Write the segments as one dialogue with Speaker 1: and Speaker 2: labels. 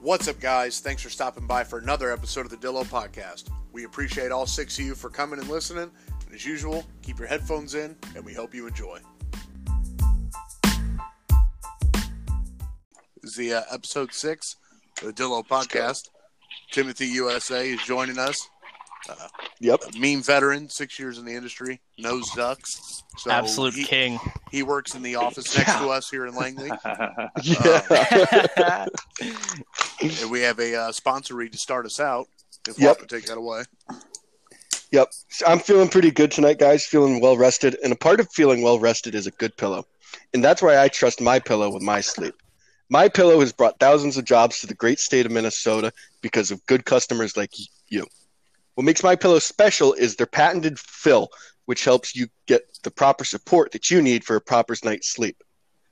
Speaker 1: What's up, guys? Thanks for stopping by for another episode of the Dillo Podcast. We appreciate all six of you for coming and listening. And as usual, keep your headphones in, and we hope you enjoy. This is the uh, episode six of the Dillo Podcast. Timothy USA is joining us.
Speaker 2: Yep.
Speaker 1: A meme veteran, six years in the industry, knows ducks. So
Speaker 3: Absolute
Speaker 1: he,
Speaker 3: king.
Speaker 1: he works in the office next to us here in Langley.
Speaker 2: Yeah.
Speaker 1: And we have a uh, sponsoree to start us out. If
Speaker 2: Yep.
Speaker 1: Lachlan take that away.
Speaker 2: yep. So I'm feeling pretty good tonight, guys. Feeling well rested, and a part of feeling well rested is a good pillow, and that's why I trust my pillow with my sleep. My pillow has brought thousands of jobs to the great state of Minnesota because of good customers like y- you. What makes my pillow special is their patented fill, which helps you get the proper support that you need for a proper night's sleep.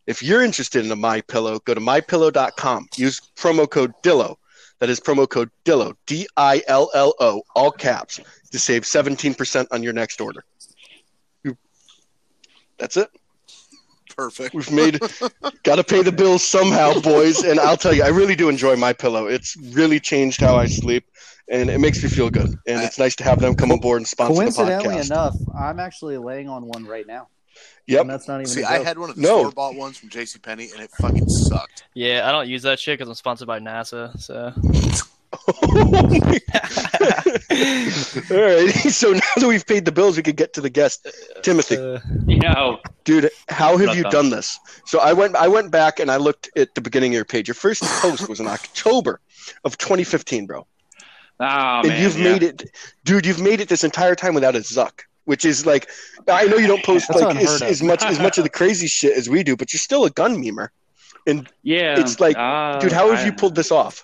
Speaker 2: If you're interested in a my pillow, go to mypillow.com. Use promo code Dillo. That is promo code Dillo, D I L L O, all caps, to save 17% on your next order. You- That's it.
Speaker 1: Perfect.
Speaker 2: We've made, got to pay the bills somehow, boys. And I'll tell you, I really do enjoy my pillow. It's really changed how I sleep, and it makes me feel good. And it's nice to have them come aboard and sponsor the
Speaker 4: Coincidentally
Speaker 2: podcast.
Speaker 4: enough, I'm actually laying on one right now. And
Speaker 2: Yep.
Speaker 4: that's not even
Speaker 1: See,
Speaker 4: a
Speaker 1: I
Speaker 4: joke.
Speaker 1: had one of the
Speaker 2: No.
Speaker 1: store bought ones from JCPenney and it fucking sucked.
Speaker 3: Yeah, I don't use that shit because I'm sponsored by NASA. So
Speaker 2: all right. So now that we've paid the bills, we could get to the guest, Timothy.
Speaker 3: Uh,
Speaker 5: You know,
Speaker 2: dude how have
Speaker 5: Not
Speaker 2: you
Speaker 5: done.
Speaker 2: done this so i went i went back and i looked at the beginning of your page your first post was in october of 2015 bro
Speaker 5: ah
Speaker 2: and
Speaker 5: man,
Speaker 2: you've
Speaker 5: yeah.
Speaker 2: made it dude you've made it this entire time without a zuck which is like i know you don't post
Speaker 4: That's
Speaker 2: like
Speaker 4: unheard
Speaker 2: as,
Speaker 4: of.
Speaker 2: as much as much of the crazy shit as we do but you're still a gun memer
Speaker 5: Yeah,
Speaker 2: it's like,
Speaker 5: uh,
Speaker 2: dude how have
Speaker 5: I-
Speaker 2: you pulled this off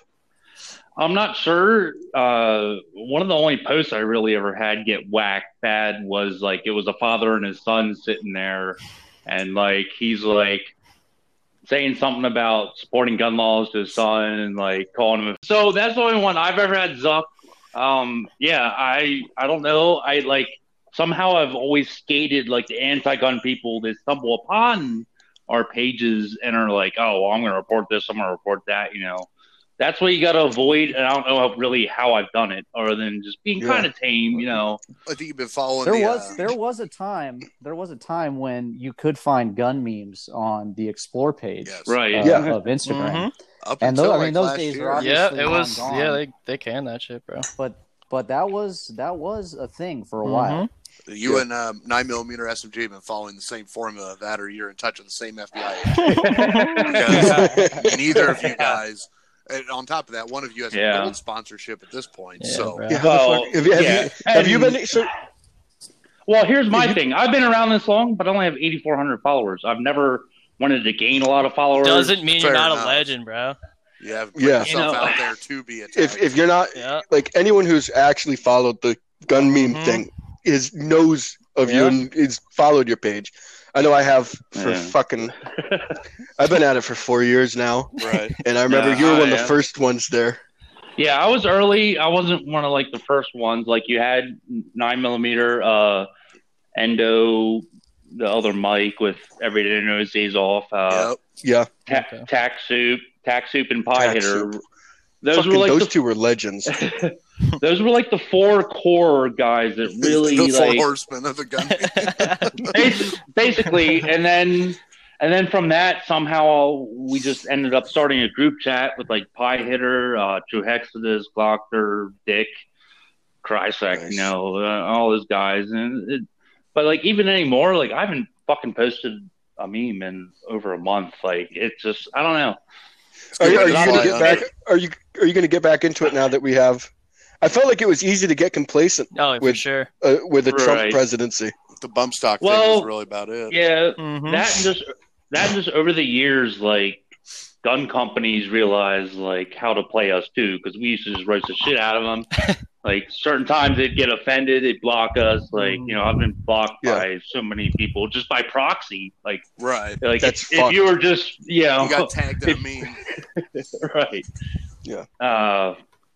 Speaker 5: I'm not sure. Uh, one of the only posts I really ever had get whacked bad was like it was a father and his son sitting there, and like he's like saying something about supporting gun laws to his son and like calling him. a- So that's the only one I've ever had Zuck. Um, yeah, I I don't know. I like somehow I've always skated like the anti-gun people that stumble upon our pages and are like, oh, well, I'm going to report this. I'm going to report that. You know that's what you got to avoid. And I don't know how, really how I've done it, other than just being
Speaker 2: Yeah.
Speaker 5: kind of tame, you know.
Speaker 1: I think you've been following
Speaker 4: there
Speaker 1: the,
Speaker 4: was
Speaker 1: uh,
Speaker 4: there was a time there was a time when you could find gun memes on the explore page
Speaker 1: Yes.
Speaker 5: Right.
Speaker 4: uh,
Speaker 2: Yeah.
Speaker 4: of Instagram.
Speaker 5: Mm-hmm.
Speaker 3: Mhm.
Speaker 1: up
Speaker 4: and
Speaker 1: until,
Speaker 4: tho- I mean,
Speaker 1: like,
Speaker 4: those
Speaker 1: last
Speaker 4: days
Speaker 1: year.
Speaker 4: were obvious.
Speaker 3: yeah,
Speaker 4: Obviously
Speaker 3: it was.
Speaker 4: long gone.
Speaker 3: Yeah, they they can that shit, bro.
Speaker 4: But but that was that was a thing for a
Speaker 3: Mhm.
Speaker 4: while.
Speaker 1: You and um, 9 millimeter SMG have been following the same formula of that, or you're in touch with the same FBI. Because neither of you guys, and on top of that, one of you has
Speaker 5: Yeah.
Speaker 1: a gold sponsorship at this point.
Speaker 3: Yeah,
Speaker 1: so,
Speaker 3: bro.
Speaker 2: Yeah, how the
Speaker 5: Well,
Speaker 2: fuck- have, you, have,
Speaker 5: yeah.
Speaker 2: you, have you
Speaker 5: And-
Speaker 2: been so,
Speaker 5: Well, here's my thing. I've been around this long, but I only have 8,400 followers. I've never wanted to gain a lot of followers.
Speaker 3: Doesn't mean
Speaker 1: Fair
Speaker 3: you're not
Speaker 1: enough.
Speaker 3: a legend, bro.
Speaker 1: you have put
Speaker 2: Yeah.
Speaker 1: yourself
Speaker 5: You know-
Speaker 1: out there to be attacked.
Speaker 2: if if you're not
Speaker 3: Yeah.
Speaker 2: like anyone who's actually followed the gun meme
Speaker 5: Mm-hmm.
Speaker 3: Mhm.
Speaker 2: thing is knows of you
Speaker 3: Yeah.
Speaker 2: and is followed your page. I know I have for
Speaker 5: Yeah.
Speaker 2: fucking. I've been at it for four years now,
Speaker 1: right.
Speaker 2: and I remember
Speaker 5: Yeah,
Speaker 2: you were
Speaker 5: I
Speaker 2: one of the
Speaker 5: am.
Speaker 2: first ones there.
Speaker 5: yeah, I was early. I wasn't one of like the first ones. Like you had nine millimeter, uh, endo, the other mic with every day nose days off. Uh,
Speaker 1: Yep.
Speaker 2: Yeah,
Speaker 5: ta-
Speaker 3: Okay.
Speaker 5: tack soup, tack soup, and pie
Speaker 2: Tack
Speaker 5: hitter.
Speaker 2: Soup.
Speaker 5: Those
Speaker 2: fucking
Speaker 5: were like
Speaker 2: those
Speaker 5: the
Speaker 2: two were legends.
Speaker 5: those were like the four core guys that really
Speaker 1: the four
Speaker 5: like
Speaker 1: horsemen of the gun.
Speaker 5: basi- basically and then and then from that somehow we just ended up starting a group chat with like pie hitter uh true hexodus glocker dick Krysak,
Speaker 2: Nice.
Speaker 5: you know uh, all those guys and it, but like even anymore like i haven't fucking posted a meme in over a month like it's just i don't know
Speaker 2: Are, you- are you
Speaker 5: Not
Speaker 2: gonna
Speaker 5: like
Speaker 2: get
Speaker 5: that.
Speaker 2: back? Are you are you gonna get back into it now that we have? I felt like it was easy to get complacent
Speaker 3: Oh, for
Speaker 2: With-
Speaker 3: sure.
Speaker 2: uh, with the Trump
Speaker 5: Right.
Speaker 2: presidency.
Speaker 1: The bump stock thing
Speaker 5: Well,
Speaker 1: was really about it.
Speaker 5: yeah
Speaker 3: Mhm.
Speaker 5: that and just that and just over the years like gun companies realized like how to play us too because we used to just roast the shit out of them like certain times they'd get offended they'd block us like you know i've been blocked
Speaker 2: Yeah.
Speaker 5: by so many people just by proxy like
Speaker 1: Right.
Speaker 5: like
Speaker 2: That's
Speaker 5: if, if you were just you know
Speaker 1: You got tagged in a meme.
Speaker 5: right
Speaker 2: Yeah.
Speaker 5: uh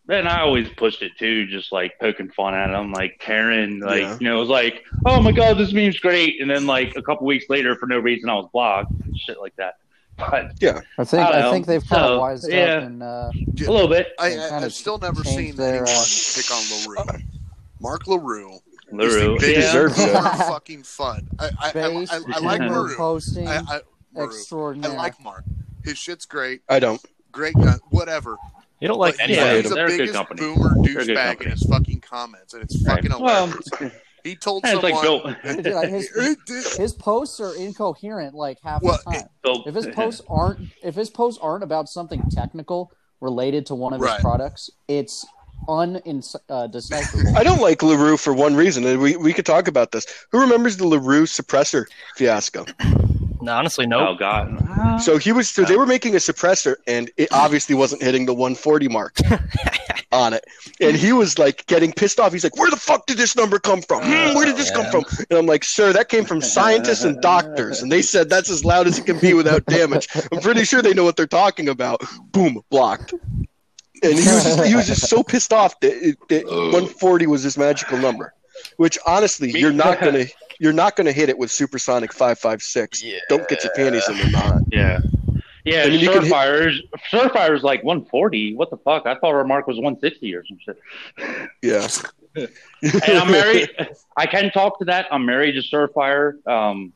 Speaker 5: and I always pushed it too, just like poking fun at them, like Karen, like
Speaker 2: Yeah.
Speaker 5: you know, it was like, "Oh my god, this meme's great," and then like a couple weeks later, for no reason, I was blocked, shit like that. but
Speaker 4: I think
Speaker 5: I don't
Speaker 4: I,
Speaker 5: know.
Speaker 4: think they've kind
Speaker 5: So,
Speaker 4: of wised
Speaker 5: yeah.
Speaker 4: up and uh,
Speaker 5: a little bit.
Speaker 1: I,
Speaker 4: They
Speaker 1: I,
Speaker 4: kinda
Speaker 1: I've still never
Speaker 4: changed
Speaker 1: seen
Speaker 4: their,
Speaker 1: anyone
Speaker 4: uh,
Speaker 1: pick on LaRue. Mark LaRue. is the
Speaker 5: LaRue.
Speaker 1: biggest
Speaker 5: yeah.
Speaker 2: deserve- Deserves it.
Speaker 1: piece of fucking fun. I, I, I,
Speaker 4: base
Speaker 1: I, I like
Speaker 5: Yeah.
Speaker 1: LaRue. I,
Speaker 4: posting
Speaker 1: I, LaRue. I
Speaker 4: extraordinaire.
Speaker 1: like Mark. His shit's great.
Speaker 2: I don't.
Speaker 1: Great gun, whatever.
Speaker 3: You don't like
Speaker 1: But
Speaker 5: Yeah,
Speaker 3: anybody.
Speaker 1: he's the
Speaker 5: they're a good
Speaker 1: biggest
Speaker 5: company.
Speaker 1: boomer
Speaker 5: a good
Speaker 1: douchebag in
Speaker 5: company.
Speaker 1: his fucking comments, and it's
Speaker 5: Right.
Speaker 1: fucking
Speaker 5: Well,
Speaker 1: hilarious. he told
Speaker 5: it's
Speaker 1: someone.
Speaker 5: like Bill.
Speaker 4: Dude, like, his,
Speaker 1: It did-
Speaker 4: his posts are incoherent like half
Speaker 1: Well,
Speaker 4: the time.
Speaker 5: Bill-
Speaker 4: If his posts aren't if his posts aren't about something technical related to one of
Speaker 1: Right.
Speaker 4: his products, it's undecipherable. Uh, decipherable.
Speaker 2: I don't like LaRue for one reason. and We, we could talk about this. Who remembers the LaRue suppressor fiasco?
Speaker 3: No, honestly,
Speaker 5: Oh
Speaker 3: nope.
Speaker 5: God.
Speaker 2: So he was so they were making a suppressor and it obviously wasn't hitting the 140 mark on it. And he was like getting pissed off. He's like, "Where the fuck did this number come from? Hmm, where did this come from?" And I'm like, "Sir, that came from scientists and doctors and they said that's as loud as it can be without damage. I'm pretty sure they know what they're talking about." Boom, blocked. And he was just, he was just so pissed off that, it, that 140 was his magical number, which honestly,
Speaker 5: Me-
Speaker 2: you're not going to you're not going to hit it with supersonic 556. Don't get your panties in the knot.
Speaker 5: Yeah. Yeah,
Speaker 2: I mean, you can hit-
Speaker 5: Surfire's Surfire's like 140. What the fuck? I thought Remark was 160 or some shit.
Speaker 2: Yeah.
Speaker 5: And I'm married. I can talk to that. I'm married to Surfire. Um,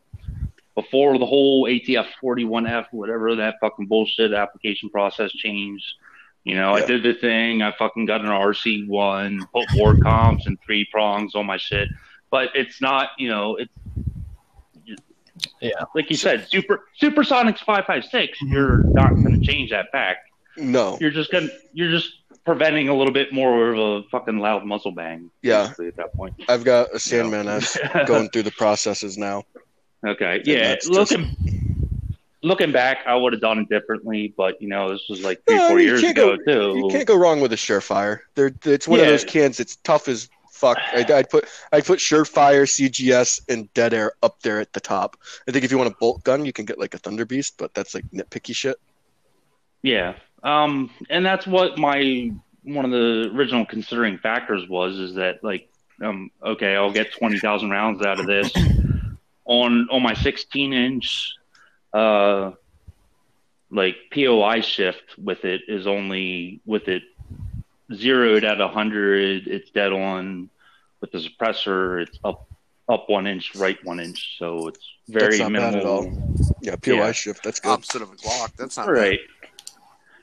Speaker 5: before the whole ATF 41F, whatever that fucking bullshit application process changed. You know, I
Speaker 2: Yeah.
Speaker 5: did the thing. I fucking got an RC one, put war comps and three prongs on my shit. But it's not, you know, it's
Speaker 3: Yeah.
Speaker 5: like you said, super supersonics five five six. You're not going to change that back.
Speaker 2: No.
Speaker 5: You're just gonna, you're just preventing a little bit more of a fucking loud muscle bang.
Speaker 2: Yeah.
Speaker 5: basically, at that point.
Speaker 2: I've got a Sandman that's going through the processes now.
Speaker 5: Okay.
Speaker 2: Yeah,
Speaker 5: Yeah.
Speaker 2: that's just-
Speaker 5: Looking looking back, I would have done it differently, but you know, this was like three,
Speaker 2: No, I
Speaker 5: four
Speaker 2: mean, you
Speaker 5: years
Speaker 2: can't
Speaker 5: ago
Speaker 2: You
Speaker 5: too.
Speaker 2: can't go wrong with a Surefire. They're, it's one of
Speaker 5: Yeah.
Speaker 2: those cans that's tough as fuck. I'd, I'd put I'd put Surefire, CGS, and Dead Air up there at the top. I think if you want a bolt gun, you can get like a Thunder Beast, but that's like nitpicky shit.
Speaker 5: Yeah. Um, and that's what my one of the original considering factors was is that like, um, okay, I'll get twenty thousand rounds out of this on on my sixteen inch, uh, like POI shift with it is only with it zeroed at hundred. It's dead on with the suppressor. It's up up one inch, right one inch. So it's very
Speaker 2: That's not
Speaker 5: minimal.
Speaker 2: bad at all. Yeah, POI
Speaker 5: Yeah.
Speaker 2: shift. That's good.
Speaker 1: opposite of a Glock. That's not
Speaker 5: Right.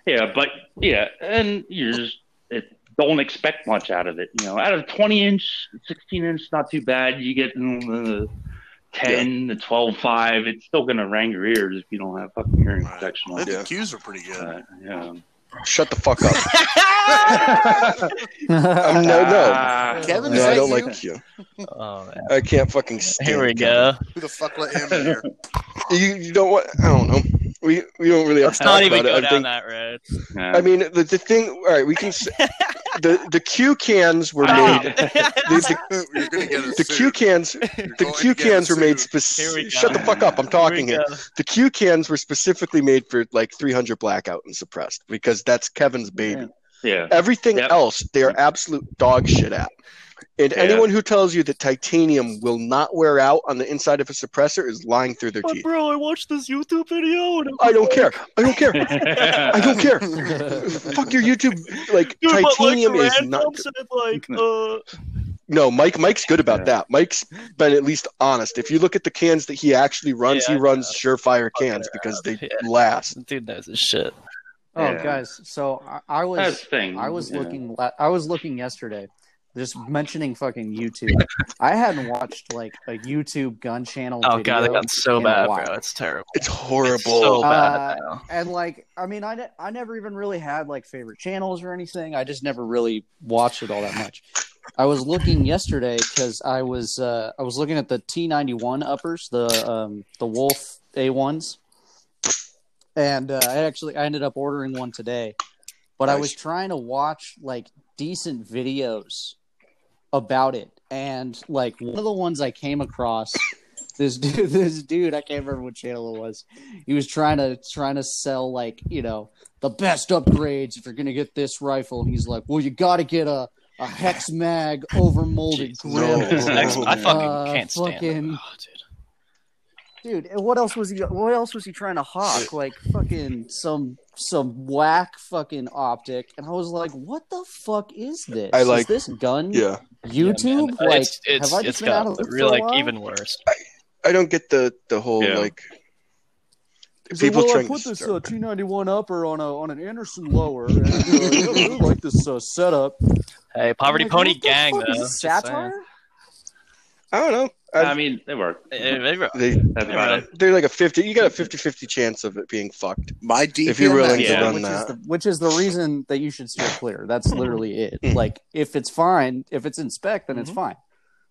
Speaker 5: Yeah, but yeah, and you just it, don't expect much out of it. You know, out of twenty inch, sixteen inch, not too bad. You get mm, the ten, the twelve five. It's still gonna wrang your ears if you don't have fucking hearing
Speaker 1: Right. bad.
Speaker 5: protection.
Speaker 1: I
Speaker 5: on.
Speaker 1: think
Speaker 2: Yeah.
Speaker 1: the Qs are pretty good.
Speaker 5: Uh, yeah.
Speaker 2: Um,
Speaker 3: Ah.
Speaker 2: Shut the fuck up.
Speaker 4: I
Speaker 2: I'm no no.
Speaker 5: Ah,
Speaker 1: Kevin, is
Speaker 2: No, I
Speaker 1: that
Speaker 2: don't
Speaker 1: you?
Speaker 2: like you.
Speaker 3: Oh, man.
Speaker 2: I can't fucking stand
Speaker 3: Here we
Speaker 2: Kevin.
Speaker 3: go.
Speaker 1: Who the fuck let him in here?
Speaker 2: You, you don't want. I don't know. We we don't really have
Speaker 3: Let's
Speaker 2: to talk
Speaker 3: not even
Speaker 2: about it.
Speaker 3: go
Speaker 2: I
Speaker 3: down
Speaker 2: think-
Speaker 3: that road.
Speaker 5: yeah.
Speaker 2: I mean, the, the thing. All right, we can. s- the the Q cans were
Speaker 5: Ah.
Speaker 2: made. The,
Speaker 1: You're gonna get
Speaker 2: the,
Speaker 1: us
Speaker 2: the Q
Speaker 1: sued.
Speaker 2: cans.
Speaker 1: You're
Speaker 2: The
Speaker 1: going to
Speaker 2: Q
Speaker 1: get us
Speaker 2: cans were made
Speaker 1: sued.
Speaker 3: Here we
Speaker 2: specifically.
Speaker 3: go.
Speaker 2: Shut the fuck up! I'm talking here. The Q cans were specifically made for like 300 blackout and suppressed because that's Kevin's baby.
Speaker 5: yeah.
Speaker 2: Everything
Speaker 5: Yep.
Speaker 2: else, they are absolute dog shit at. And
Speaker 5: Yeah.
Speaker 2: anyone who tells you that titanium will not wear out on the inside of a suppressor is lying through their teeth.
Speaker 3: bro, I watched this YouTube video. And
Speaker 2: I don't care. I don't care. I don't care.
Speaker 4: don't-
Speaker 2: Fuck your YouTube. Like titanium is not.
Speaker 3: said, like, uh,
Speaker 2: No, Mike. Mike's good about
Speaker 5: Yeah.
Speaker 2: that. Mike's been at least honest. If you look at the cans that he actually runs,
Speaker 3: Yeah,
Speaker 2: he runs surefire
Speaker 3: Fucking
Speaker 2: cans because they
Speaker 3: around.
Speaker 2: last.
Speaker 3: dude knows his shit.
Speaker 4: oh,
Speaker 5: Yeah.
Speaker 4: guys, so I, I was
Speaker 5: That's the thing.
Speaker 4: I was
Speaker 5: Yeah.
Speaker 4: looking. La- I was looking yesterday, just mentioning fucking YouTube. I hadn't watched like a YouTube gun channel.
Speaker 3: Oh,
Speaker 4: video
Speaker 3: God, that got so
Speaker 4: in a
Speaker 3: bad,
Speaker 4: while.
Speaker 3: bro. It's terrible.
Speaker 2: It's horrible.
Speaker 3: It's so
Speaker 4: Uh,
Speaker 3: bad now.
Speaker 4: And like, I mean, I, ne- I never even really had like favorite channels or anything. I just never really watched it all that much. I was looking yesterday because I was uh, I was looking at the T ninety one uppers, the um, the Wolf A ones, and uh, I actually I ended up ordering one today. But I
Speaker 2: Nice.
Speaker 4: was trying to watch like decent videos about it, and like one of the ones I came across, this dude, this dude, I can't remember what channel it was. He was trying to trying to sell like you know the best upgrades if you're gonna get this rifle, and he's like, well, you got to get a a hex mag overmolded
Speaker 3: Jeez,
Speaker 4: grip.
Speaker 2: no.
Speaker 3: Oh, Next- I fucking
Speaker 4: Uh,
Speaker 3: can't stand
Speaker 4: fucking-
Speaker 3: it. Oh, dude.
Speaker 4: dude. What else was he? What else was he trying to hawk? Like fucking some some whack fucking optic. And I was like, what the fuck is this?
Speaker 2: I like-
Speaker 4: is this gun
Speaker 2: Yeah,
Speaker 4: YouTube.
Speaker 3: Yeah, man.
Speaker 4: like,
Speaker 3: it's it's
Speaker 4: have I
Speaker 3: it's
Speaker 4: just been out
Speaker 3: got
Speaker 4: of the loop
Speaker 3: really,
Speaker 4: for a
Speaker 3: like
Speaker 4: while?
Speaker 3: even worse.
Speaker 2: I don't get the the whole
Speaker 5: Yeah.
Speaker 2: like
Speaker 4: He's like,
Speaker 2: people
Speaker 4: well, I
Speaker 2: trying
Speaker 4: put
Speaker 2: to
Speaker 4: this
Speaker 2: start-
Speaker 4: uh, 291 upper on a on an Anderson lower, and uh, I really like this uh, setup.
Speaker 3: Hey, Poverty
Speaker 4: I'm like,
Speaker 3: Pony
Speaker 4: what the
Speaker 3: Gang
Speaker 4: fuck,
Speaker 3: though.
Speaker 4: is this
Speaker 3: Just saying.
Speaker 4: satire.
Speaker 2: I don't know. I-
Speaker 5: I mean, they were.
Speaker 4: Uh,
Speaker 3: Eh, they were-
Speaker 2: They
Speaker 5: That's
Speaker 3: Yeah.
Speaker 5: about it.
Speaker 2: they're like a fifty. You got a 50-50 chance of it being fucked.
Speaker 1: My DPMX,
Speaker 2: If you're willing
Speaker 5: to
Speaker 2: run
Speaker 4: which is
Speaker 2: that.
Speaker 4: the, which is the reason that you should steer clear. That's literally it. Like, if it's fine, if it's in spec, then it's
Speaker 3: Mhm.
Speaker 4: fine.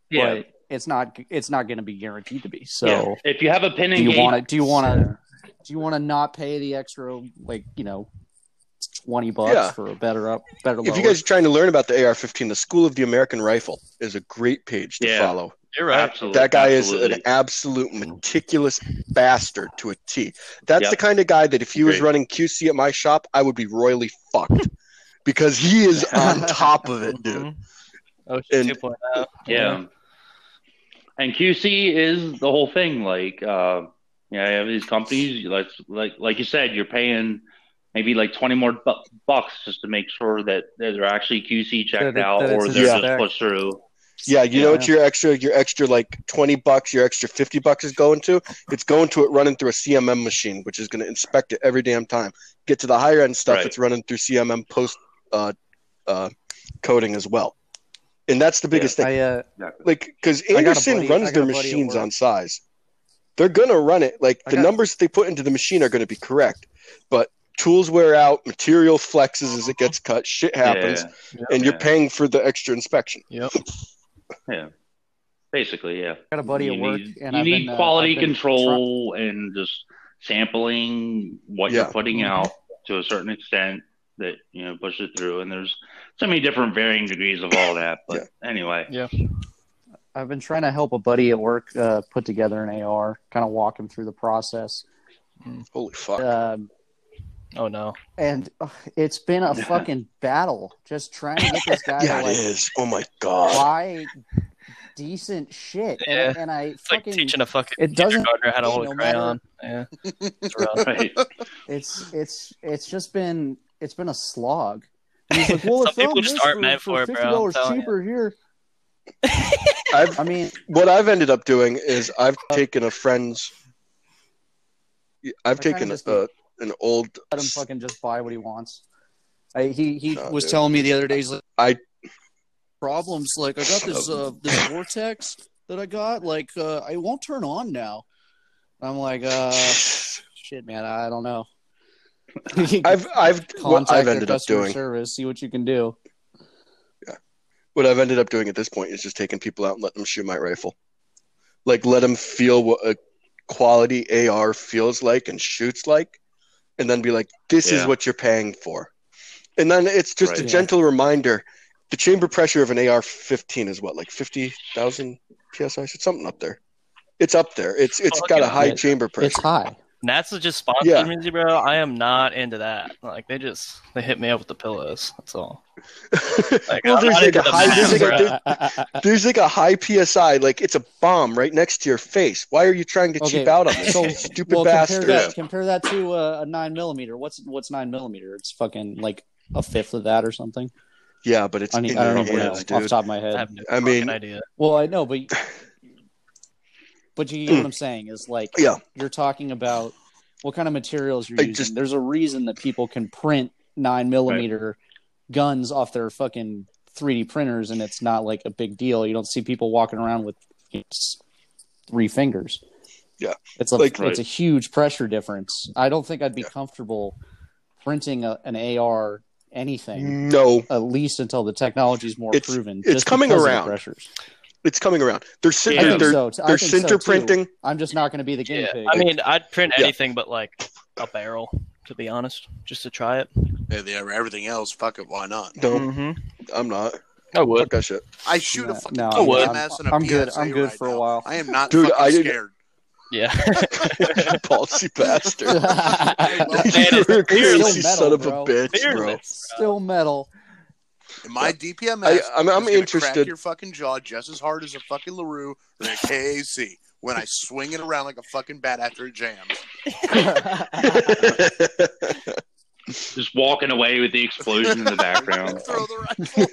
Speaker 5: Yeah.
Speaker 4: But it's not. It's not going to be guaranteed to be. So,
Speaker 5: Yeah. if you have a
Speaker 4: uh, do
Speaker 5: pinning
Speaker 4: you
Speaker 5: game,
Speaker 4: want to? Do you want to? Do you want to not pay the extra, like you know, twenty bucks
Speaker 2: Yeah.
Speaker 4: for a better up, better?
Speaker 2: If you
Speaker 4: lower?
Speaker 2: guys are trying to learn about the AR-15, the School of the American Rifle is a great page to
Speaker 5: Yeah.
Speaker 2: follow.
Speaker 3: You're right.
Speaker 5: absolutely,
Speaker 2: That guy is
Speaker 5: absolutely. Mm-hmm.
Speaker 2: an absolute meticulous bastard to a T. That's
Speaker 5: Yep.
Speaker 2: the kind of guy that if he was
Speaker 5: Agreed.
Speaker 2: running QC at my shop, I would be royally fucked because he is on top of it, dude.
Speaker 5: Mm-hmm.
Speaker 4: Hmm?
Speaker 3: Mhm. Oh,
Speaker 2: And-
Speaker 3: 2.0.
Speaker 5: Yeah. And QC is the whole thing. Like, uh, you know, you have these companies, you like, like, like you said, you're paying maybe like 20 more bu- bucks just to make sure that they're actually QC checked
Speaker 4: That it-
Speaker 5: out
Speaker 4: that
Speaker 5: or
Speaker 4: it's
Speaker 5: they're
Speaker 4: in
Speaker 5: just
Speaker 4: spec.
Speaker 5: pushed through.
Speaker 2: Yeah, you know
Speaker 4: Yeah.
Speaker 2: what your extra your extra like twenty bucks, your extra fifty bucks is going to? It's going to it running through a CMM machine, which is going to inspect it every damn time. Get to the higher end stuff,
Speaker 5: Right.
Speaker 2: it's running through CMM post uh, uh, coding as well, and that's the biggest thing.
Speaker 4: I, uh,
Speaker 2: like because
Speaker 4: got a
Speaker 2: Anderson
Speaker 4: buddy- I
Speaker 2: runs
Speaker 4: got
Speaker 2: their
Speaker 4: a buddy at
Speaker 2: machines
Speaker 4: work.
Speaker 2: on size. They're gonna run it like
Speaker 4: I
Speaker 2: the
Speaker 4: got-
Speaker 2: numbers they put into the machine are gonna be correct, but tools wear out, material flexes as it gets cut, shit happens,
Speaker 5: Yeah,
Speaker 2: and you're
Speaker 5: Yeah.
Speaker 2: paying for the extra inspection.
Speaker 3: Yep.
Speaker 5: basically, yeah.
Speaker 4: got a buddy
Speaker 5: you
Speaker 4: at work,
Speaker 5: need,
Speaker 4: and
Speaker 5: you
Speaker 4: I've
Speaker 5: need
Speaker 4: been, uh,
Speaker 5: quality
Speaker 4: I've been
Speaker 5: control and just sampling what
Speaker 2: Yeah.
Speaker 5: you're putting
Speaker 4: Mm-hmm.
Speaker 5: out to a certain extent that you know push it through. And there's so many different varying degrees of all that. But anyway,
Speaker 4: I've been trying to help a buddy at work uh, put together an AR, kind of walk him through the process.
Speaker 2: Holy fuck!
Speaker 4: Um,
Speaker 3: Oh no.
Speaker 4: and ugh, it's been a fucking battle just trying to get this guy
Speaker 2: yeah,
Speaker 4: to
Speaker 2: it
Speaker 4: like
Speaker 2: is. Oh my god!
Speaker 4: buy decent shit. And,
Speaker 3: Yeah.
Speaker 4: and I
Speaker 3: It's like
Speaker 4: fucking
Speaker 3: teaching a fucking
Speaker 4: it doesn't-
Speaker 3: kindergartner how to
Speaker 4: hey,
Speaker 3: hold
Speaker 4: no
Speaker 3: a crayon. Yeah. It's rough.
Speaker 5: right.
Speaker 4: it's it's it's just been it's been a slog. And he's like, well,
Speaker 3: Some
Speaker 4: if I'm
Speaker 3: people just
Speaker 4: this
Speaker 3: aren't
Speaker 4: for,
Speaker 3: meant for
Speaker 4: for
Speaker 3: it, bro.
Speaker 4: fifty dollars
Speaker 3: I'm telling you.
Speaker 4: cheaper here.
Speaker 2: I've
Speaker 4: I mean,
Speaker 2: what I've ended up doing is I've taken a friend's. I've
Speaker 4: I kinda
Speaker 2: taken
Speaker 4: just-
Speaker 2: a, an old.
Speaker 4: let him fucking just buy what he wants. I, he he
Speaker 2: Oh,
Speaker 4: was
Speaker 2: dude.
Speaker 4: telling me the other day. He's like,
Speaker 2: I-
Speaker 4: problems. Like I got this uh, this vortex that I got. Like uh, I won't turn on now. I'm like, uh, shit, man. I don't know.
Speaker 2: I've I've what I've
Speaker 4: their
Speaker 2: ended up
Speaker 4: customer
Speaker 2: doing.
Speaker 4: service. See what you can do.
Speaker 2: What I've ended up doing at this point is just taking people out and letting them shoot my rifle, like let them feel what a quality AR feels like and shoots like, and then be like, "This is
Speaker 5: Yeah.
Speaker 2: what you're paying for," and then it's just
Speaker 5: Right.
Speaker 2: a
Speaker 4: Yeah.
Speaker 2: gentle reminder. The chamber pressure of an AR-15 is what, like fifty thousand psi, something up there. It's up there. It's it's
Speaker 3: Oh,
Speaker 2: got a
Speaker 3: yeah.
Speaker 2: high
Speaker 4: Yeah.
Speaker 2: chamber pressure.
Speaker 4: It's high.
Speaker 3: NASA's just sponsoring
Speaker 2: Yeah.
Speaker 3: me, bro. I am not into that. Like they just they hit me up with the pillows. That's all. Like,
Speaker 2: Well,
Speaker 3: I'm
Speaker 2: there's
Speaker 3: not
Speaker 2: like
Speaker 3: into
Speaker 2: a
Speaker 3: the
Speaker 2: high-
Speaker 3: math,
Speaker 2: there's like
Speaker 3: bro.
Speaker 2: a- There's like a high PSI, like it's a bomb right next to your face. Why are you trying to
Speaker 4: Okay,
Speaker 2: cheap out on this?
Speaker 4: so-
Speaker 2: stupid
Speaker 4: well, compare
Speaker 2: bastard.
Speaker 4: that, compare that to uh, a nine millimeter. What's what's nine millimeter? It's fucking like a fifth of that or something.
Speaker 2: Yeah, but it's
Speaker 4: I, mean,
Speaker 2: in
Speaker 4: I
Speaker 2: your
Speaker 4: don't know, what
Speaker 2: hands,
Speaker 4: else, off the
Speaker 2: dude.
Speaker 4: top of my
Speaker 3: I
Speaker 4: head.
Speaker 3: have no
Speaker 2: I mean-
Speaker 3: fucking idea.
Speaker 4: Well, I know, but but you get what I'm saying is like
Speaker 2: Mm. Yeah.
Speaker 4: you're talking about what kind of materials you're
Speaker 2: I
Speaker 4: using.
Speaker 2: just-
Speaker 4: There's a reason that people can print nine millimeter guns off their fucking 3D printers, and it's not like a big deal. You don't see people walking around with you know, s- three fingers.
Speaker 2: Yeah.
Speaker 4: it's a
Speaker 2: Like-
Speaker 4: it's a huge pressure difference. I don't think I'd be comfortable printing a, an AR anything.
Speaker 2: No,
Speaker 4: At least until the technology is more
Speaker 2: Mm. It's-
Speaker 4: proven.
Speaker 2: it's
Speaker 4: just
Speaker 2: coming
Speaker 4: because of the
Speaker 2: around.
Speaker 4: pressures.
Speaker 2: it's coming around. They're cin-
Speaker 5: Yeah. I
Speaker 4: think
Speaker 2: they're,
Speaker 4: so, t- I
Speaker 2: they're
Speaker 4: think so,
Speaker 2: center
Speaker 4: too.
Speaker 2: printing.
Speaker 4: I'm just not going to be the guinea
Speaker 3: Yeah.
Speaker 4: pig.
Speaker 3: I mean, I'd print
Speaker 2: Yeah.
Speaker 3: anything but like a barrel, to be honest, just to try it.
Speaker 1: Yeah, they have everything else. Fuck it, why not?
Speaker 4: Mm.
Speaker 2: No,
Speaker 3: Mm-hmm.
Speaker 2: I'm not.
Speaker 3: I would.
Speaker 2: Fuck that shit.
Speaker 1: I shoot
Speaker 4: No,
Speaker 1: a fucking
Speaker 4: no,
Speaker 1: no,
Speaker 4: I
Speaker 3: would.
Speaker 1: MS and a
Speaker 4: I'm good.
Speaker 1: PSA
Speaker 4: I'm good
Speaker 1: right
Speaker 4: for a
Speaker 1: now.
Speaker 4: while.
Speaker 1: I am not
Speaker 2: Dude,
Speaker 1: fucking
Speaker 2: I didn't-
Speaker 1: scared.
Speaker 3: Yeah.
Speaker 2: Ballsy bastard.
Speaker 3: Man,
Speaker 2: You're a
Speaker 4: still
Speaker 2: crazy
Speaker 4: metal,
Speaker 2: son of
Speaker 4: bro.
Speaker 2: a bitch, bro.
Speaker 3: Fearless.
Speaker 4: Still metal.
Speaker 1: My DPMS.
Speaker 2: I, I'm,
Speaker 1: is
Speaker 2: I'm
Speaker 1: gonna
Speaker 2: interested.
Speaker 1: Crack your fucking jaw just as hard as a fucking Larue or a KAC. when I swing it around like a fucking bat after it jams.
Speaker 5: Just walking away with the explosion in the
Speaker 4: Oh.
Speaker 5: background.
Speaker 1: Throw the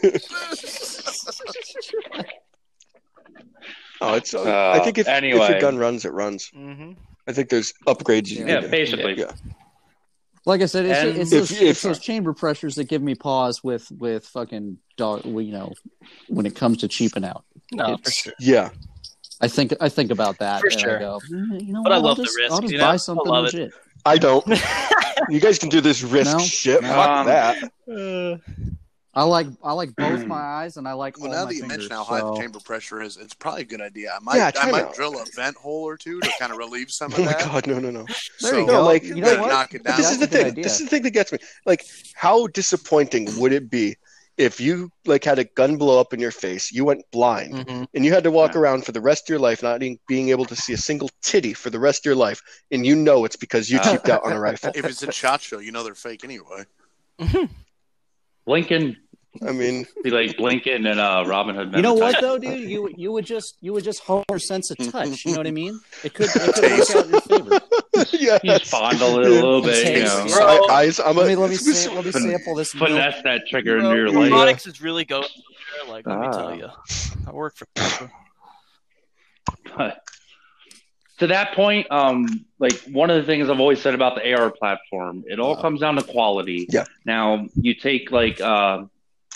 Speaker 1: rifle.
Speaker 2: oh, it's. Uh,
Speaker 5: Uh,
Speaker 2: I think if, if
Speaker 5: anyway.
Speaker 2: your gun runs, it runs.
Speaker 3: Mm-hmm.
Speaker 2: I think there's upgrades you
Speaker 5: Yeah,
Speaker 2: can do.
Speaker 5: basically.
Speaker 2: Yeah.
Speaker 4: like I said, it's,
Speaker 5: And-
Speaker 4: it's,
Speaker 2: If-
Speaker 4: those,
Speaker 2: if-
Speaker 4: it's those chamber pressures that give me pause with with fucking dog. You know, when it comes to cheaping out,
Speaker 3: No, for
Speaker 4: It's-
Speaker 3: sure.
Speaker 2: Yeah.
Speaker 4: I think I think about that.
Speaker 3: For
Speaker 4: and
Speaker 3: sure.
Speaker 4: I go, "Mm, you know,
Speaker 3: But I
Speaker 4: what,
Speaker 3: love
Speaker 4: I'll
Speaker 3: the
Speaker 4: just,
Speaker 3: risk,
Speaker 4: I'll just
Speaker 3: you know?
Speaker 4: buy
Speaker 3: I
Speaker 4: something
Speaker 3: love it.
Speaker 4: legit.
Speaker 2: I don't. You guys can do this risk
Speaker 4: No.
Speaker 2: shit.
Speaker 4: No.
Speaker 2: Fuck
Speaker 5: Um,
Speaker 2: that.
Speaker 3: Uh,
Speaker 4: I like I like
Speaker 2: Hmm.
Speaker 4: both my eyes and I like
Speaker 1: well,
Speaker 4: all
Speaker 1: now
Speaker 4: my
Speaker 1: that you
Speaker 4: fingers,
Speaker 1: mention how high the
Speaker 4: so-
Speaker 1: chamber pressure is, it's probably a good idea. I might,
Speaker 2: Yeah,
Speaker 1: I
Speaker 2: time
Speaker 1: might
Speaker 2: out.
Speaker 1: drill a vent hole or two to kind of relieve some of
Speaker 2: Oh my
Speaker 1: that.
Speaker 2: god, no, no, no.
Speaker 4: There
Speaker 1: so
Speaker 4: you go.
Speaker 2: like,
Speaker 4: you
Speaker 1: you
Speaker 4: know
Speaker 1: better
Speaker 4: what?
Speaker 1: knock it
Speaker 4: But
Speaker 1: down.
Speaker 2: But this
Speaker 4: That's
Speaker 2: is the
Speaker 4: a good
Speaker 2: thing.
Speaker 4: idea.
Speaker 2: This is the thing that gets me. Like, how disappointing would it be if you like had a gun blow up in your face, you went blind,
Speaker 3: Mhm.
Speaker 2: and you had to walk
Speaker 5: Mm. Yeah.
Speaker 2: around for the rest of your life not being, being able to see a single titty for the rest of your life, and you know it's because you
Speaker 5: Uh.
Speaker 2: cheaped out on a rifle.
Speaker 1: if it's a shot show, you know they're fake anyway.
Speaker 5: Lincoln,
Speaker 2: I mean,
Speaker 5: be like Lincoln and uh, Robin Hood. Men
Speaker 4: You know
Speaker 5: in
Speaker 4: what
Speaker 5: Tights.
Speaker 4: though, dude? You you would just you would just Homer sense a touch. You know what I mean? It could it could work out in your favor.
Speaker 2: yeah.
Speaker 5: You just fondle it a little bit, you
Speaker 4: Taste.
Speaker 5: know.
Speaker 2: Sorry, guys. I'm
Speaker 4: Let
Speaker 2: a,
Speaker 4: me let me,
Speaker 2: this was-
Speaker 4: sa- let me sample this. milk.
Speaker 5: Finesse that trigger into your
Speaker 2: Bro,
Speaker 5: life.
Speaker 2: you're-
Speaker 3: Robotics is really going there. Like, let me
Speaker 5: Ah.
Speaker 3: tell you, I work for.
Speaker 5: But to that point, um, like one of the things I've always said about the AR platform, it all comes down to quality.
Speaker 2: Yeah.
Speaker 5: Now you take like uh,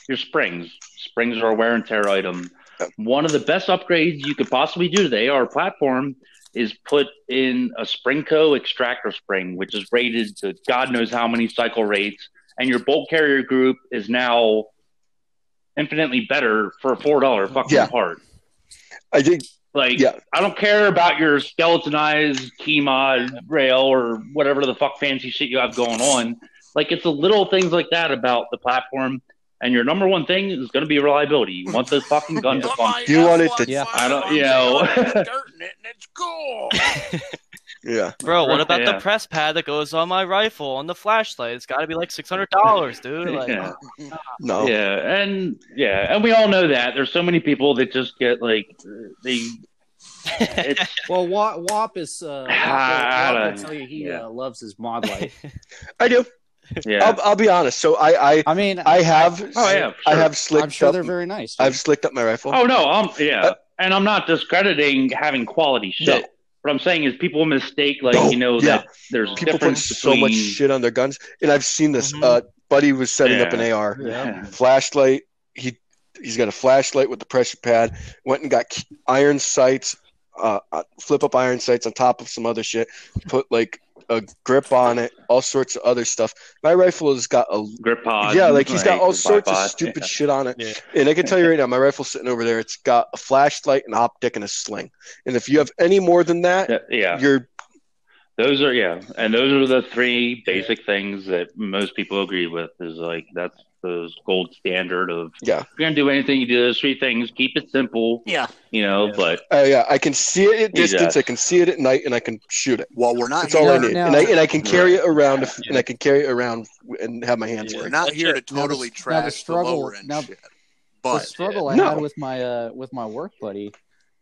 Speaker 5: your springs. Springs are a wear and tear item.
Speaker 2: Yep.
Speaker 5: One of the best upgrades you could possibly do to the AR platform is put in a Springco extractor spring, which is rated to God knows how many cycle rates, and your bolt carrier group is now infinitely better for a four dollar fucking
Speaker 2: Yeah.
Speaker 5: part.
Speaker 2: I think
Speaker 5: Like,
Speaker 2: Yeah.
Speaker 5: I don't care about your skeletonized key mod rail or whatever the fuck fancy shit you have going on. Like, it's the little things like that about the platform. And your number one thing is going to be reliability. You want this fucking gun to function.
Speaker 2: You want it to-
Speaker 4: Yeah.
Speaker 5: I don't- you know.
Speaker 2: yeah.
Speaker 3: Bro, what about
Speaker 5: Yeah.
Speaker 3: the press pad that goes on my rifle on the flashlight? It's got to be like six hundred dollars, dude. Like,
Speaker 5: Yeah.
Speaker 2: No.
Speaker 5: Yeah, and yeah, and we all know that there's so many people that just get like they. It's,
Speaker 4: Well, Wa- Wap is. Uh, Wap,
Speaker 5: Ah,
Speaker 4: Wap
Speaker 5: I
Speaker 4: will tell you he
Speaker 5: yeah.
Speaker 4: uh, loves his mod life.
Speaker 2: I do.
Speaker 5: yeah.
Speaker 2: I'll, I'll be honest. So I I,
Speaker 4: I mean,
Speaker 2: I have
Speaker 5: oh yeah.
Speaker 2: I
Speaker 5: sure.
Speaker 2: have slicked
Speaker 4: I'm sure
Speaker 2: up.
Speaker 4: they're very nice. dude.
Speaker 2: I've slicked up my rifle.
Speaker 5: Oh no, I'm yeah,
Speaker 2: Uh,
Speaker 5: and I'm not discrediting having quality shit.
Speaker 2: No.
Speaker 5: What I'm saying is people mistake like
Speaker 2: No,
Speaker 5: you know
Speaker 2: Oh, yeah.
Speaker 5: that there's
Speaker 2: People put
Speaker 5: difference
Speaker 2: so much
Speaker 5: between- Mm-hmm.
Speaker 2: shit on their guns, and I've seen this.
Speaker 3: Mhm.
Speaker 2: Uh, Buddy was setting up
Speaker 5: Yeah.
Speaker 2: an AR
Speaker 5: Yeah.
Speaker 2: flashlight. He he's got a flashlight with the pressure pad. Went and got k- iron sights, uh, uh, flip up iron sights on top of some other shit. Put like a grip on it, all sorts of other stuff. My rifle has got a
Speaker 5: grip pod.
Speaker 2: yeah, like he's got all
Speaker 5: grip
Speaker 2: sorts of
Speaker 5: pod,
Speaker 2: stupid
Speaker 5: yeah.
Speaker 2: shit on it.
Speaker 3: Yeah.
Speaker 2: And I can tell you right now, my rifle's sitting over there. It's got a flashlight, an optic, and a sling. And if you have any more than that,
Speaker 5: Th- Yeah,
Speaker 2: you're
Speaker 5: those are yeah, and those are the three basic things that most people agree with. Is like that's the gold standard of
Speaker 2: Yeah.
Speaker 5: If you're gonna do anything, you do those three things. Keep it simple.
Speaker 1: Yeah.
Speaker 5: you know,
Speaker 3: Yeah.
Speaker 5: but
Speaker 2: uh, yeah. I can see it at
Speaker 5: Yeah.
Speaker 2: distance. I can see it at night, and I can shoot it.
Speaker 1: Well, we're not
Speaker 2: That's all I
Speaker 1: here-
Speaker 2: need,
Speaker 4: now-
Speaker 2: and I and I can carry it around, if, and I can carry it around and have my hands
Speaker 3: Yeah.
Speaker 1: We're
Speaker 2: free.
Speaker 1: not here to
Speaker 4: Now the-
Speaker 1: totally
Speaker 4: now the
Speaker 1: trash the,
Speaker 4: struggle-
Speaker 1: lower end
Speaker 4: now-
Speaker 1: shit,
Speaker 4: the
Speaker 1: but
Speaker 4: struggle I
Speaker 2: No.
Speaker 4: had with my uh, with my work buddy,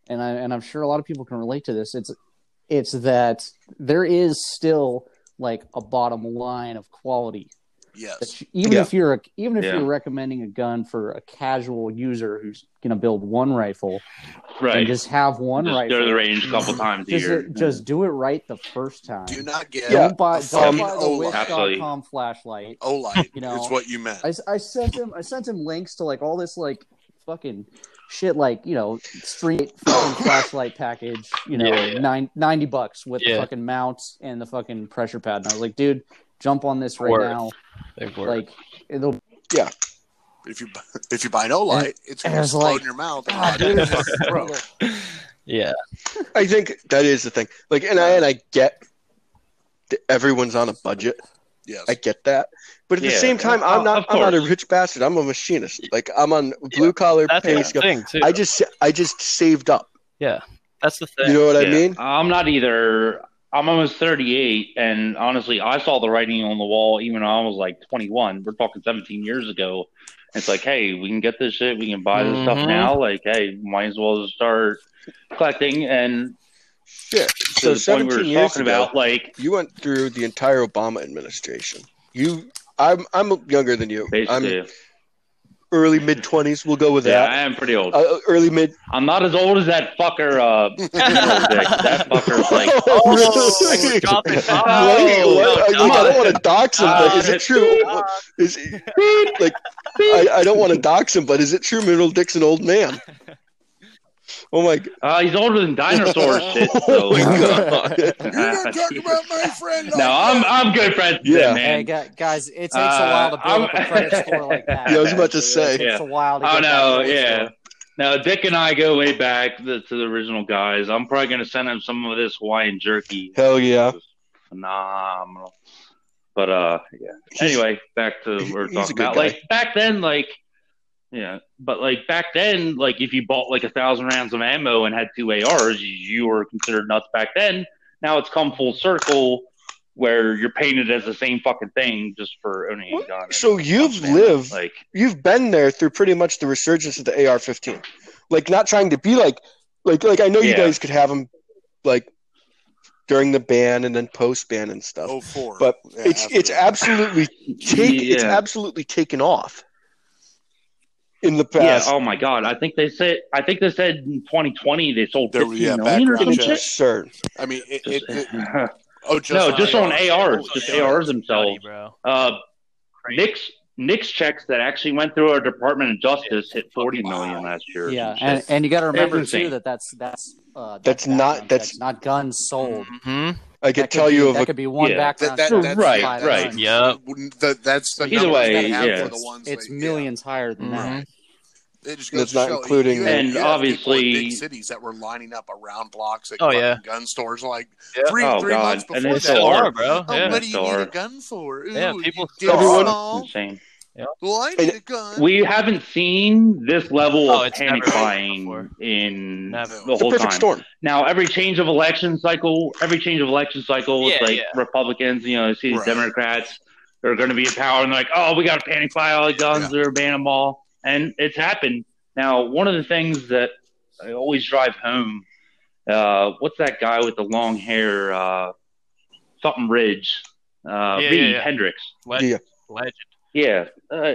Speaker 4: and I and I'm sure a lot of people can relate to this. It's it's that there is still like a bottom line of quality.
Speaker 1: yes,
Speaker 4: That you- even
Speaker 2: Yeah.
Speaker 4: if you're a, even if
Speaker 5: Yeah.
Speaker 4: you're recommending a gun for a casual user who's going to build one rifle
Speaker 5: right,
Speaker 4: and
Speaker 5: just,
Speaker 4: just have one
Speaker 5: go to
Speaker 4: rifle,
Speaker 5: the range a couple times a
Speaker 4: just
Speaker 5: year.
Speaker 4: just do it right the first time.
Speaker 1: do not Um, get
Speaker 2: Yeah.
Speaker 4: Don't buy,
Speaker 1: a
Speaker 4: don't
Speaker 1: fucking
Speaker 4: buy the
Speaker 1: Ola.
Speaker 4: Wish.com flashlight.
Speaker 1: Olight.
Speaker 4: You know,
Speaker 1: it's what you meant.
Speaker 4: I, I sent him I sent him links to like all this like fucking shit like you know street fucking flashlight package you know
Speaker 3: Yeah, yeah.
Speaker 4: nine- 90 bucks with the
Speaker 3: Yeah.
Speaker 4: fucking mounts and the fucking pressure pad and I was like dude jump on this right
Speaker 3: Word.
Speaker 4: now
Speaker 3: they work.
Speaker 4: like it'll
Speaker 1: if you bu- if you buy an Olight, it's going to
Speaker 4: There's
Speaker 1: explode
Speaker 4: like-
Speaker 1: in your mouth.
Speaker 4: God, dude, it's just-
Speaker 3: yeah,
Speaker 2: I think that is the thing. Like, and I and I get that everyone's on a budget.
Speaker 1: yes,
Speaker 2: I get that, but at the
Speaker 5: Yeah.
Speaker 2: same time, I'm
Speaker 5: Uh,
Speaker 2: not.
Speaker 5: of
Speaker 2: I'm not a
Speaker 5: course.
Speaker 2: rich bastard. I'm a machinist. Like I'm on blue collar
Speaker 3: that's
Speaker 2: pay
Speaker 3: the
Speaker 2: scale.
Speaker 3: thing too.
Speaker 2: I just I just saved up.
Speaker 3: that's the thing.
Speaker 2: You know what I
Speaker 5: Yeah.
Speaker 2: mean?
Speaker 5: I'm not either. I'm almost 38, and honestly, I saw the writing on the wall even when I was like 21. We're talking 17 years ago. It's like, hey, we can get this shit. We can buy this stuff
Speaker 3: Mhm.
Speaker 5: now. Like, hey, might as well just start collecting. And
Speaker 2: Shit. So
Speaker 5: to the point we were
Speaker 2: 17 years
Speaker 5: talking
Speaker 2: ago,
Speaker 5: about, like
Speaker 2: you went through the entire Obama administration. You, I'm, I'm younger than you.
Speaker 5: basically,
Speaker 2: I'm early mid 20s. We'll go with
Speaker 5: yeah,
Speaker 2: that.
Speaker 5: I am pretty old.
Speaker 2: Uh, early mid.
Speaker 5: I'm not as old as that fucker. Uh, Dick. that fucker's like
Speaker 2: Oh, Really?
Speaker 3: Drop
Speaker 2: What?
Speaker 3: it. Oh,
Speaker 2: What?
Speaker 3: no,
Speaker 2: I don't
Speaker 3: God.
Speaker 2: want to dox him, but is it true?
Speaker 5: Uh,
Speaker 2: Is it- like I, I don't want to dox him, but is it true? Mineral Dick's an old man. Oh my! g-
Speaker 5: uh, he's older than dinosaurs. shit,
Speaker 2: Oh
Speaker 5: so.
Speaker 2: my god!
Speaker 1: You don't talk about my friend.
Speaker 5: No, I'm I'm good friends with
Speaker 2: Yeah.
Speaker 5: him,
Speaker 4: Hey,
Speaker 5: man.
Speaker 4: gu- guys, it takes
Speaker 5: Uh,
Speaker 4: a while to build up
Speaker 5: I'm-
Speaker 4: a credit score like that.
Speaker 2: Yeah, I was about to
Speaker 4: It
Speaker 2: say.
Speaker 4: takes a while to
Speaker 5: Oh
Speaker 4: get that
Speaker 5: no,
Speaker 4: credit
Speaker 5: yeah.
Speaker 4: score.
Speaker 5: No, Dick and I go way back the, to the original guys. I'm probably gonna send him some of this Hawaiian jerky.
Speaker 2: Hell yeah!
Speaker 5: phenomenal. But uh, yeah.
Speaker 2: He's-
Speaker 5: Anyway, back to what we're
Speaker 2: he's a
Speaker 5: talking
Speaker 2: good
Speaker 5: about.
Speaker 2: guy.
Speaker 5: Like back then, like yeah, but like back then, like if you bought like a thousand rounds of ammo and had two ARs, you were considered nuts back then. Now it's come full circle where you're painted as the same fucking thing just for owning a gun.
Speaker 2: So you've
Speaker 5: Man,
Speaker 2: lived,
Speaker 5: like
Speaker 2: you've been there through pretty much the resurgence of the AR-15. Like not trying to be like, like, like I know you
Speaker 5: Yeah.
Speaker 2: guys could have them, like during the ban and then post ban and stuff.
Speaker 1: Oh four.
Speaker 2: But
Speaker 1: Yeah,
Speaker 2: it's
Speaker 1: after
Speaker 2: it's
Speaker 1: that.
Speaker 2: absolutely take, it's
Speaker 5: Yeah.
Speaker 2: absolutely taken off in the
Speaker 5: yeah,
Speaker 2: past.
Speaker 5: oh my god! I think they said I think they said in 2020 they sold
Speaker 1: There-
Speaker 5: 15
Speaker 1: yeah,
Speaker 5: million or
Speaker 1: background
Speaker 5: some
Speaker 1: check.
Speaker 5: shit.
Speaker 2: Sure.
Speaker 1: I mean, it, it, it,
Speaker 5: Just-
Speaker 1: oh, just
Speaker 5: no, just on ARs,
Speaker 3: Oh,
Speaker 5: just
Speaker 3: yeah.
Speaker 5: ARs themselves.
Speaker 3: bro.
Speaker 5: Uh, Nick's Nick's checks that actually went through our Department of Justice hit forty million last year. or
Speaker 4: Yeah,
Speaker 5: some
Speaker 4: and,
Speaker 5: shit.
Speaker 4: and you got to remember
Speaker 5: It's insane.
Speaker 4: too that that's that's uh,
Speaker 2: That's
Speaker 4: background.
Speaker 2: not- that's-
Speaker 4: that's not guns sold.
Speaker 3: hmm
Speaker 2: I could
Speaker 4: That could
Speaker 2: tell
Speaker 4: be-
Speaker 2: you of
Speaker 4: that
Speaker 2: a
Speaker 4: could be one
Speaker 5: Yeah.
Speaker 4: background.
Speaker 1: That- that-
Speaker 4: check.
Speaker 1: that's-
Speaker 5: Right,
Speaker 4: Five
Speaker 5: right.
Speaker 4: guns.
Speaker 3: Yep.
Speaker 1: wouldn't- that, that's the
Speaker 5: Either
Speaker 1: numbers
Speaker 5: way,
Speaker 1: that have
Speaker 5: yeah. Mm-hmm.
Speaker 1: for the ones
Speaker 4: It's
Speaker 1: that- yeah.
Speaker 4: millions higher than
Speaker 3: Mhm.
Speaker 4: that.
Speaker 1: It just
Speaker 2: That's
Speaker 1: goes to
Speaker 2: not
Speaker 1: show,
Speaker 2: including-
Speaker 1: you
Speaker 5: And
Speaker 1: you have people in
Speaker 5: obviously-
Speaker 1: big cities that were lining up around blocks at
Speaker 3: Oh, yeah.
Speaker 1: fucking gun stores like
Speaker 3: Yeah.
Speaker 1: three
Speaker 5: Oh,
Speaker 1: three
Speaker 5: God.
Speaker 1: months before
Speaker 5: And they
Speaker 1: that.
Speaker 5: still
Speaker 3: are,
Speaker 1: Like,
Speaker 3: bro.
Speaker 1: Oh,
Speaker 3: Yeah.
Speaker 1: what do you
Speaker 5: Still
Speaker 1: need
Speaker 5: are.
Speaker 1: a gun for? Ooh,
Speaker 3: Yeah, people
Speaker 1: you
Speaker 3: still
Speaker 2: are.
Speaker 1: everyone.
Speaker 5: It's
Speaker 1: Small.
Speaker 5: insane.
Speaker 1: Well, I need a gun.
Speaker 5: We haven't seen this level
Speaker 3: Oh,
Speaker 5: of
Speaker 3: it's
Speaker 5: panic
Speaker 3: never happened
Speaker 5: buying
Speaker 3: before.
Speaker 5: in
Speaker 3: Never.
Speaker 5: the
Speaker 2: it's a
Speaker 5: whole
Speaker 2: perfect
Speaker 5: time.
Speaker 2: storm.
Speaker 5: Now, every change of election cycle, every change of election cycle, it's
Speaker 3: Yeah,
Speaker 5: like
Speaker 3: yeah.
Speaker 5: Republicans, you know, you see these
Speaker 1: Right.
Speaker 5: Democrats, they're going to be in power, and they're like, oh, we got to panic buy all the guns,
Speaker 1: Yeah.
Speaker 5: they're ban them all, and it's happened. Now, one of the things that I always drive home, uh, what's that guy with the long hair, uh, something Ridge, uh,
Speaker 3: Yeah,
Speaker 5: Reed
Speaker 3: yeah, yeah.
Speaker 5: Hendricks.
Speaker 3: Legend.
Speaker 2: Yeah.
Speaker 3: Legend.
Speaker 5: Yeah. Uh,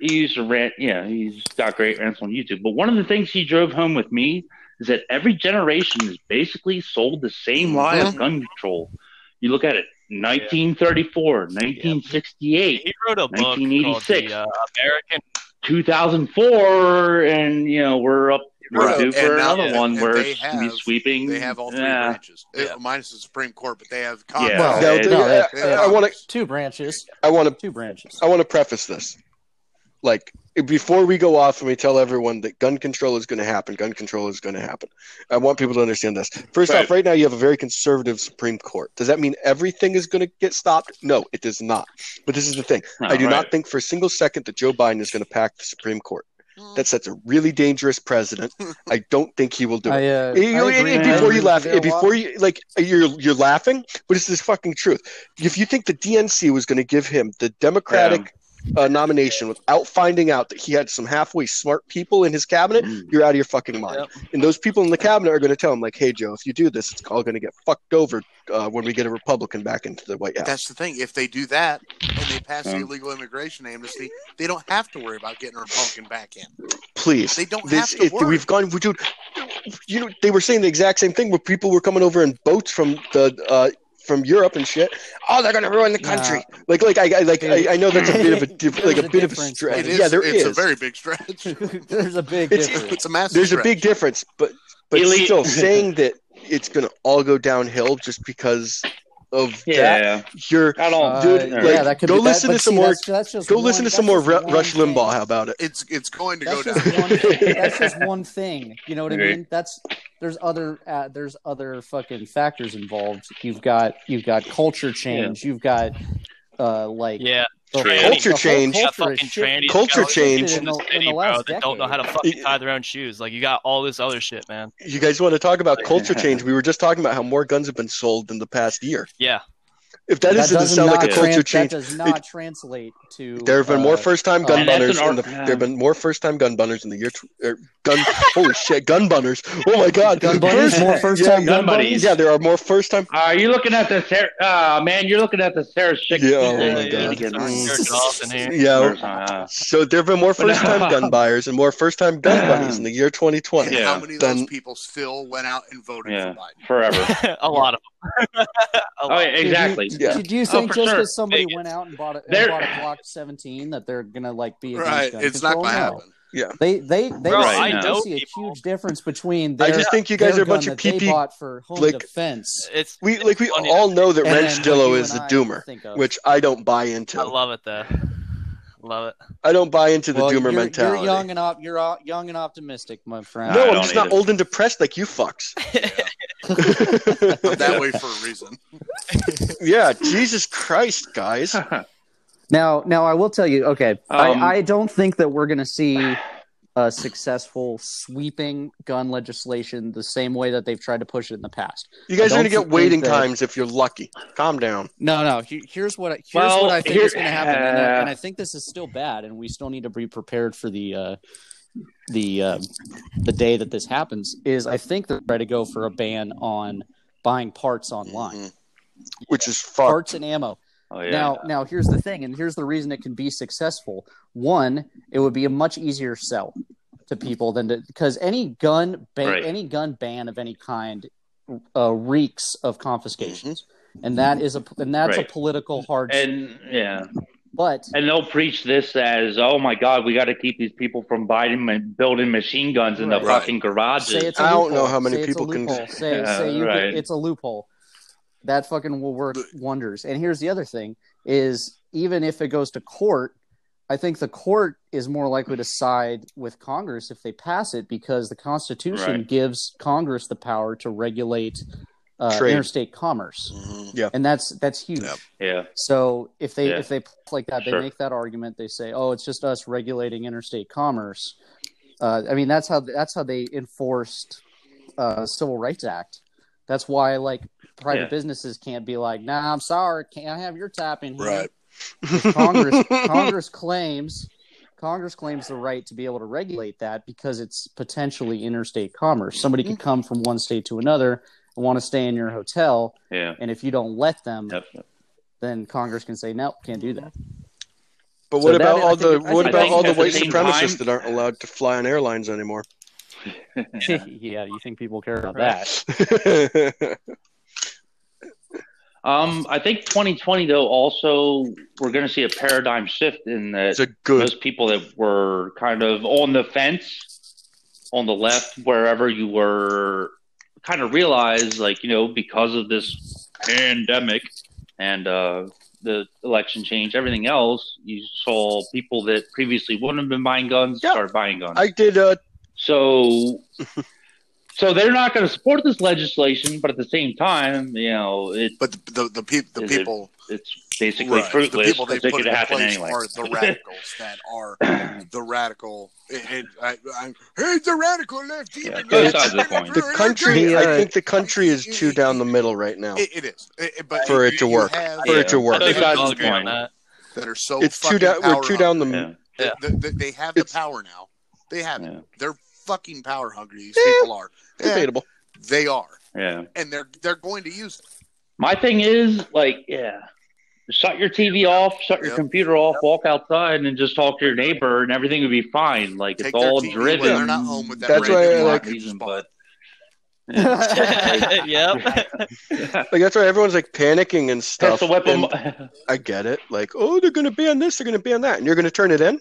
Speaker 5: he used to rant. Yeah, he's got great rants on YouTube. But one of the things he drove home with me is that every generation is basically sold the same lie of gun control. You look at it 1934, 1968,
Speaker 3: He wrote a book called
Speaker 5: 1986.
Speaker 3: the, uh, American.
Speaker 5: 2004, and, you know, we're up. We're
Speaker 1: Right.
Speaker 5: due for
Speaker 1: And now-
Speaker 5: another
Speaker 1: yeah,
Speaker 5: one
Speaker 1: and
Speaker 5: where
Speaker 1: they
Speaker 5: it's going to be
Speaker 1: have-
Speaker 5: sweeping.
Speaker 1: They have all three
Speaker 5: Yeah.
Speaker 1: branches. It-
Speaker 3: Yeah.
Speaker 1: minus the Supreme Court, but they have
Speaker 5: Yeah.
Speaker 1: Congress.
Speaker 2: Now,
Speaker 5: it-
Speaker 2: th-
Speaker 4: no, it-
Speaker 1: They have
Speaker 2: I want to
Speaker 1: Congress.
Speaker 4: Two branches.
Speaker 2: I want to
Speaker 4: Two branches.
Speaker 2: I want to preface this. Like before we go off and we tell everyone that gun control is going to happen, gun control is going to happen. I want people to understand this. First
Speaker 5: Right.
Speaker 2: off, right now you have a very conservative Supreme Court. Does that mean everything is going to get stopped? No, it does not. But this is the thing. I do
Speaker 5: All
Speaker 2: not
Speaker 5: right.
Speaker 2: think for a single second that Joe Biden is going to pack the Supreme Court. That sets a really dangerous precedent. I don't think he will do it.
Speaker 4: I, uh,
Speaker 2: You-
Speaker 4: I
Speaker 2: you- and-
Speaker 4: agree
Speaker 2: and
Speaker 4: with
Speaker 2: before you
Speaker 4: Andrew
Speaker 2: laugh,
Speaker 4: there
Speaker 2: and
Speaker 4: a lot.
Speaker 2: before you like, you're you're laughing, but it's this fucking truth. If you think the DNC was going to give him the Democratic uh, nomination without finding out that he had some halfway smart people in his cabinet,
Speaker 5: Mm.
Speaker 2: you're out of your fucking mind. And those people in the cabinet are going to tell him, like, "Hey, Joe, if you do this, it's all going to get fucked over uh, when we get a Republican back into the White House."
Speaker 1: That's the thing. If they do that and they pass the
Speaker 5: Um.
Speaker 1: illegal immigration amnesty, they don't have to worry about getting a Republican back in.
Speaker 2: Please,
Speaker 1: They don't
Speaker 2: this
Speaker 1: have to
Speaker 2: it-
Speaker 1: worry.
Speaker 2: we've gone, dude. You know, they were saying the exact same thing where people were coming over in boats from the uh, from Europe and shit. Oh, they're gonna ruin the
Speaker 4: Nah.
Speaker 2: country. Like, like I, I like
Speaker 4: Dude.
Speaker 2: I, I know that's a bit of a diff, like
Speaker 4: There's
Speaker 2: a,
Speaker 4: a
Speaker 2: bit of a
Speaker 4: difference,
Speaker 2: stretch.
Speaker 1: It is.
Speaker 2: Yeah, there
Speaker 1: it's
Speaker 2: is.
Speaker 1: a very big stretch.
Speaker 4: There's a big
Speaker 2: It's-
Speaker 4: difference.
Speaker 1: It's a massive.
Speaker 2: There's a
Speaker 1: stretch.
Speaker 2: big difference, but but
Speaker 5: Elite.
Speaker 2: still saying that it's gonna all go downhill just because of that.
Speaker 5: Yeah.
Speaker 2: You're
Speaker 5: I don't.
Speaker 4: Uh,
Speaker 2: dude,
Speaker 5: like,
Speaker 4: yeah, that could
Speaker 2: go
Speaker 4: be, that-
Speaker 2: listen to
Speaker 4: but
Speaker 2: some
Speaker 4: see,
Speaker 2: more-
Speaker 4: that's- that's just
Speaker 2: go
Speaker 4: one-
Speaker 2: listen to
Speaker 4: that's
Speaker 2: some more
Speaker 4: just
Speaker 2: Ru-
Speaker 4: one
Speaker 2: Rush
Speaker 4: thing.
Speaker 2: Limbaugh. How about it?
Speaker 1: It's it's going to
Speaker 4: That's
Speaker 1: go
Speaker 4: just,
Speaker 1: down.
Speaker 4: one thing. that's just one thing. You know what I
Speaker 5: Okay.
Speaker 4: mean? That's there's other uh, there's other fucking factors involved. You've got you've got culture change. You've got uh like
Speaker 3: Yeah.
Speaker 4: the
Speaker 3: Tranny.
Speaker 4: whole-
Speaker 2: Culture
Speaker 4: the whole
Speaker 2: change.
Speaker 3: Got
Speaker 4: culture
Speaker 3: fucking
Speaker 4: is shit.
Speaker 3: trannies.
Speaker 2: Culture
Speaker 3: got all
Speaker 2: change.
Speaker 3: these kids in the,
Speaker 4: In the- in
Speaker 3: city,
Speaker 4: the
Speaker 3: bro,
Speaker 4: last
Speaker 3: that don't know how to
Speaker 2: It-
Speaker 3: fucking tie their own shoes. Like you got all this other shit, man.
Speaker 2: You guys want to talk about culture change? We were just talking about how more guns have been sold in the past year.
Speaker 3: Yeah.
Speaker 2: If that, that doesn't
Speaker 4: does
Speaker 2: sound
Speaker 4: not
Speaker 2: like a culture
Speaker 4: tran-
Speaker 2: change,
Speaker 4: That does not translate to.
Speaker 2: there have been
Speaker 4: uh,
Speaker 2: more first-time
Speaker 4: uh,
Speaker 2: gun
Speaker 5: And that's an
Speaker 2: bunners. in
Speaker 5: art-
Speaker 2: the,
Speaker 5: yeah.
Speaker 2: There have been more first-time gun bunners in the year. Tw- er, gun, holy shit, gun bunners! Oh my god,
Speaker 4: Gun buddies,
Speaker 2: First-
Speaker 4: more first-time
Speaker 5: gun
Speaker 4: gun
Speaker 5: buddies.
Speaker 4: buddies.
Speaker 2: Yeah, there are more first-time.
Speaker 5: Are you Uh, looking at the Sarah? Uh, man, you're looking at the Sarah Schick.
Speaker 2: Yeah, oh
Speaker 3: Yeah,
Speaker 2: my
Speaker 3: yeah,
Speaker 2: God.
Speaker 3: yeah,
Speaker 2: Mm.
Speaker 3: jerk it off in here.
Speaker 2: Yeah,
Speaker 5: Uh,
Speaker 2: so there have been more first-time gun buyers and more first-time gun bunnies in the year 2020.
Speaker 1: And
Speaker 5: Yeah.
Speaker 1: how many of those
Speaker 2: Then-
Speaker 1: people still went out and voted
Speaker 5: Yeah.
Speaker 1: for Biden?
Speaker 5: forever.
Speaker 3: a lot of them. A
Speaker 5: Oh,
Speaker 3: lot.
Speaker 5: yeah, exactly.
Speaker 4: Did you,
Speaker 2: Yeah.
Speaker 4: did you
Speaker 5: Oh,
Speaker 4: think
Speaker 5: for
Speaker 4: just
Speaker 5: sure.
Speaker 4: because somebody
Speaker 3: Vegas.
Speaker 4: went out and bought a, and
Speaker 5: There-
Speaker 4: bought a Glock 17 that they're gonna like be against
Speaker 1: Right,
Speaker 4: gun
Speaker 1: it's not
Speaker 4: control?
Speaker 1: going to
Speaker 4: No.
Speaker 1: happen.
Speaker 4: They they they
Speaker 5: Bro,
Speaker 4: see,
Speaker 5: I
Speaker 4: they
Speaker 3: know
Speaker 4: see a
Speaker 3: people.
Speaker 4: huge difference between their,
Speaker 2: I just think you guys are
Speaker 4: their
Speaker 2: a bunch
Speaker 4: gun
Speaker 2: of
Speaker 4: that they
Speaker 2: PP
Speaker 4: bought for home
Speaker 2: like-
Speaker 4: defense.
Speaker 3: It's
Speaker 2: We like we
Speaker 3: it's funny.
Speaker 2: all know that
Speaker 4: and
Speaker 2: Reg
Speaker 4: then what you
Speaker 2: Dillo is
Speaker 4: and
Speaker 2: a
Speaker 4: I
Speaker 2: doomer,
Speaker 4: think of.
Speaker 2: which I don't buy
Speaker 3: I
Speaker 2: into.
Speaker 3: love it though. Love it.
Speaker 2: I don't buy into the
Speaker 4: Well,
Speaker 2: doomer
Speaker 4: you're,
Speaker 2: mentality.
Speaker 4: You're young and op- you're o- young and optimistic, my friend.
Speaker 5: I
Speaker 2: no, I'm
Speaker 5: don't
Speaker 2: just not
Speaker 5: either.
Speaker 2: old and depressed like you fucks.
Speaker 1: I'm that way for a reason.
Speaker 2: yeah, Jesus Christ, guys.
Speaker 4: Now, now I will tell you. Okay,
Speaker 5: Um,
Speaker 4: I, I don't think that we're going to see a successful sweeping gun legislation the same way that they've tried to push it in the past.
Speaker 2: You guys are
Speaker 4: don't
Speaker 2: gonna get
Speaker 4: think
Speaker 2: waiting
Speaker 4: that-
Speaker 2: times if you're lucky. Calm down.
Speaker 4: No, no. he- Here's what I, here's
Speaker 5: Well,
Speaker 4: what I think
Speaker 5: here-
Speaker 4: is going to happen, and, I,
Speaker 5: uh,
Speaker 4: and I think this is still bad, and we still need to be prepared for the uh, the uh, the day that this happens. Is I think they're ready to go for a ban on buying parts online,
Speaker 2: Mhm. Which is fucked.
Speaker 4: parts and ammo.
Speaker 5: oh, Mm-hmm. yeah.
Speaker 4: Now, now here's the thing, and here's the reason it can be successful. One, it would be a much easier sell to people than to because any gun ban,
Speaker 5: Right.
Speaker 4: any gun ban of any kind uh, reeks of confiscations, and that is a and that's
Speaker 5: Mm-hmm. Right.
Speaker 4: a political hardship.
Speaker 5: and yeah,
Speaker 4: But
Speaker 5: and they'll preach this as, "Oh my God, we got to keep these people from Biden and building machine guns in the
Speaker 1: Right.
Speaker 5: fucking
Speaker 4: say
Speaker 5: garages."
Speaker 4: it's a
Speaker 2: I don't
Speaker 4: loophole.
Speaker 2: know how many
Speaker 4: Say it's a
Speaker 2: people can-
Speaker 4: loophole. say
Speaker 5: Yeah,
Speaker 4: say you
Speaker 5: right.
Speaker 4: can, it's a loophole. That fucking will work wonders. And here's the other thing: is even if it goes to court, I think the court is more likely to side with Congress if they pass it because the Constitution
Speaker 5: Right.
Speaker 4: gives Congress the power to regulate uh,
Speaker 2: Trade.
Speaker 4: interstate commerce,
Speaker 2: Mm-hmm.
Speaker 1: Mhm.
Speaker 4: and that's that's huge.
Speaker 1: Yep.
Speaker 5: Yeah,
Speaker 4: So if they
Speaker 5: Yeah.
Speaker 4: if they play like that, they
Speaker 5: Sure.
Speaker 4: make that argument. They say, "Oh, it's just us regulating interstate commerce." Uh, I mean, that's how that's how they enforced uh, Civil Rights Act. That's why like private
Speaker 5: Yeah.
Speaker 4: businesses can't be like, "Nah, I'm sorry, can't have your type in here."
Speaker 1: Right.
Speaker 4: Congress Congress claims Congress claims the right to be able to regulate that because it's potentially interstate commerce. Somebody could come from one state to another and want to stay in your hotel,
Speaker 5: yeah.
Speaker 4: and if you don't let them,
Speaker 5: Yep.
Speaker 4: then Congress can say, "Nope, can't do that."
Speaker 2: But
Speaker 4: So
Speaker 2: what
Speaker 4: that-
Speaker 2: about
Speaker 4: I
Speaker 2: all
Speaker 4: think-
Speaker 2: the
Speaker 4: I
Speaker 2: what
Speaker 4: think-
Speaker 2: about all the
Speaker 5: at the
Speaker 2: white
Speaker 5: same
Speaker 2: supremacists
Speaker 5: time-
Speaker 2: that aren't allowed to fly on airlines anymore?
Speaker 4: yeah, you think people care about
Speaker 5: Right.
Speaker 4: that?
Speaker 5: Um, I think 2020 though also we're going to see a paradigm shift in that
Speaker 2: it's a good
Speaker 5: those people that were kind of on the fence, on the left, wherever you were, kind of realized, like, you know, because of this pandemic and uh, the election change, everything else, you saw people that previously wouldn't have been buying guns
Speaker 2: Yeah.
Speaker 5: start buying guns.
Speaker 2: I did uh
Speaker 5: So, so they're not going to support this legislation, but at the same time, you know, it,
Speaker 1: But the the, the, peop the
Speaker 5: Is it
Speaker 1: people,
Speaker 5: it's basically
Speaker 1: right, the
Speaker 5: fruitless
Speaker 1: people they
Speaker 5: because it
Speaker 1: put
Speaker 5: could
Speaker 1: in
Speaker 5: happen
Speaker 1: place
Speaker 5: anyway.
Speaker 1: are the radicals that are the radical. And I, I'm, hey, the radical left.
Speaker 5: Yeah,
Speaker 1: even
Speaker 5: both
Speaker 1: left,
Speaker 5: sides of the coin.
Speaker 2: the country
Speaker 4: The,
Speaker 2: I
Speaker 4: uh,
Speaker 2: think the country is too down the middle right now.
Speaker 1: It, it is, It- it- but
Speaker 2: For it to
Speaker 1: you
Speaker 2: work.
Speaker 1: have
Speaker 2: For it to
Speaker 3: I
Speaker 2: work.
Speaker 3: don't
Speaker 5: Both
Speaker 3: even
Speaker 5: sides of the
Speaker 3: agree on
Speaker 5: coin.
Speaker 3: that.
Speaker 1: that are so
Speaker 2: It's too
Speaker 1: fucking
Speaker 2: down we're
Speaker 1: power
Speaker 2: too down the
Speaker 5: Yeah.
Speaker 1: They,
Speaker 3: Yeah.
Speaker 1: they- they have the
Speaker 2: It's-
Speaker 1: power now. They have it.
Speaker 5: Yeah.
Speaker 1: They're fucking power hungry. These
Speaker 2: Yeah.
Speaker 1: people are. Yeah,
Speaker 2: debatable.
Speaker 1: they are,
Speaker 5: Yeah.
Speaker 1: and they're they're going to use. It.
Speaker 5: My thing is like, yeah, shut your TV off, shut your
Speaker 1: Yep.
Speaker 5: computer off, walk outside, and just talk to your neighbor, and everything would be fine. Like
Speaker 1: Take
Speaker 5: it's
Speaker 1: their
Speaker 5: all
Speaker 1: TV
Speaker 5: driven.
Speaker 1: when they're not home with that
Speaker 2: That's
Speaker 5: random
Speaker 2: why I
Speaker 5: odd
Speaker 2: like-
Speaker 5: reason, but
Speaker 3: yep.
Speaker 2: Like that's why everyone's like panicking and
Speaker 5: that's
Speaker 2: stuff.
Speaker 5: the weapon.
Speaker 2: and I get it. Like, oh, they're gonna ban this, they're gonna ban that, and you're gonna turn it in.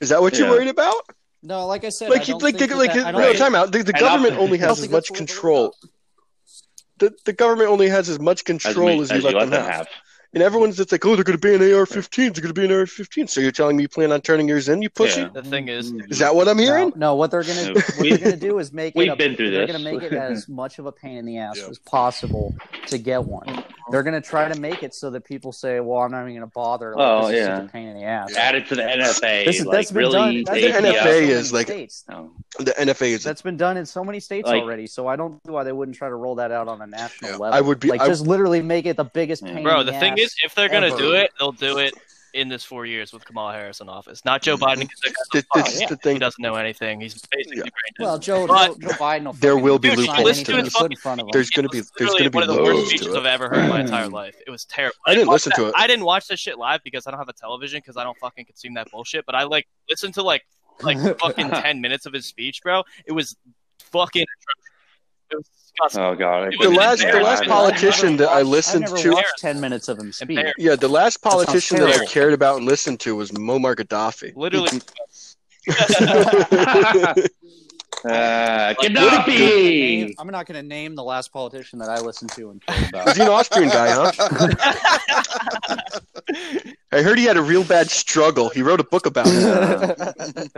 Speaker 2: Is that what
Speaker 5: Yeah.
Speaker 2: you're worried about?
Speaker 4: No, like I said,
Speaker 2: Like,
Speaker 4: I
Speaker 2: you,
Speaker 4: don't
Speaker 2: like,
Speaker 4: think
Speaker 2: the-
Speaker 4: that
Speaker 2: like, uh,
Speaker 4: that- I
Speaker 2: the-
Speaker 4: don't
Speaker 2: no,
Speaker 5: Right.
Speaker 4: think-
Speaker 2: time out. The, the
Speaker 5: And
Speaker 2: government
Speaker 5: I'll-
Speaker 2: only
Speaker 4: I don't
Speaker 2: has as
Speaker 4: think
Speaker 2: much
Speaker 4: that's what we're
Speaker 2: control. The, the government only has as much
Speaker 5: As,
Speaker 2: control
Speaker 5: we,
Speaker 2: as,
Speaker 5: as
Speaker 2: you let them have. And everyone's just like, oh, they're going to be an AR-15. They're going to be an AR-15. So you're telling me you plan on turning yours in, you pussy?
Speaker 5: Yeah.
Speaker 3: The thing is,
Speaker 2: Is that what I'm hearing?
Speaker 4: No, no, what they're gonna what
Speaker 5: We-
Speaker 4: they're gonna do is make it.
Speaker 5: we've
Speaker 4: a-
Speaker 5: been through
Speaker 4: They're
Speaker 5: this.
Speaker 4: gonna make it as much of a pain in the ass
Speaker 1: Yeah.
Speaker 4: as possible to get one. They're gonna try to make it so that people say, "Well, I'm not even gonna bother." Like,
Speaker 5: Oh,
Speaker 4: this is such
Speaker 5: yeah.
Speaker 4: a pain in the ass.
Speaker 5: Add it to the NFA.
Speaker 4: This is,
Speaker 5: like,
Speaker 4: that's been
Speaker 5: really
Speaker 4: done. That's
Speaker 5: take
Speaker 4: been
Speaker 5: the
Speaker 4: done in
Speaker 2: NFA
Speaker 4: so many
Speaker 2: is, like-
Speaker 4: states.
Speaker 5: No.
Speaker 2: The NFA is.
Speaker 4: that's been done in so many states
Speaker 5: Like-
Speaker 4: already. So I don't see why they wouldn't try to roll that out on a national
Speaker 1: Yeah.
Speaker 4: level.
Speaker 2: I would be.
Speaker 4: like
Speaker 2: I,
Speaker 4: just literally make it the biggest
Speaker 5: Yeah.
Speaker 4: pain.
Speaker 3: Bro,
Speaker 4: in
Speaker 3: the thing
Speaker 4: ass.
Speaker 3: is, if they're gonna
Speaker 4: ever.
Speaker 3: do it, they'll do it in this four years with Kamala Harris in office, not Joe Biden because
Speaker 2: th-
Speaker 3: oh,
Speaker 2: this is
Speaker 3: yeah.
Speaker 2: the
Speaker 3: he
Speaker 2: thing.
Speaker 3: doesn't know anything. He's basically
Speaker 2: Yeah.
Speaker 3: brain dead.
Speaker 4: well, Joe,
Speaker 3: But-
Speaker 4: Joe, Joe Biden will.
Speaker 2: There
Speaker 4: fucking
Speaker 2: will be
Speaker 4: sign
Speaker 2: loopholes
Speaker 4: anything
Speaker 3: to
Speaker 4: he
Speaker 3: this.
Speaker 4: put in front of him.
Speaker 2: There's going to
Speaker 3: It
Speaker 2: be.
Speaker 3: was
Speaker 2: There's
Speaker 3: literally
Speaker 2: going to be
Speaker 3: one of the worst
Speaker 2: loads
Speaker 3: speeches
Speaker 2: to it.
Speaker 3: I've ever heard in my entire life. It was terrible.
Speaker 2: I didn't
Speaker 3: watch
Speaker 2: listen to
Speaker 3: that-
Speaker 2: it.
Speaker 3: I didn't watch that shit live because I don't have a television because I don't fucking consume that bullshit. But I like listened to like like fucking ten minutes of his speech, bro. It was fucking. It was disgusting.
Speaker 5: Oh god. I
Speaker 3: The
Speaker 5: couldn't
Speaker 3: last-
Speaker 5: bear
Speaker 3: the
Speaker 5: it.
Speaker 3: last
Speaker 5: I-
Speaker 2: politician that I
Speaker 4: I've never
Speaker 2: listened
Speaker 4: watched-
Speaker 2: to-
Speaker 4: I've never watched ten minutes of him speak.
Speaker 3: Embarrassing.
Speaker 2: Yeah, the last
Speaker 4: sounds
Speaker 2: politician that I
Speaker 4: terrible.
Speaker 2: cared about and listened to was Muammar Gaddafi.
Speaker 3: Literally,
Speaker 5: Uh,
Speaker 4: Name-
Speaker 5: Gaddafi.
Speaker 4: I'm not going to name the last politician that I listened to and cared
Speaker 2: Was
Speaker 4: about.
Speaker 2: he an Austrian guy, huh? I heard he had a real bad struggle. He wrote a book about it.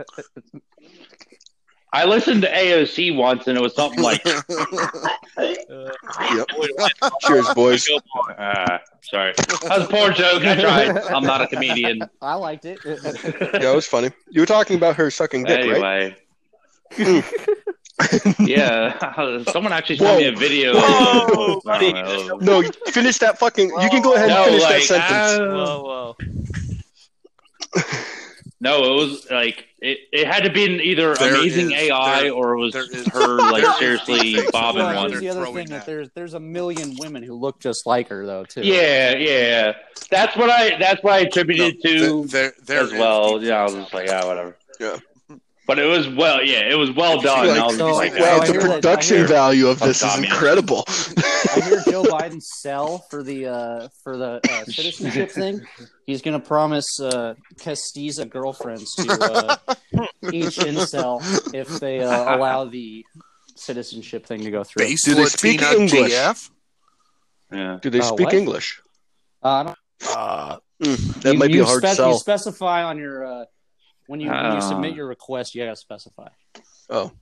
Speaker 5: I listened to AOC once, and it was something like,
Speaker 2: Yep. Cheers, boys.
Speaker 5: uh, "Sorry, that was a poor joke. I tried. I'm not a comedian."
Speaker 4: I liked it.
Speaker 2: Yeah, it was funny. You were talking about her sucking dick, right?
Speaker 5: anyway. yeah, someone actually sent me a video.
Speaker 3: Whoa.
Speaker 5: I don't know.
Speaker 2: No, finish that fucking. You can go ahead and
Speaker 5: No,
Speaker 2: finish
Speaker 5: like,
Speaker 2: that sentence.
Speaker 5: uh,
Speaker 3: whoa, whoa.
Speaker 5: no, it was like it, it had to be in either
Speaker 1: There
Speaker 5: amazing
Speaker 1: is-
Speaker 5: AI
Speaker 1: there-
Speaker 5: or it was
Speaker 1: there is-
Speaker 5: her like
Speaker 1: there is
Speaker 5: seriously
Speaker 1: deepfakes.
Speaker 5: bobbing
Speaker 1: Well,
Speaker 4: well,
Speaker 5: one.
Speaker 4: here's the other
Speaker 1: Throwing
Speaker 4: thing
Speaker 1: that.
Speaker 4: that there's there's a million women who look just like her though too.
Speaker 5: Yeah, yeah. That's what I that's what I attributed to
Speaker 1: there, there
Speaker 5: as
Speaker 1: is
Speaker 5: well.
Speaker 1: deep
Speaker 5: Yeah, I
Speaker 1: fakes
Speaker 5: was just like, yeah, whatever.
Speaker 2: Yeah.
Speaker 5: But it was well, yeah, it was well done. I
Speaker 2: Like,
Speaker 5: was just like,
Speaker 4: so-
Speaker 2: wow,
Speaker 4: I
Speaker 2: the
Speaker 4: hear that- I
Speaker 2: production
Speaker 4: hear-
Speaker 2: value of
Speaker 5: I'm
Speaker 2: this is
Speaker 5: dumb, yeah.
Speaker 2: incredible.
Speaker 4: I hear Joe Biden's sell for the uh, for the uh, citizenship thing. He's going to promise uh, Castiza girlfriends to uh, each incel if they uh, allow the citizenship thing to go through.
Speaker 1: Base
Speaker 2: Do they speak
Speaker 1: Latina
Speaker 2: English?
Speaker 1: GF?
Speaker 5: yeah.
Speaker 2: Do they
Speaker 4: Uh,
Speaker 2: speak
Speaker 4: what?
Speaker 2: English?
Speaker 4: Uh, I don't-
Speaker 2: Mm, that
Speaker 4: you-
Speaker 2: might be
Speaker 4: you
Speaker 2: a hard
Speaker 4: spec- You
Speaker 2: sell.
Speaker 4: specify on your uh, when you when
Speaker 5: Ah.
Speaker 4: you submit your request, you got to specify.
Speaker 2: Oh.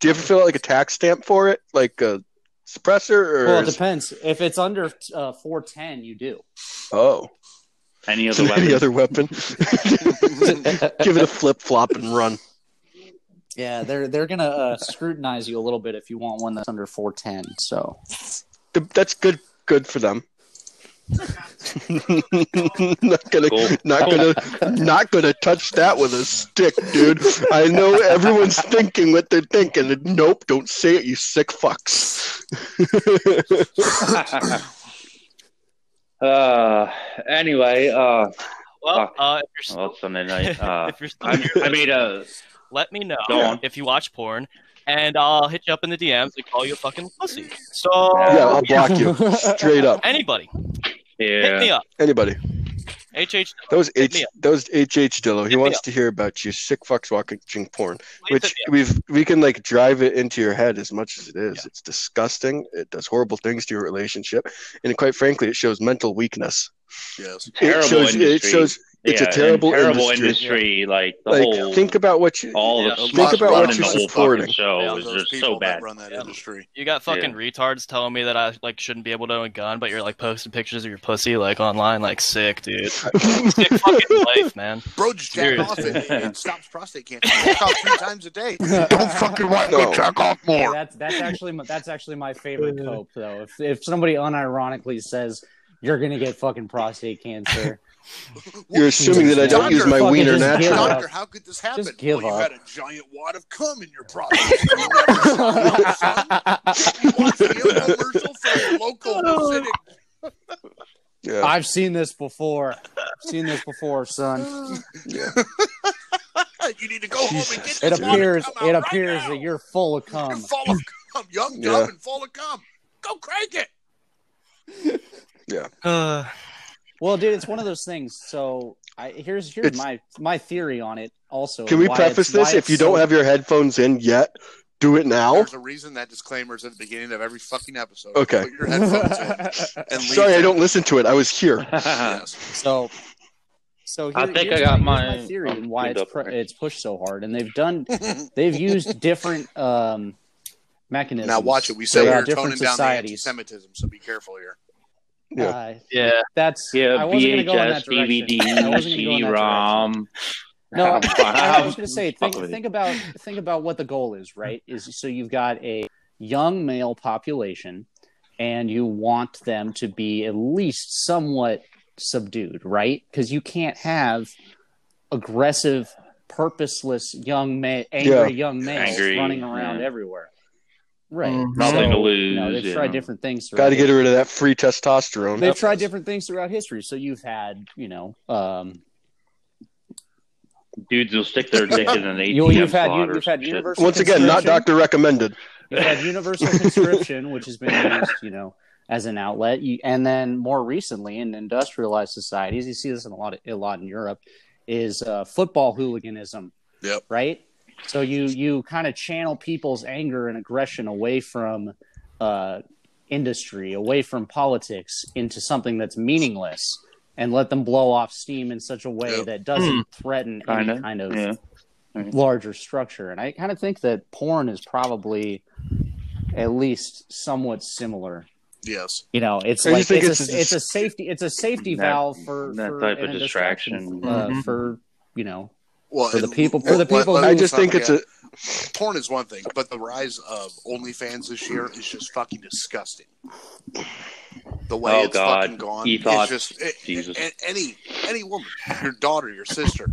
Speaker 2: Do you ever fill out like a tax stamp for it? Like a suppressor or
Speaker 4: Well, it
Speaker 2: is-
Speaker 4: depends. If it's under uh, four ten, you do.
Speaker 2: oh.
Speaker 5: Any
Speaker 2: Is
Speaker 5: other
Speaker 2: it
Speaker 5: weapon?
Speaker 2: Any other weapon? Give it a flip flop and run.
Speaker 4: yeah, they're they're gonna uh, scrutinize you a little bit if you want one that's under four ten. So
Speaker 2: Th- That's good good for them. not gonna
Speaker 5: Cool.
Speaker 2: not gonna not gonna touch that with a stick, dude. I know everyone's thinking what they're thinking. and Nope, don't say it, you sick fucks.
Speaker 5: uh anyway, uh
Speaker 3: Well,
Speaker 5: Fuck.
Speaker 3: uh, if you're still,
Speaker 5: well, it's Sunday night. Uh
Speaker 3: if you're still
Speaker 5: I, I uh, made a
Speaker 3: let me know
Speaker 5: Go on.
Speaker 3: if you watch porn, and I'll hit you up in the DMs and call you a fucking pussy. So
Speaker 2: yeah, I'll block you. Straight up.
Speaker 3: anybody, hit me
Speaker 5: yeah.
Speaker 3: up.
Speaker 2: Anybody.
Speaker 3: HH,
Speaker 2: That was H.
Speaker 3: me
Speaker 2: That was H. H. Dillo. He
Speaker 3: Hit me
Speaker 2: wants to hear about you sick fucks watching porn,
Speaker 3: please
Speaker 2: which
Speaker 3: hit me up.
Speaker 2: we've we can like drive it into your head as much as it is. It's disgusting. It does horrible things to your relationship, and quite frankly, it shows mental weakness.
Speaker 1: Yes.
Speaker 5: Terrible
Speaker 2: it shows. It
Speaker 5: industry.
Speaker 2: shows. It's
Speaker 5: Yeah,
Speaker 2: a
Speaker 5: and
Speaker 2: terrible,
Speaker 5: terrible
Speaker 2: industry.
Speaker 5: industry. Like the
Speaker 2: Like
Speaker 5: whole,
Speaker 2: think about what you.
Speaker 5: all
Speaker 3: Yeah.
Speaker 5: the
Speaker 1: Think
Speaker 5: schmucks
Speaker 1: about what
Speaker 5: running
Speaker 1: you're
Speaker 5: the whole
Speaker 2: supporting.
Speaker 5: fucking show
Speaker 1: Yeah,
Speaker 5: is
Speaker 1: those
Speaker 5: just
Speaker 1: people
Speaker 5: so bad.
Speaker 1: that run that
Speaker 3: Yeah.
Speaker 1: industry.
Speaker 3: You got fucking retards telling me that I like shouldn't be able to own a gun, but you're like posting pictures of your pussy like online, like sick, dude. Sick fucking life, man.
Speaker 1: Bro, just jack
Speaker 3: Serious.
Speaker 1: off and it stops prostate cancer. Jack off three times a day. Don't fucking want
Speaker 2: No.
Speaker 1: to jack off
Speaker 4: Yeah,
Speaker 1: more.
Speaker 4: that's that's actually my, that's actually my favorite cope though. If if somebody unironically says you're gonna get fucking prostate cancer,
Speaker 2: You're assuming that I don't
Speaker 1: Doctor,
Speaker 2: use my
Speaker 4: fucking
Speaker 2: wiener
Speaker 4: just give
Speaker 2: naturally.
Speaker 4: up.
Speaker 1: Doctor, how could this happen?
Speaker 4: Just give
Speaker 1: well,
Speaker 4: up.
Speaker 1: you had a giant wad of cum in your prostate. You never saw it, son. You watched the infomercial for a local Hasidic
Speaker 2: Yeah.
Speaker 4: I've seen this before. I've seen this before, son.
Speaker 1: you need to go home and get
Speaker 4: It
Speaker 1: this water
Speaker 4: appears
Speaker 1: cum out
Speaker 4: it
Speaker 1: right
Speaker 4: appears
Speaker 1: now.
Speaker 4: that you're full of
Speaker 1: You're
Speaker 4: cum.
Speaker 1: full of cum, young, dumb,
Speaker 2: Yeah.
Speaker 1: and full of cum. Go crank it.
Speaker 3: Uh,
Speaker 4: Well, dude, it's one of those things. So I here's here's
Speaker 2: It's-
Speaker 4: my my theory on it. Also,
Speaker 2: Can we
Speaker 4: why
Speaker 2: preface
Speaker 4: it's- why
Speaker 2: this? If
Speaker 4: it's
Speaker 2: you
Speaker 4: so-
Speaker 2: don't have your headphones in yet, do it now.
Speaker 1: There's a reason that disclaimer is at the beginning of every fucking episode.
Speaker 2: Okay.
Speaker 1: Put your headphones in and leave
Speaker 2: Sorry, I
Speaker 1: it.
Speaker 2: don't listen to it. I was here.
Speaker 1: Yes.
Speaker 4: So, so here,
Speaker 5: I think
Speaker 4: here's
Speaker 5: I got
Speaker 4: my,
Speaker 5: my-
Speaker 4: here's my theory
Speaker 5: I'm
Speaker 4: and why
Speaker 5: queued
Speaker 4: it's
Speaker 5: up
Speaker 4: pre-
Speaker 5: here.
Speaker 4: it's pushed so hard, and they've done they've used different um mechanisms.
Speaker 1: now watch it. We said
Speaker 4: throughout
Speaker 1: we're toning down the
Speaker 4: societies.
Speaker 1: anti-Semitism, so be careful here.
Speaker 2: Yeah.
Speaker 4: Uh,
Speaker 3: Yeah.
Speaker 4: that's
Speaker 5: Yeah,
Speaker 4: I wasn't gonna go in
Speaker 5: VHS,
Speaker 4: that direction.
Speaker 5: DVD,
Speaker 4: I wasn't gonna go in that
Speaker 5: CD-ROM.
Speaker 4: No, I, I was
Speaker 5: Wow.
Speaker 4: going to say think,
Speaker 5: Fuck with
Speaker 4: think about think about what the goal is, right? Is so you've got a young male population, and you want them to be at least somewhat subdued, right? Because you can't have aggressive, purposeless young ma- angry
Speaker 2: Yeah.
Speaker 4: young males
Speaker 5: Angry,
Speaker 4: running around
Speaker 5: yeah.
Speaker 4: everywhere, right?
Speaker 6: Mhm.
Speaker 5: Nothing
Speaker 4: So,
Speaker 5: to lose.
Speaker 4: You know, they've
Speaker 5: yeah.
Speaker 4: tried different
Speaker 2: Got
Speaker 4: things.
Speaker 2: to
Speaker 4: throughout
Speaker 2: Mm-hmm. get rid of that free testosterone.
Speaker 4: they've tried different things throughout history. So you've had, you know, um,
Speaker 5: Dudes will stick their dick in an ATM
Speaker 4: you, you've had
Speaker 5: slot
Speaker 4: you,
Speaker 5: or
Speaker 4: you've
Speaker 5: some
Speaker 4: had
Speaker 5: shit.
Speaker 4: universal
Speaker 2: Once again, not
Speaker 4: conscription.
Speaker 2: doctor recommended.
Speaker 4: You had universal conscription, which has been used, you know, as an outlet, you, and then more recently in industrialized societies, you see this in a lot of, a lot in Europe, is uh, football hooliganism.
Speaker 1: Yep.
Speaker 4: Right. So you you kind of channel people's anger and aggression away from uh, industry, away from politics, into something that's meaningless, and let them blow off steam in such a way
Speaker 1: Yep.
Speaker 4: that doesn't threaten any
Speaker 5: Hmm. Kinda,
Speaker 4: kind of
Speaker 5: Yeah.
Speaker 4: larger structure. And I kind of think that porn is probably at least somewhat similar.
Speaker 1: Yes.
Speaker 4: You know, it's
Speaker 2: I
Speaker 4: like
Speaker 2: just think
Speaker 4: it's,
Speaker 2: it's
Speaker 4: a,
Speaker 2: just-
Speaker 4: it's a safety it's a safety
Speaker 5: That-
Speaker 4: valve for
Speaker 5: that
Speaker 4: for,
Speaker 5: type of
Speaker 4: and a
Speaker 5: distraction. Mm-hmm.
Speaker 4: uh,
Speaker 6: Mhm.
Speaker 4: for you know
Speaker 1: Well,
Speaker 4: For the
Speaker 1: and
Speaker 4: people- for
Speaker 1: let-
Speaker 4: the people
Speaker 1: let-
Speaker 2: I just think it's a
Speaker 1: porn is one thing, but the rise of OnlyFans this year is just fucking disgusting. The way
Speaker 5: Oh,
Speaker 1: it's
Speaker 5: God.
Speaker 1: fucking gone,
Speaker 5: Ethos.
Speaker 1: it's just it,
Speaker 5: Jesus.
Speaker 1: a- any any woman, your daughter, your sister,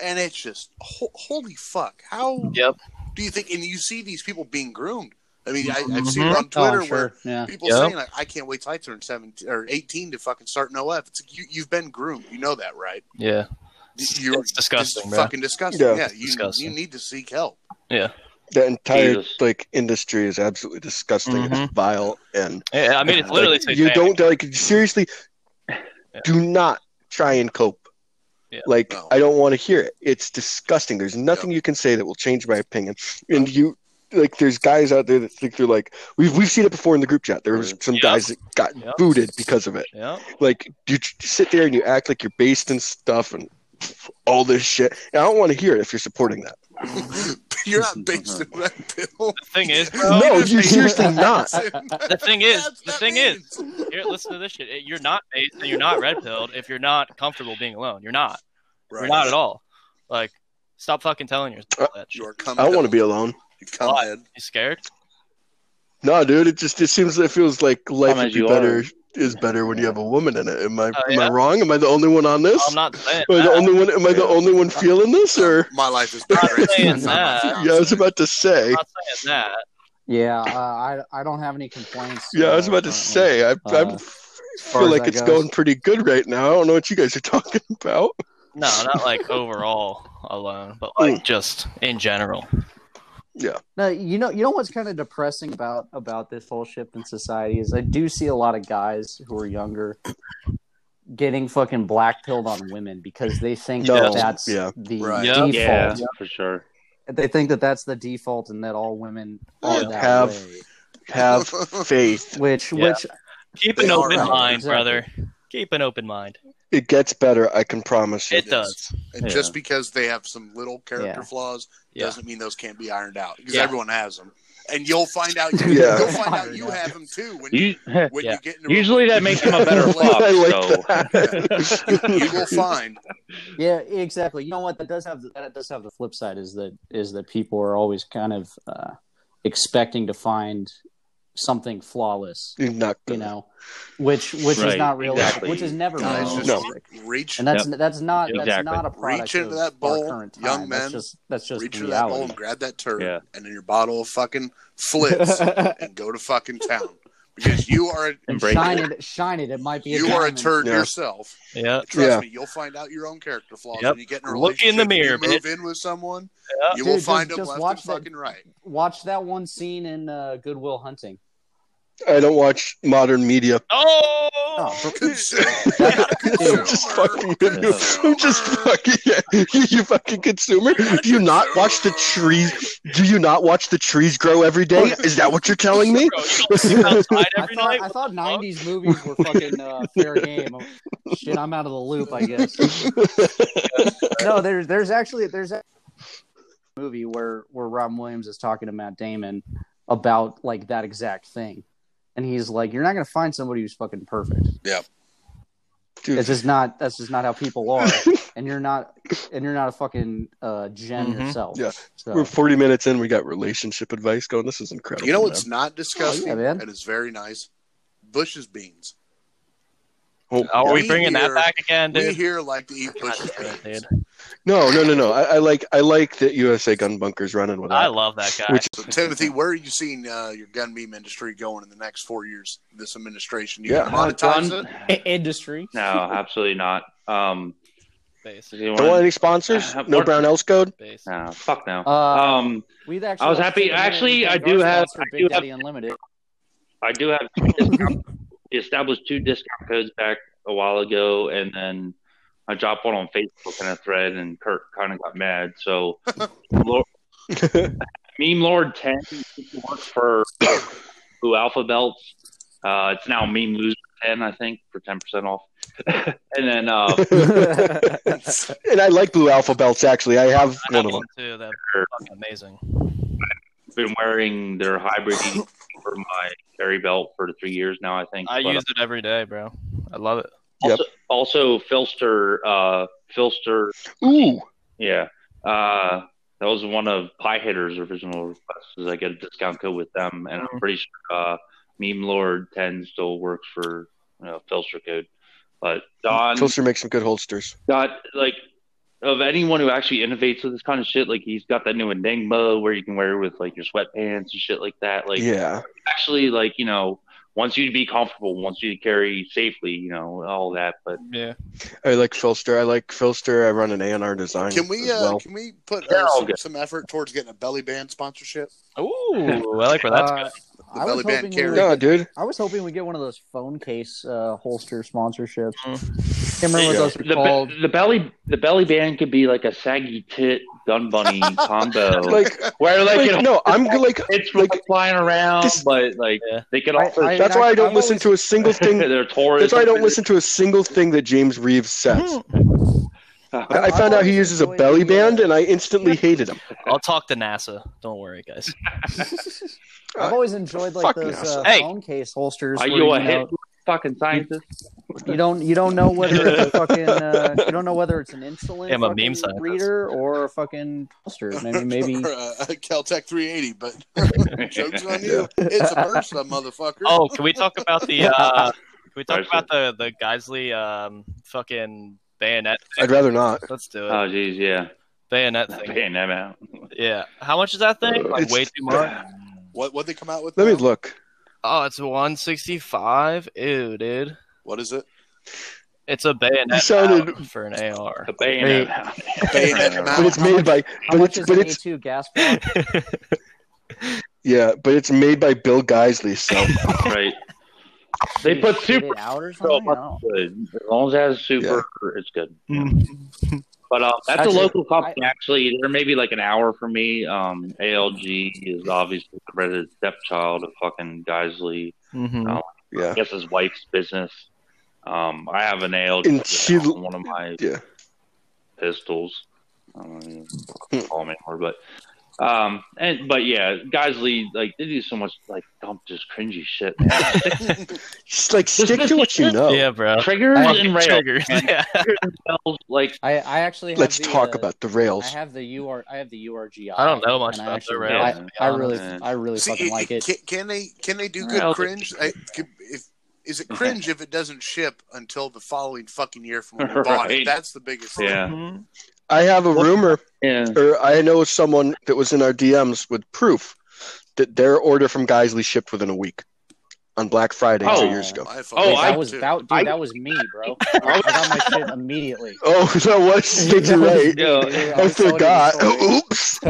Speaker 1: and it's just ho- holy fuck. How
Speaker 3: Yep.
Speaker 1: do you think? And you see these people being groomed. I mean, I, I've
Speaker 6: Mhm.
Speaker 1: seen it on Twitter where
Speaker 4: oh, sure. yeah.
Speaker 1: people
Speaker 6: Yep.
Speaker 1: saying like, "I can't wait till I turn seventeen or eighteen to fucking start an OF." It's like, you, you've been groomed. You know that, right?
Speaker 3: Yeah.
Speaker 1: You're
Speaker 3: It's disgusting,
Speaker 1: it's
Speaker 3: bro.
Speaker 1: fucking disgusting.
Speaker 2: Yeah.
Speaker 1: Yeah, you,
Speaker 3: Disgusting.
Speaker 1: you need to seek help.
Speaker 2: the entire
Speaker 5: Jesus.
Speaker 2: like industry is absolutely disgusting and vile and
Speaker 3: Yeah, I mean, it's literally
Speaker 2: like, you
Speaker 3: satanic.
Speaker 2: don't like seriously do not try and cope
Speaker 3: Yeah.
Speaker 2: like
Speaker 1: No.
Speaker 2: i don't want to hear it it's disgusting there's nothing you can say that will change my opinion and you like there's guys out there that think they're like we've, we've seen it before in the group chat there was some
Speaker 3: Yeah.
Speaker 2: guys that got
Speaker 3: Yeah.
Speaker 2: booted because of it
Speaker 3: Yeah.
Speaker 2: like you tr- sit there and you act like you're based in stuff and all this shit and i don't want to hear it if you're supporting that
Speaker 1: You're not based in that bill.
Speaker 3: The thing is, bro.
Speaker 1: Oh,
Speaker 2: no
Speaker 1: you're
Speaker 2: you're
Speaker 1: based-
Speaker 2: seriously not
Speaker 3: The thing is, the thing is, here, listen to this shit. It- You're not based and you're not red pilled if you're not comfortable being alone. You're not. You're not at all. Like, stop fucking telling yourself that shit.
Speaker 1: You're come.
Speaker 2: i don't want to be alone
Speaker 1: You come
Speaker 3: Why?
Speaker 1: in.
Speaker 3: You scared?
Speaker 2: No, dude, it just it seems it feels like life
Speaker 5: Come
Speaker 2: would
Speaker 5: as
Speaker 2: be
Speaker 5: you
Speaker 2: better
Speaker 5: are.
Speaker 2: is better when you have a woman in it. Am I
Speaker 3: Oh,
Speaker 2: am I
Speaker 3: yeah?
Speaker 2: wrong? Am I the only one on this?
Speaker 3: I'm not saying
Speaker 2: am I the
Speaker 3: that.
Speaker 2: only one am I the only one feeling this or
Speaker 1: My life is better.
Speaker 3: Not saying
Speaker 1: It's not my
Speaker 3: that.
Speaker 2: Yeah, I was
Speaker 1: fiance.
Speaker 2: about to
Speaker 3: I'm
Speaker 2: say.
Speaker 3: not saying that.
Speaker 4: Yeah, uh, I I don't have any complaints.
Speaker 2: Yeah, I was
Speaker 4: uh,
Speaker 2: about to
Speaker 4: currently.
Speaker 2: say I
Speaker 4: Uh,
Speaker 2: I
Speaker 4: far
Speaker 2: feel
Speaker 4: as
Speaker 2: like
Speaker 4: that
Speaker 2: it's
Speaker 4: goes.
Speaker 2: going pretty good right now. I don't know what you guys are talking about.
Speaker 3: No, not like overall alone, but like just in general.
Speaker 4: No, you know, you know what's kind of depressing about about this whole shift in society is I do see a lot of guys who are younger getting fucking black pilled on women because they think
Speaker 2: No,
Speaker 4: that that's
Speaker 2: yeah.
Speaker 4: the
Speaker 1: Right.
Speaker 3: Yeah.
Speaker 4: default.
Speaker 5: Yeah, for sure.
Speaker 4: They think that that's the default and that all women are
Speaker 2: Yeah.
Speaker 4: that
Speaker 2: Have-
Speaker 4: way.
Speaker 2: Have faith.
Speaker 4: Which,
Speaker 3: Yeah.
Speaker 4: which,
Speaker 3: Keep
Speaker 1: They
Speaker 3: an
Speaker 1: are
Speaker 3: open
Speaker 1: right,
Speaker 3: mind,
Speaker 4: exactly.
Speaker 3: brother. Keep an open mind.
Speaker 2: It gets better, I can promise you.
Speaker 3: It does.
Speaker 1: And
Speaker 5: Yeah.
Speaker 1: just because they have some little character
Speaker 4: Yeah.
Speaker 1: flaws
Speaker 3: Yeah.
Speaker 1: doesn't mean those can't be ironed out because
Speaker 3: Yeah.
Speaker 1: everyone has them. And you'll find out.
Speaker 2: Yeah.
Speaker 1: You'll find out you have them too when you
Speaker 5: You,
Speaker 1: when
Speaker 3: Yeah.
Speaker 1: you get in. a-
Speaker 5: usually that makes him a better flop.
Speaker 2: I like
Speaker 5: so.
Speaker 1: You will find.
Speaker 4: yeah, exactly. You know what? That does have the, that does have the flip side is that is that people are always kind of uh, expecting to find something flawless,
Speaker 2: You're not
Speaker 4: you
Speaker 2: gonna
Speaker 4: know, which which is
Speaker 5: Right,
Speaker 4: not realistic,
Speaker 5: exactly.
Speaker 4: which is never
Speaker 1: Guys,
Speaker 4: realistic.
Speaker 1: just
Speaker 2: No.
Speaker 1: reach
Speaker 4: and that's that's not that's
Speaker 5: Exactly.
Speaker 4: not a product
Speaker 1: Reach into
Speaker 4: of
Speaker 1: that bowl,
Speaker 4: our current time.
Speaker 1: young
Speaker 4: that's
Speaker 1: men.
Speaker 4: just that's just
Speaker 1: reach into that bowl
Speaker 4: reality.
Speaker 1: and grab that turd,
Speaker 5: Yeah.
Speaker 1: and then your bottle of fucking flips and go to fucking town because you are a,
Speaker 5: And break
Speaker 4: shine
Speaker 5: it.
Speaker 4: it, shine it. It might be a
Speaker 1: you are a
Speaker 4: diamond.
Speaker 1: turd
Speaker 2: Yeah.
Speaker 1: yourself.
Speaker 3: Yeah.
Speaker 1: Trust
Speaker 2: Yeah.
Speaker 1: me, you'll find out your own character flaws
Speaker 3: Uh, Yep.
Speaker 1: when you get in a
Speaker 3: Look
Speaker 1: relationship.
Speaker 3: in the
Speaker 1: when
Speaker 3: mirror,
Speaker 1: you move in with someone,
Speaker 3: Yeah.
Speaker 1: you
Speaker 4: Dude,
Speaker 1: will
Speaker 4: just-
Speaker 1: find them
Speaker 4: just
Speaker 1: left
Speaker 4: watch
Speaker 1: and
Speaker 4: that-
Speaker 1: fucking right.
Speaker 4: Watch that one scene in uh, Goodwill Hunting.
Speaker 2: I don't watch modern media.
Speaker 3: Oh,
Speaker 1: Consume.
Speaker 2: I'm just fucking with you. I'm just fucking yeah. you, you fucking consumer. Do you not watch the trees? Do you not watch the trees grow every day? Is that what you're telling me?
Speaker 3: bro, you don't sleep outside
Speaker 4: I
Speaker 3: every
Speaker 4: thought,
Speaker 3: night.
Speaker 4: I thought 90s movies were fucking uh, fair game. Oh, Shit, I'm out of the loop, I guess. no, there's there's actually there's a movie where where Robin Williams is talking to Matt Damon about like that exact thing. and he's like, "You're not gonna find somebody who's fucking perfect.
Speaker 2: Dude,
Speaker 4: It's just not. That's just not how people are. and you're not. And you're not a fucking uh, gen
Speaker 5: Mm-hmm.
Speaker 6: Mhm.
Speaker 4: yourself.
Speaker 2: Yeah.
Speaker 4: So,
Speaker 2: we're 40 minutes in. We got relationship advice going. This is incredible.
Speaker 1: You know
Speaker 2: man.
Speaker 1: what's not disgusting
Speaker 4: Oh, yeah, man.
Speaker 1: and is very nice? Bush's beans.
Speaker 2: Oh,
Speaker 3: Oh, are we
Speaker 1: We
Speaker 3: bringing that
Speaker 1: here-
Speaker 3: back again,
Speaker 1: We
Speaker 3: dude?
Speaker 1: here like to eat Bush's
Speaker 3: God damn it,
Speaker 1: beans.
Speaker 3: dude.
Speaker 2: No, no, no, no. I, I like I like that USA Gun Bunker's running with
Speaker 3: I
Speaker 2: that.
Speaker 3: love that guy.
Speaker 2: Which-
Speaker 1: So, Timothy, where are you seeing uh, your gun beam industry going in the next four years? This administration, you
Speaker 2: Yeah.
Speaker 1: yeah, monetize it.
Speaker 4: industry.
Speaker 5: No, absolutely not. Um,
Speaker 3: Basically.
Speaker 5: you
Speaker 2: Don't want
Speaker 5: wanna-
Speaker 2: any sponsors?
Speaker 5: Uh,
Speaker 2: No
Speaker 5: what-
Speaker 2: Brownells code?
Speaker 3: Basically.
Speaker 5: no, fuck no.
Speaker 4: Uh,
Speaker 5: um,
Speaker 4: We've actually.
Speaker 5: I was happy- actually, I do have-
Speaker 4: For
Speaker 5: I
Speaker 4: Big
Speaker 5: do
Speaker 4: Daddy Unlimited.
Speaker 5: I do have two discount- we established two discount codes back a while ago, and then I dropped one on Facebook in a thread, and Kurt kind of got mad. So, Lord, Meme Lord Ten used to work for Blue Alpha Belts. Uh, it's now Meme Loser Ten, I think, for ten percent off. and then uh,
Speaker 2: and I like blue alpha belts. Actually, I have
Speaker 3: I
Speaker 2: one
Speaker 3: have
Speaker 2: of them.
Speaker 3: one too. That's
Speaker 5: Sure.
Speaker 3: fucking amazing.
Speaker 5: been wearing their hybrid E for my carry belt for three years now. I think
Speaker 3: I
Speaker 5: But, uh,
Speaker 3: use it every day, bro. I love it.
Speaker 2: Yep.
Speaker 5: also Filster, uh, Filster
Speaker 2: Ooh,
Speaker 5: Yeah. Uh, that was one of Pie Hitter's original requests. Is I get a discount code with them, and I'm pretty sure uh, Meme Lord Ten still works for you know, Filster Code. But Don
Speaker 2: Filster makes some good holsters.
Speaker 5: got like of anyone who actually innovates with this kind of shit. Like he's got that new Enigma where you can wear it with like your sweatpants and shit like that. Like
Speaker 2: yeah,
Speaker 5: actually, like you know, once you be comfortable, once you carry safely, you know, all that. But
Speaker 3: Yeah.
Speaker 2: I like Filster. I like Filster. I run an A&R design.
Speaker 1: Can we uh,
Speaker 2: as well.
Speaker 1: can we put
Speaker 5: They're
Speaker 1: uh,
Speaker 5: all
Speaker 1: some,
Speaker 5: good.
Speaker 1: some effort towards getting a belly band sponsorship?
Speaker 3: Ooh, I like where that's going.
Speaker 4: Uh, I
Speaker 1: belly
Speaker 4: was
Speaker 1: band
Speaker 4: hoping we
Speaker 1: carry.
Speaker 4: would
Speaker 2: No, dude.
Speaker 4: I was hoping we get one of those phone case uh, holster sponsorships.
Speaker 3: Mm.
Speaker 4: Can't remember
Speaker 2: Yeah.
Speaker 4: what those are
Speaker 5: the,
Speaker 4: called.
Speaker 5: be- the belly the belly band could be like a saggy tit gun bunny combo.
Speaker 2: Like,
Speaker 5: Where like,
Speaker 2: like,
Speaker 5: it,
Speaker 2: no, I'm like.
Speaker 5: it's
Speaker 2: like-
Speaker 5: flying around,
Speaker 2: This-
Speaker 5: but like
Speaker 3: Yeah.
Speaker 5: they could
Speaker 4: I-
Speaker 5: also
Speaker 4: I-
Speaker 2: That's why I don't
Speaker 4: I've
Speaker 2: listen
Speaker 4: always-
Speaker 2: to a single thing.
Speaker 5: they're Taurus.
Speaker 2: That's why I don't listen to a single thing that James Reeves says. I, I found out he uses a belly band, and I instantly hated him.
Speaker 3: I'll talk to NASA. Don't worry, guys.
Speaker 4: I've always enjoyed like
Speaker 2: Fuck
Speaker 4: those
Speaker 2: NASA.
Speaker 4: uh,
Speaker 3: Hey.
Speaker 4: phone case holsters. where
Speaker 5: Are you
Speaker 4: you,
Speaker 5: a
Speaker 4: know,
Speaker 5: hit fucking scientist?
Speaker 4: you don't you don't know whether it's a fucking uh, you don't know whether it's an insulin
Speaker 3: Yeah, I'm a
Speaker 4: fucking
Speaker 3: meme scientist.
Speaker 4: reader or a fucking holster. Maybe
Speaker 2: Mm.
Speaker 4: maybe
Speaker 1: Or, uh, Caltech 380, but jokes on you. It's a Bursa, motherfucker.
Speaker 3: Oh, can we talk about the? Uh, can we talk
Speaker 5: Sorry,
Speaker 3: about the the Geisley um fucking bayonet?
Speaker 2: I'd rather not.
Speaker 3: Let's do
Speaker 5: Oh
Speaker 3: it.
Speaker 5: jeez, yeah.
Speaker 3: bayonet thing.
Speaker 5: Paying them out.
Speaker 3: Yeah. How much is that thing?
Speaker 2: Uh,
Speaker 3: Like
Speaker 2: it's-
Speaker 3: way too much.
Speaker 1: What what they come out with?
Speaker 2: Let me
Speaker 1: now?
Speaker 2: look.
Speaker 3: Oh, it's one sixty five. Ew, dude.
Speaker 1: What is it?
Speaker 3: It's a bayonet
Speaker 2: sounded-
Speaker 3: mount for an AR.
Speaker 5: The bayonet out.
Speaker 1: Bayonet
Speaker 2: But it's
Speaker 1: mount.
Speaker 2: made by.
Speaker 4: how
Speaker 2: But
Speaker 4: much
Speaker 2: it's.
Speaker 4: is
Speaker 2: But
Speaker 4: an
Speaker 2: it's.
Speaker 4: A2 gas bottle?
Speaker 3: yeah,
Speaker 2: Yeah, but it's made by Bill Geisley. So
Speaker 5: right. They
Speaker 4: You
Speaker 5: put
Speaker 4: shoot
Speaker 5: super
Speaker 4: it out or
Speaker 5: so
Speaker 4: something. I
Speaker 5: much
Speaker 4: don't know.
Speaker 5: good. As long as it has super, it's good. But um, that's
Speaker 4: Actually,
Speaker 5: a local company.
Speaker 4: Mm-hmm. I-
Speaker 5: actually, they're maybe like an hour from me. Um, ALG is obviously the redheaded stepchild of fucking Geisley.
Speaker 3: Mhm.
Speaker 5: I
Speaker 2: yeah,
Speaker 5: guess his wife's business. Um, I have an ALG
Speaker 2: And she-
Speaker 5: on one of my
Speaker 2: yeah.
Speaker 5: pistols. I don't even
Speaker 2: Hmm.
Speaker 5: call them anymore, but um, and but yeah, Geisley like they do so much like dumb, just cringy shit. man.
Speaker 2: Just like stick to what you know.
Speaker 3: Yeah, bro.
Speaker 5: Triggers
Speaker 3: Fucking
Speaker 5: and rails,
Speaker 3: triggers.
Speaker 5: man.
Speaker 3: Yeah.
Speaker 5: Triggers and rails, like
Speaker 4: I, I actually have
Speaker 2: Let's
Speaker 4: the,
Speaker 2: talk
Speaker 4: uh,
Speaker 2: about the
Speaker 4: I
Speaker 2: rails.
Speaker 4: have the UR I have the URGI.
Speaker 3: I don't know much
Speaker 4: and I
Speaker 3: about the
Speaker 4: actually-
Speaker 3: rails,
Speaker 4: I-
Speaker 5: to be
Speaker 4: I, really
Speaker 5: honest.
Speaker 4: I really fucking like it.
Speaker 1: Can, can they can they do good
Speaker 5: Well,
Speaker 1: cringe? I, can, if, is it cringe if it doesn't ship until the following fucking year from when you bought
Speaker 5: Right.
Speaker 1: it? That's the biggest thing.
Speaker 4: Mm-hmm.
Speaker 5: yeah,
Speaker 3: Mhm.
Speaker 2: I have a rumor,
Speaker 5: yeah.
Speaker 2: or I know someone that was in our DMs with proof that their order from Geisley shipped within a week on Black Friday
Speaker 5: Oh.
Speaker 2: two years ago.
Speaker 1: I fucking
Speaker 5: Oh,
Speaker 4: Dude,
Speaker 1: love
Speaker 5: I-
Speaker 4: that
Speaker 1: it
Speaker 4: was
Speaker 1: too.
Speaker 4: that, dude,
Speaker 5: I-
Speaker 4: that was me, bro. I got my shit immediately.
Speaker 2: Oh, that was you're right.
Speaker 5: Yeah.
Speaker 2: I
Speaker 4: was so
Speaker 2: forgot.
Speaker 4: disappointed.
Speaker 2: Oops.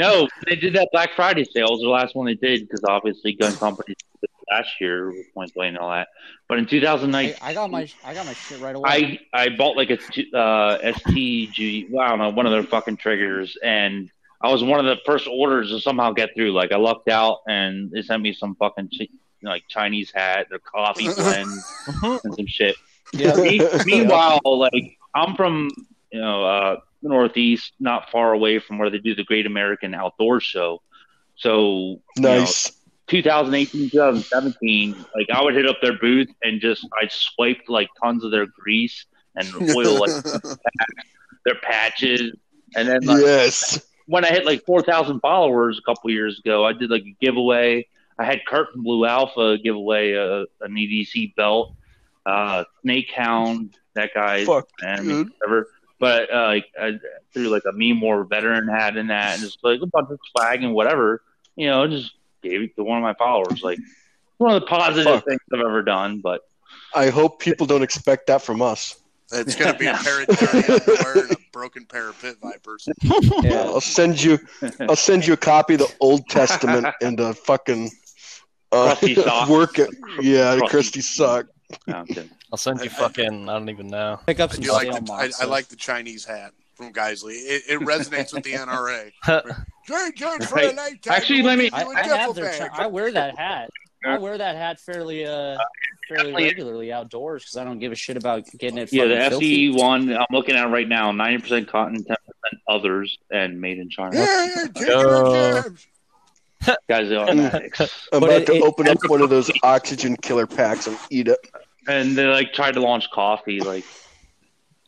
Speaker 5: No, they did that Black Friday sale. It was the last one they did because obviously gun companies did it last year with point blank and all that. But in
Speaker 4: I,
Speaker 5: 2019,
Speaker 4: I got my I got my shit right away.
Speaker 5: I I bought like a t- uh, STG. Well, I don't know one of their fucking triggers, and I was one of the first orders to somehow get through. Like I lucked out, and they sent me some fucking chi- like Chinese hat, their coffee blend, and some shit. Me- Meanwhile, like I'm from you know uh, the Northeast, not far away from where they do the Great American Outdoor Show. So you know,
Speaker 2: nice.
Speaker 5: 2018, 2017, like I would hit up their booth and just I swiped like tons of their grease and oil, like their patches, and then like,
Speaker 2: yes.
Speaker 5: when I hit like 4,000 followers a couple years ago, I did like a giveaway. I had Curtain Blue Alpha give away a, an EDC belt, uh, Snake Hound, that guy,
Speaker 2: Fuck,
Speaker 5: and
Speaker 2: dude.
Speaker 5: whatever. But uh, like I threw like a meme war veteran hat in that, and just like a bunch of swag and whatever, you know, just gave it to one of my followers. Like one of the positive
Speaker 2: Fuck.
Speaker 5: things I've ever done. But
Speaker 2: I hope people don't expect that from us.
Speaker 1: It's going to be a pair of dirty underwear and a broken pair of pit vipers.
Speaker 2: I'll send you. I'll send you a copy of the Old Testament and a fucking uh,
Speaker 5: Crusty sock.
Speaker 2: work. It. Yeah, the
Speaker 5: Crusty.
Speaker 2: crusty sock.
Speaker 5: no, I'm kidding.
Speaker 3: I'll send you fucking. I don't even know.
Speaker 4: Pick up
Speaker 1: I
Speaker 4: some
Speaker 1: do like the, I, I like the Chinese hat from Geisley. It, it resonates with the NRA. Join, join for a
Speaker 5: Right.
Speaker 1: lifetime.
Speaker 5: Actually, let me-
Speaker 1: You
Speaker 4: I,
Speaker 1: and
Speaker 4: I have
Speaker 1: duffel
Speaker 4: their. Chi-
Speaker 1: bag.
Speaker 4: I wear that hat. I wear that hat fairly, uh, fairly regularly outdoors because I don't give a shit about getting it.
Speaker 5: Yeah, the
Speaker 4: fucking filthy.
Speaker 5: FCE one I'm looking at right now, 90% cotton, 10% others, and made in China.
Speaker 1: Yeah, yeah, take your
Speaker 3: Uh,
Speaker 1: jabs.
Speaker 5: Guys, they are automatics.
Speaker 2: I'm
Speaker 4: But
Speaker 2: about
Speaker 4: it-
Speaker 2: to
Speaker 4: it-
Speaker 2: open up one of those oxygen killer packs and eat it.
Speaker 5: and they like tried to launch coffee, like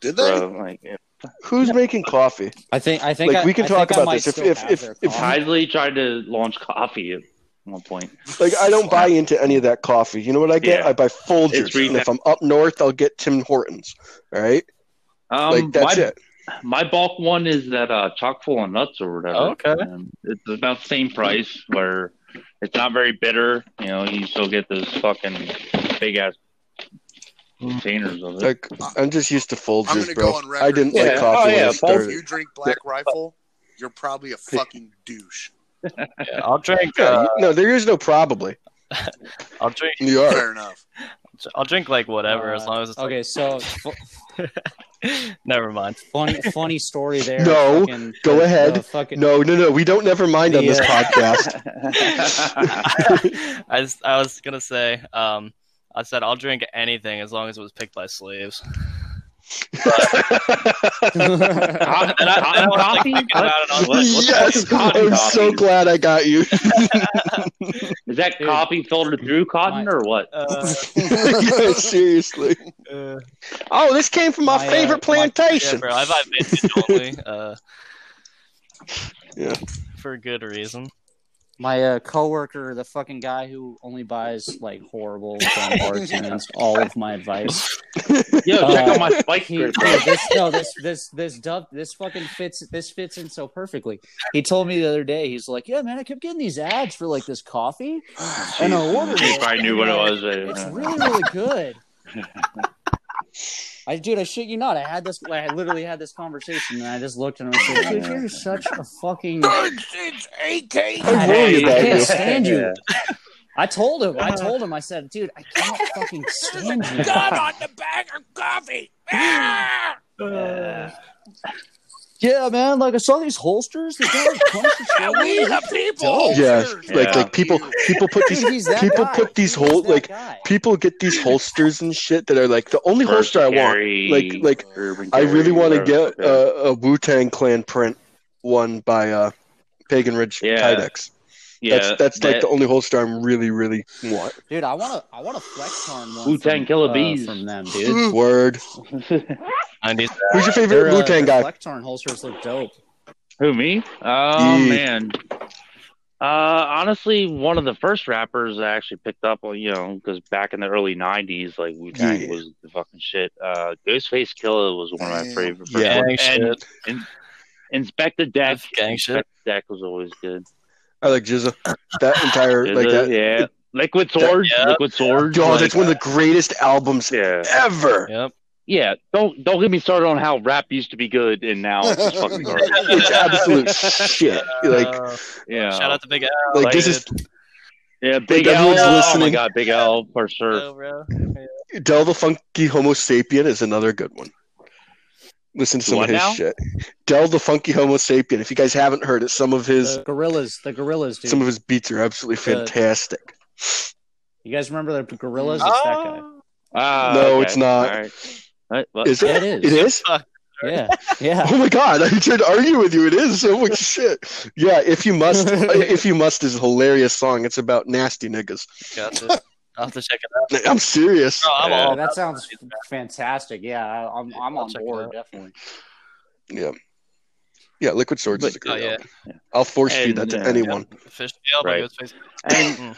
Speaker 1: Did they?
Speaker 5: bro, like yeah.
Speaker 2: Who's making coffee?
Speaker 4: I think. I think.
Speaker 2: Like,
Speaker 4: I,
Speaker 2: we can
Speaker 4: I think
Speaker 2: talk
Speaker 4: I
Speaker 2: about
Speaker 4: might
Speaker 2: this. If-
Speaker 4: still
Speaker 2: if-
Speaker 4: have
Speaker 2: if-
Speaker 4: their
Speaker 2: if-
Speaker 4: coffee.
Speaker 5: Isley tried to launch coffee at one point.
Speaker 2: Like I don't buy into any of that coffee. You know what I get?
Speaker 5: Yeah.
Speaker 2: I buy Folgers.
Speaker 5: It's re-
Speaker 2: And if I'm up north, I'll get Tim Hortons. All right,
Speaker 5: Um,
Speaker 2: like that's
Speaker 5: my,
Speaker 2: it.
Speaker 5: my bulk one is that uh, chock full of nuts or whatever.
Speaker 3: Okay.
Speaker 5: And it's about the same price where it's not very bitter. You know, you still get those fucking big ass containers of it.
Speaker 2: Like I'm just used to
Speaker 1: I'm gonna go
Speaker 2: Folgers, bro.
Speaker 1: on record.
Speaker 2: I didn't
Speaker 5: Yeah.
Speaker 2: like coffee
Speaker 5: Oh,
Speaker 2: when
Speaker 5: yeah,
Speaker 2: I
Speaker 1: If you
Speaker 2: started.
Speaker 1: drink Black Rifle, you're probably a fucking douche.
Speaker 3: Yeah, I'll drink.
Speaker 2: Yeah,
Speaker 3: Uh,
Speaker 2: you- no, there is no probably.
Speaker 3: I'll drink.
Speaker 2: You are.
Speaker 1: Fair enough.
Speaker 3: I'll drink like whatever as
Speaker 4: Uh,
Speaker 3: long as it's.
Speaker 4: Okay, so fu-
Speaker 3: Never mind.
Speaker 4: funny, funny story there.
Speaker 2: No,
Speaker 4: Fucking-
Speaker 2: go
Speaker 4: the
Speaker 2: ahead.
Speaker 4: fucking-
Speaker 2: No, no, no. We don't never mind on this
Speaker 4: Yeah.
Speaker 2: podcast.
Speaker 3: I just, I was gonna say. Um, I said I'll drink anything as long as it was picked by slaves.
Speaker 5: Cotton-
Speaker 3: And I, and I was like,
Speaker 5: cotton
Speaker 3: thinking
Speaker 5: coffee?
Speaker 3: about it on what-
Speaker 5: What- what's
Speaker 2: yes,
Speaker 5: this cotton
Speaker 2: I'm so
Speaker 5: coffee?
Speaker 2: glad I got you.
Speaker 5: Is that
Speaker 4: Dude.
Speaker 5: coffee filtered through cotton
Speaker 4: My-
Speaker 5: or what?
Speaker 3: uh,
Speaker 2: Yeah, seriously.
Speaker 3: uh,
Speaker 2: Oh, this came from my,
Speaker 4: My, uh,
Speaker 2: favorite
Speaker 4: my-
Speaker 3: Yeah,
Speaker 2: plantation.
Speaker 3: bro. I buy vintage only. Uh,
Speaker 2: Yeah.
Speaker 3: For good reason.
Speaker 4: My uh, coworker, the fucking guy who only buys like horrible John Bartons, all of my advice.
Speaker 5: Yo,
Speaker 4: Uh,
Speaker 5: check out my spike
Speaker 4: He,
Speaker 5: grip.
Speaker 4: dude, this no, this this this dub, this fucking fits. This fits in so perfectly. He told me the other day, he's like, "Yeah, man, I kept getting these ads for like this coffee, and I ordered
Speaker 5: He
Speaker 4: it.
Speaker 5: probably knew what it was.
Speaker 4: It's
Speaker 5: uh,
Speaker 4: really, really good." I dude, I shit you not. I had this. I literally had this conversation, and I just looked and I was like, "Dude, you're such a fucking."
Speaker 1: Since 18.
Speaker 2: I'm worried
Speaker 4: I
Speaker 2: about
Speaker 4: can't
Speaker 2: you.
Speaker 4: stand you. I told him. I told him. I said, "Dude, I can't fucking stand you."
Speaker 1: on the bag of coffee.
Speaker 5: Yeah.
Speaker 4: Yeah, man. Like I saw these holsters. The guy that punches the
Speaker 1: the people.
Speaker 2: Yeah, like
Speaker 5: Yeah.
Speaker 2: like people people put these
Speaker 4: Dude, he's that
Speaker 2: people
Speaker 4: guy.
Speaker 2: put these
Speaker 4: He's
Speaker 2: whole
Speaker 4: that
Speaker 2: like
Speaker 4: guy.
Speaker 2: people get these holsters and shit that are like the only
Speaker 5: First
Speaker 2: holster I want.
Speaker 5: Gary,
Speaker 2: Like like
Speaker 5: Urban
Speaker 2: I
Speaker 5: Gary,
Speaker 2: really want to
Speaker 5: whatever.
Speaker 2: get uh, a Wu Tang Clan print one by uh, Pagan Ridge
Speaker 5: Yeah.
Speaker 2: Kydex.
Speaker 5: yeah,
Speaker 2: that's that's like the only holster I'm really really want.
Speaker 4: dude. I want to. I want to flex on one.
Speaker 5: Wu-Tang
Speaker 4: from,
Speaker 5: Killer
Speaker 4: uh,
Speaker 5: Bees.
Speaker 4: from them, dude.
Speaker 2: Word.
Speaker 3: Nineties.
Speaker 2: Who's your
Speaker 4: Their,
Speaker 2: favorite
Speaker 4: uh,
Speaker 2: Wu Tang
Speaker 4: their
Speaker 2: guy?
Speaker 4: Flectarn holsters look dope.
Speaker 5: Who me? Oh
Speaker 2: Yeah.
Speaker 5: man. Uh, honestly, one of the first rappers I actually picked up on, you know, because back in the early '90s, like Wu Tang
Speaker 2: Yeah.
Speaker 5: was the fucking shit. Uh, Ghostface Killer was one of my
Speaker 1: Yeah.
Speaker 5: favorite.
Speaker 2: Yeah.
Speaker 5: first-
Speaker 3: Gang
Speaker 5: and, and Inspect the Deck.
Speaker 3: That's gang shit.
Speaker 5: Inspect the Deck was always good.
Speaker 2: I like Jizza. That entire
Speaker 5: Is
Speaker 2: like
Speaker 5: it?
Speaker 2: that.
Speaker 5: Yeah. Liquid Swords.
Speaker 3: yeah.
Speaker 5: Liquid Swords.
Speaker 2: God,
Speaker 5: like- uh,
Speaker 2: that's one of the greatest albums
Speaker 5: yeah.
Speaker 2: ever.
Speaker 3: Yep.
Speaker 5: Yeah. Don't don't get me started on how rap used to be good and now it's just fucking garbage.
Speaker 2: It's absolute shit. Like
Speaker 3: Uh,
Speaker 5: Yeah.
Speaker 3: shout out to Big Al,
Speaker 2: like this is
Speaker 5: yeah, Big L.
Speaker 2: everyone's
Speaker 5: Oh my
Speaker 2: listening.
Speaker 5: god, Big L for sure.
Speaker 3: bro.
Speaker 2: Del the Funky Homo Sapien is another good one. Listen to some
Speaker 5: What
Speaker 2: of his
Speaker 5: now?
Speaker 2: shit. Del the Funky Homo Sapien. If you guys haven't heard it, some of his
Speaker 4: The gorillas. The gorillas, dude.
Speaker 2: some of his beats are absolutely fantastic.
Speaker 4: you guys remember the
Speaker 3: Oh.
Speaker 4: gorillas? It's that guy.
Speaker 5: Ah,
Speaker 2: no,
Speaker 5: okay. Uh,
Speaker 2: it's not.
Speaker 5: All right. What? What?
Speaker 2: Is
Speaker 4: Yeah,
Speaker 2: it?
Speaker 4: it
Speaker 2: It
Speaker 4: is.
Speaker 2: is.
Speaker 4: Yeah, yeah.
Speaker 2: Oh my god, I tried to argue with you. It is so much shit. Yeah, if you must, uh, if you must is a hilarious song. It's about nasty niggas.
Speaker 3: Got this. I'll have to check it out.
Speaker 2: I'm serious.
Speaker 3: No, I'm
Speaker 5: Yeah.
Speaker 3: all
Speaker 4: Oh,
Speaker 3: about
Speaker 4: that sounds fantastic. Yeah, I- I'm I'm
Speaker 3: I'll
Speaker 4: on
Speaker 3: check it
Speaker 4: board
Speaker 3: out.
Speaker 4: definitely.
Speaker 2: Yeah, yeah. Liquid Swords is a
Speaker 3: But-
Speaker 2: great
Speaker 3: oh, yeah.
Speaker 2: album. I'll force feed
Speaker 5: And,
Speaker 2: that to
Speaker 5: uh,
Speaker 2: anyone.
Speaker 3: Fish tail by
Speaker 5: Right.
Speaker 3: Ghostface.
Speaker 5: And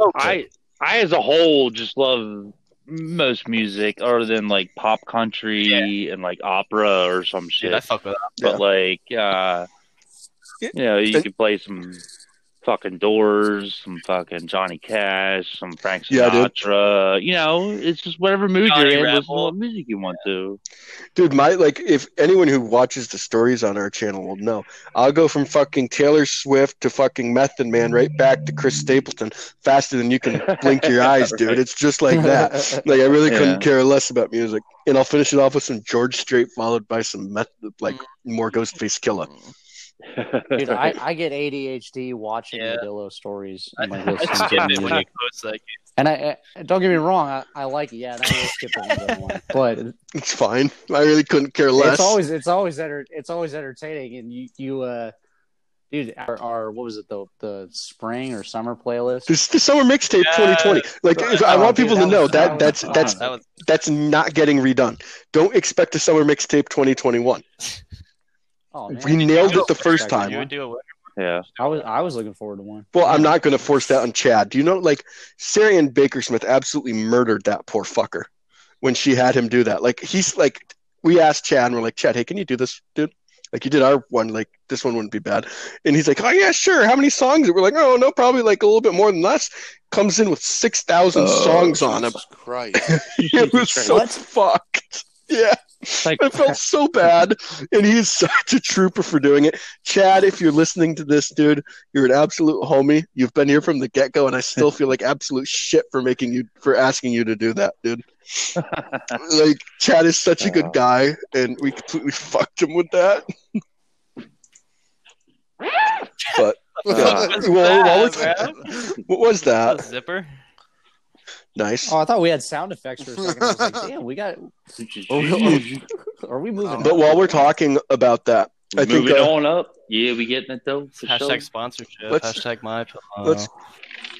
Speaker 3: Mm.
Speaker 5: I, I as a whole just love most music other than like pop country and like opera or some shit.
Speaker 3: Dude, I fuck with that.
Speaker 5: but like, uh, you know, you
Speaker 2: And-
Speaker 5: could play some fucking Doors, some fucking Johnny Cash, some Frank
Speaker 2: Yeah, dude.
Speaker 5: Sinatra. you know, it's just whatever mood
Speaker 3: Johnny
Speaker 5: you're in, listen to
Speaker 3: Rebel.
Speaker 5: what music you want to.
Speaker 2: Dude, my like if anyone who watches the stories on our channel will know, I'll go from fucking Taylor Swift to fucking Method Man right back to Chris Stapleton faster than you can blink your eyes, dude.
Speaker 5: Right.
Speaker 2: It's just like that. Like I really
Speaker 5: Yeah.
Speaker 2: couldn't care less about music. And I'll finish it off with some George Strait followed by some meth like more Ghostface Killer.
Speaker 4: Dude, I, I get ADHD watching
Speaker 3: Yeah.
Speaker 4: Modillo stories.
Speaker 3: I,
Speaker 4: and, like,
Speaker 3: I
Speaker 4: listening to
Speaker 3: skip it
Speaker 4: music.
Speaker 3: when you post that.
Speaker 4: And I, I don't get me wrong, I, I like it. Yeah, and I will skip it when I don't want it. But
Speaker 2: It's fine. I really couldn't care less.
Speaker 4: it's always it's always enter, it's always entertaining. And you you uh, dude, our, our what was it the the spring or summer playlist?
Speaker 2: this, the summer mixtape
Speaker 3: Yeah.
Speaker 2: 2020. Like, if, I
Speaker 4: Oh,
Speaker 2: want
Speaker 4: dude,
Speaker 2: people
Speaker 4: that
Speaker 2: to know
Speaker 4: was-
Speaker 2: that
Speaker 4: that
Speaker 2: that's
Speaker 4: was
Speaker 2: that's
Speaker 3: That was
Speaker 2: that's not getting redone. Don't expect a summer mixtape 2021.
Speaker 4: Oh
Speaker 2: We
Speaker 4: man,
Speaker 2: nailed
Speaker 3: You
Speaker 2: it the first
Speaker 4: Second
Speaker 2: time.
Speaker 3: You would do it with
Speaker 5: yeah.
Speaker 4: I was I was looking forward to one.
Speaker 2: Well, I'm not going to force that on Chad. Do you know, like, Sarian Bakersmith absolutely murdered that poor fucker when she had him do that. Like, he's like, we asked Chad, and we're like, Chad, hey, can you do this, dude? Like, you did our one, like, this one wouldn't be bad. And he's like, oh, yeah, sure. How many songs? And we're like, oh, no, probably like a little bit more than us. Comes in with 6,000 songs on him.
Speaker 1: Jesus Christ.
Speaker 2: It was so fucked. Yeah.
Speaker 5: Like-
Speaker 2: I felt so bad. And he's such a trooper for doing it. Chad, if you're listening to this, dude, you're an absolute homie. You've been here from the get go, and I still feel like absolute shit for making you for asking you to do that, dude. like Chad is such a
Speaker 5: Oh.
Speaker 2: good guy, and we completely fucked him with that. but
Speaker 5: Uh,
Speaker 2: yeah. well, while
Speaker 3: that,
Speaker 2: we're- what was
Speaker 3: a
Speaker 2: that?
Speaker 3: zipper.
Speaker 2: Nice.
Speaker 4: Oh, I thought we had sound effects for a second. I was like, damn, we got. Are we moving?
Speaker 2: Oh, But while we're talking about that, I think,
Speaker 5: Moving
Speaker 2: uh,
Speaker 5: on up. Yeah, we getting it though. for sure.
Speaker 3: Hashtag sponsorship.
Speaker 2: Let's-
Speaker 3: hashtag my.
Speaker 2: let's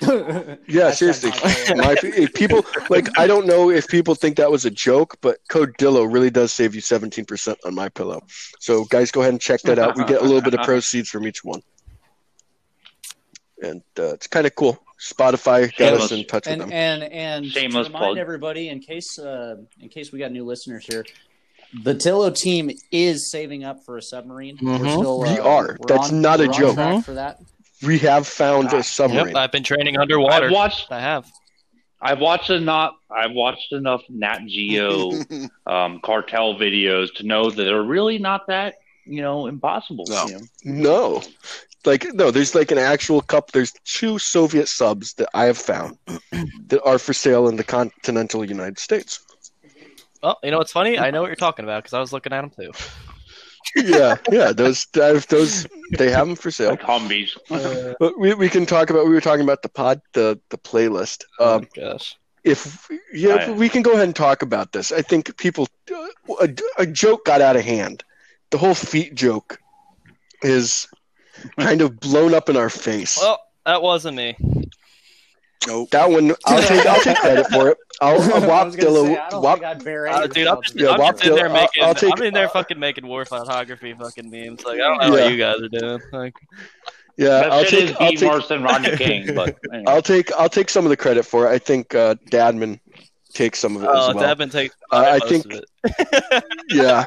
Speaker 3: Uh,
Speaker 4: talking,
Speaker 2: Yeah, seriously. My, if people like I don't know if people think that was a joke, but Code Dillo really does save you seventeen percent on my pillow. So guys, go ahead and check that out. We get a little bit of proceeds from each one, and uh, it's kind of cool. Spotify got us in touch with
Speaker 4: and
Speaker 2: them.
Speaker 4: and and
Speaker 5: Shameless
Speaker 4: to remind
Speaker 5: plug.
Speaker 4: everybody in case uh, in case we got new listeners here the tillo team is saving up for a submarine we're
Speaker 3: Mhm.
Speaker 4: still uh,
Speaker 2: Mm-hmm. We are.
Speaker 4: we're
Speaker 2: That's
Speaker 4: on-
Speaker 2: not a
Speaker 4: we're on
Speaker 2: joke. Mm-hmm.
Speaker 4: track for that
Speaker 2: We have found a submarine.
Speaker 3: Yep, I've been training
Speaker 5: I've
Speaker 3: underwater.
Speaker 5: watched.
Speaker 3: I have.
Speaker 5: I've watched enough. I've watched enough Nat Geo um, cartel videos to know that they're really not that you know impossible.
Speaker 1: No.
Speaker 5: you know?
Speaker 2: No, like no, there's like an actual cup. There's two Soviet subs that I have found that are for sale in the continental United States.
Speaker 3: Well, you know what's funny? I know what you're talking about because I was looking at them too.
Speaker 2: yeah, yeah. Those I've- those they have them for sale.
Speaker 5: like Humvees.
Speaker 2: Uh,
Speaker 4: Uh,
Speaker 2: But we, we can talk about we were talking about the pod the the playlist.
Speaker 3: Oh
Speaker 2: Um,
Speaker 3: my gosh.
Speaker 2: if yeah,
Speaker 5: Right.
Speaker 2: we can go ahead and talk about this. I think people a, a joke got out of hand. The whole feet joke is kind of blown up in our face.
Speaker 3: Well, that wasn't me.
Speaker 1: Nope.
Speaker 2: that one, I'll take, I'll take credit for it. I'll, I'll
Speaker 4: I
Speaker 2: wop
Speaker 4: was gonna say, I
Speaker 2: Dilla.
Speaker 4: don't
Speaker 2: Wop,
Speaker 4: think I'd bear any
Speaker 3: Uh, dude, I'm just,
Speaker 4: responsibility.
Speaker 2: Yeah,
Speaker 3: I'm
Speaker 2: Wop
Speaker 3: just in there
Speaker 2: Dill- I'll-
Speaker 3: making.
Speaker 2: I'll take-
Speaker 3: I'm in there fucking making war photography fucking memes. Like I don't know
Speaker 2: Yeah.
Speaker 3: what you guys are doing. Like,
Speaker 2: yeah,
Speaker 5: that
Speaker 2: I'll
Speaker 5: shit
Speaker 2: take,
Speaker 5: is
Speaker 2: I'll
Speaker 5: B.
Speaker 2: take,
Speaker 5: worse than Rodney King, but anyway.
Speaker 2: I'll take, I'll take some of the credit for it. I think uh, Dadman takes some of it
Speaker 3: oh,
Speaker 2: as well.
Speaker 3: Devin takes.
Speaker 2: Uh, I
Speaker 3: most
Speaker 2: think-
Speaker 3: of it.
Speaker 2: yeah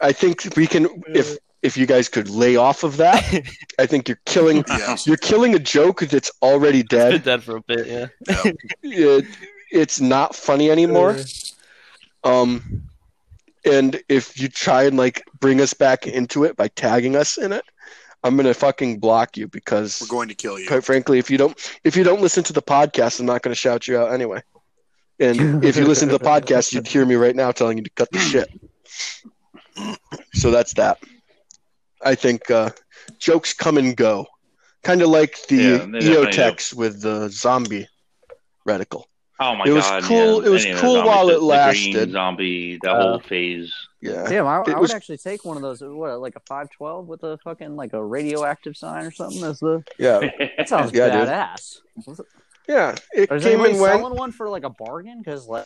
Speaker 2: i think we can if if you guys could lay off of that i think you're killing
Speaker 1: Yeah.
Speaker 2: you're killing a joke that's already
Speaker 3: it's been
Speaker 2: dead
Speaker 3: dead for a bit. Yeah.
Speaker 2: it, it's not funny anymore um and if you try and like bring us back into it by tagging us in it i'm gonna fucking block you because
Speaker 1: We're going to kill you.
Speaker 2: quite frankly if you don't if you don't listen to the podcast i'm not gonna shout you out anyway and if you listen to the podcast you'd hear me right now telling you to cut the shit so that's that i think uh, jokes come and go kind of like the
Speaker 5: Yeah, they definitely
Speaker 2: eotex with the zombie reticle
Speaker 5: oh my
Speaker 2: it was
Speaker 5: Oh god!
Speaker 2: cool-
Speaker 5: yeah.
Speaker 2: it was
Speaker 5: Any of the
Speaker 2: cool
Speaker 5: zombies,
Speaker 2: while
Speaker 5: the-
Speaker 2: it
Speaker 5: the green
Speaker 2: lasted.
Speaker 5: zombie, the
Speaker 3: Uh,
Speaker 5: whole phase.
Speaker 2: Yeah.
Speaker 4: Damn, I,
Speaker 2: It
Speaker 4: I
Speaker 2: was-
Speaker 4: would actually take one of those. What, like a five twelve with a fucking like a radioactive sign or something? That's the
Speaker 2: Yeah.
Speaker 4: that sounds
Speaker 2: Yeah, dude.
Speaker 4: badass. Was it-
Speaker 2: Yeah. It
Speaker 4: or Is
Speaker 2: came
Speaker 4: anybody
Speaker 2: and went.
Speaker 4: selling one for like a bargain? Because like,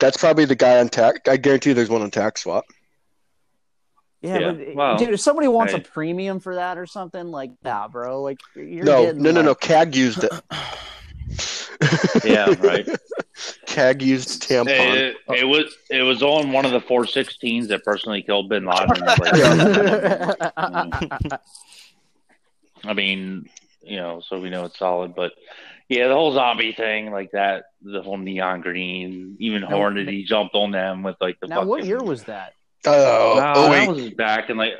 Speaker 2: That's probably the guy on tax. I guarantee there's one on tax swap.
Speaker 4: yeah,
Speaker 5: Yeah,
Speaker 4: but, eh,
Speaker 5: well,
Speaker 4: dude, if somebody wants
Speaker 5: hey.
Speaker 4: a premium for that or something, like, nah, bro, like you're
Speaker 2: No,
Speaker 4: getting,
Speaker 2: no, no, no.
Speaker 4: like-
Speaker 2: CAG used it.
Speaker 5: Yeah, right.
Speaker 2: CAG used tampon.
Speaker 5: It, it was it was on one of the 416s that personally killed Bin Laden. I mean, you know, so we know it's solid. But yeah, the whole zombie thing, like that, the whole neon green, even
Speaker 4: Now-
Speaker 5: Hornady jumped on them with like the.
Speaker 4: now, what
Speaker 5: fucking-
Speaker 4: year was that?
Speaker 2: Oh,
Speaker 5: Nah,
Speaker 2: oh, wait.
Speaker 5: that was back in like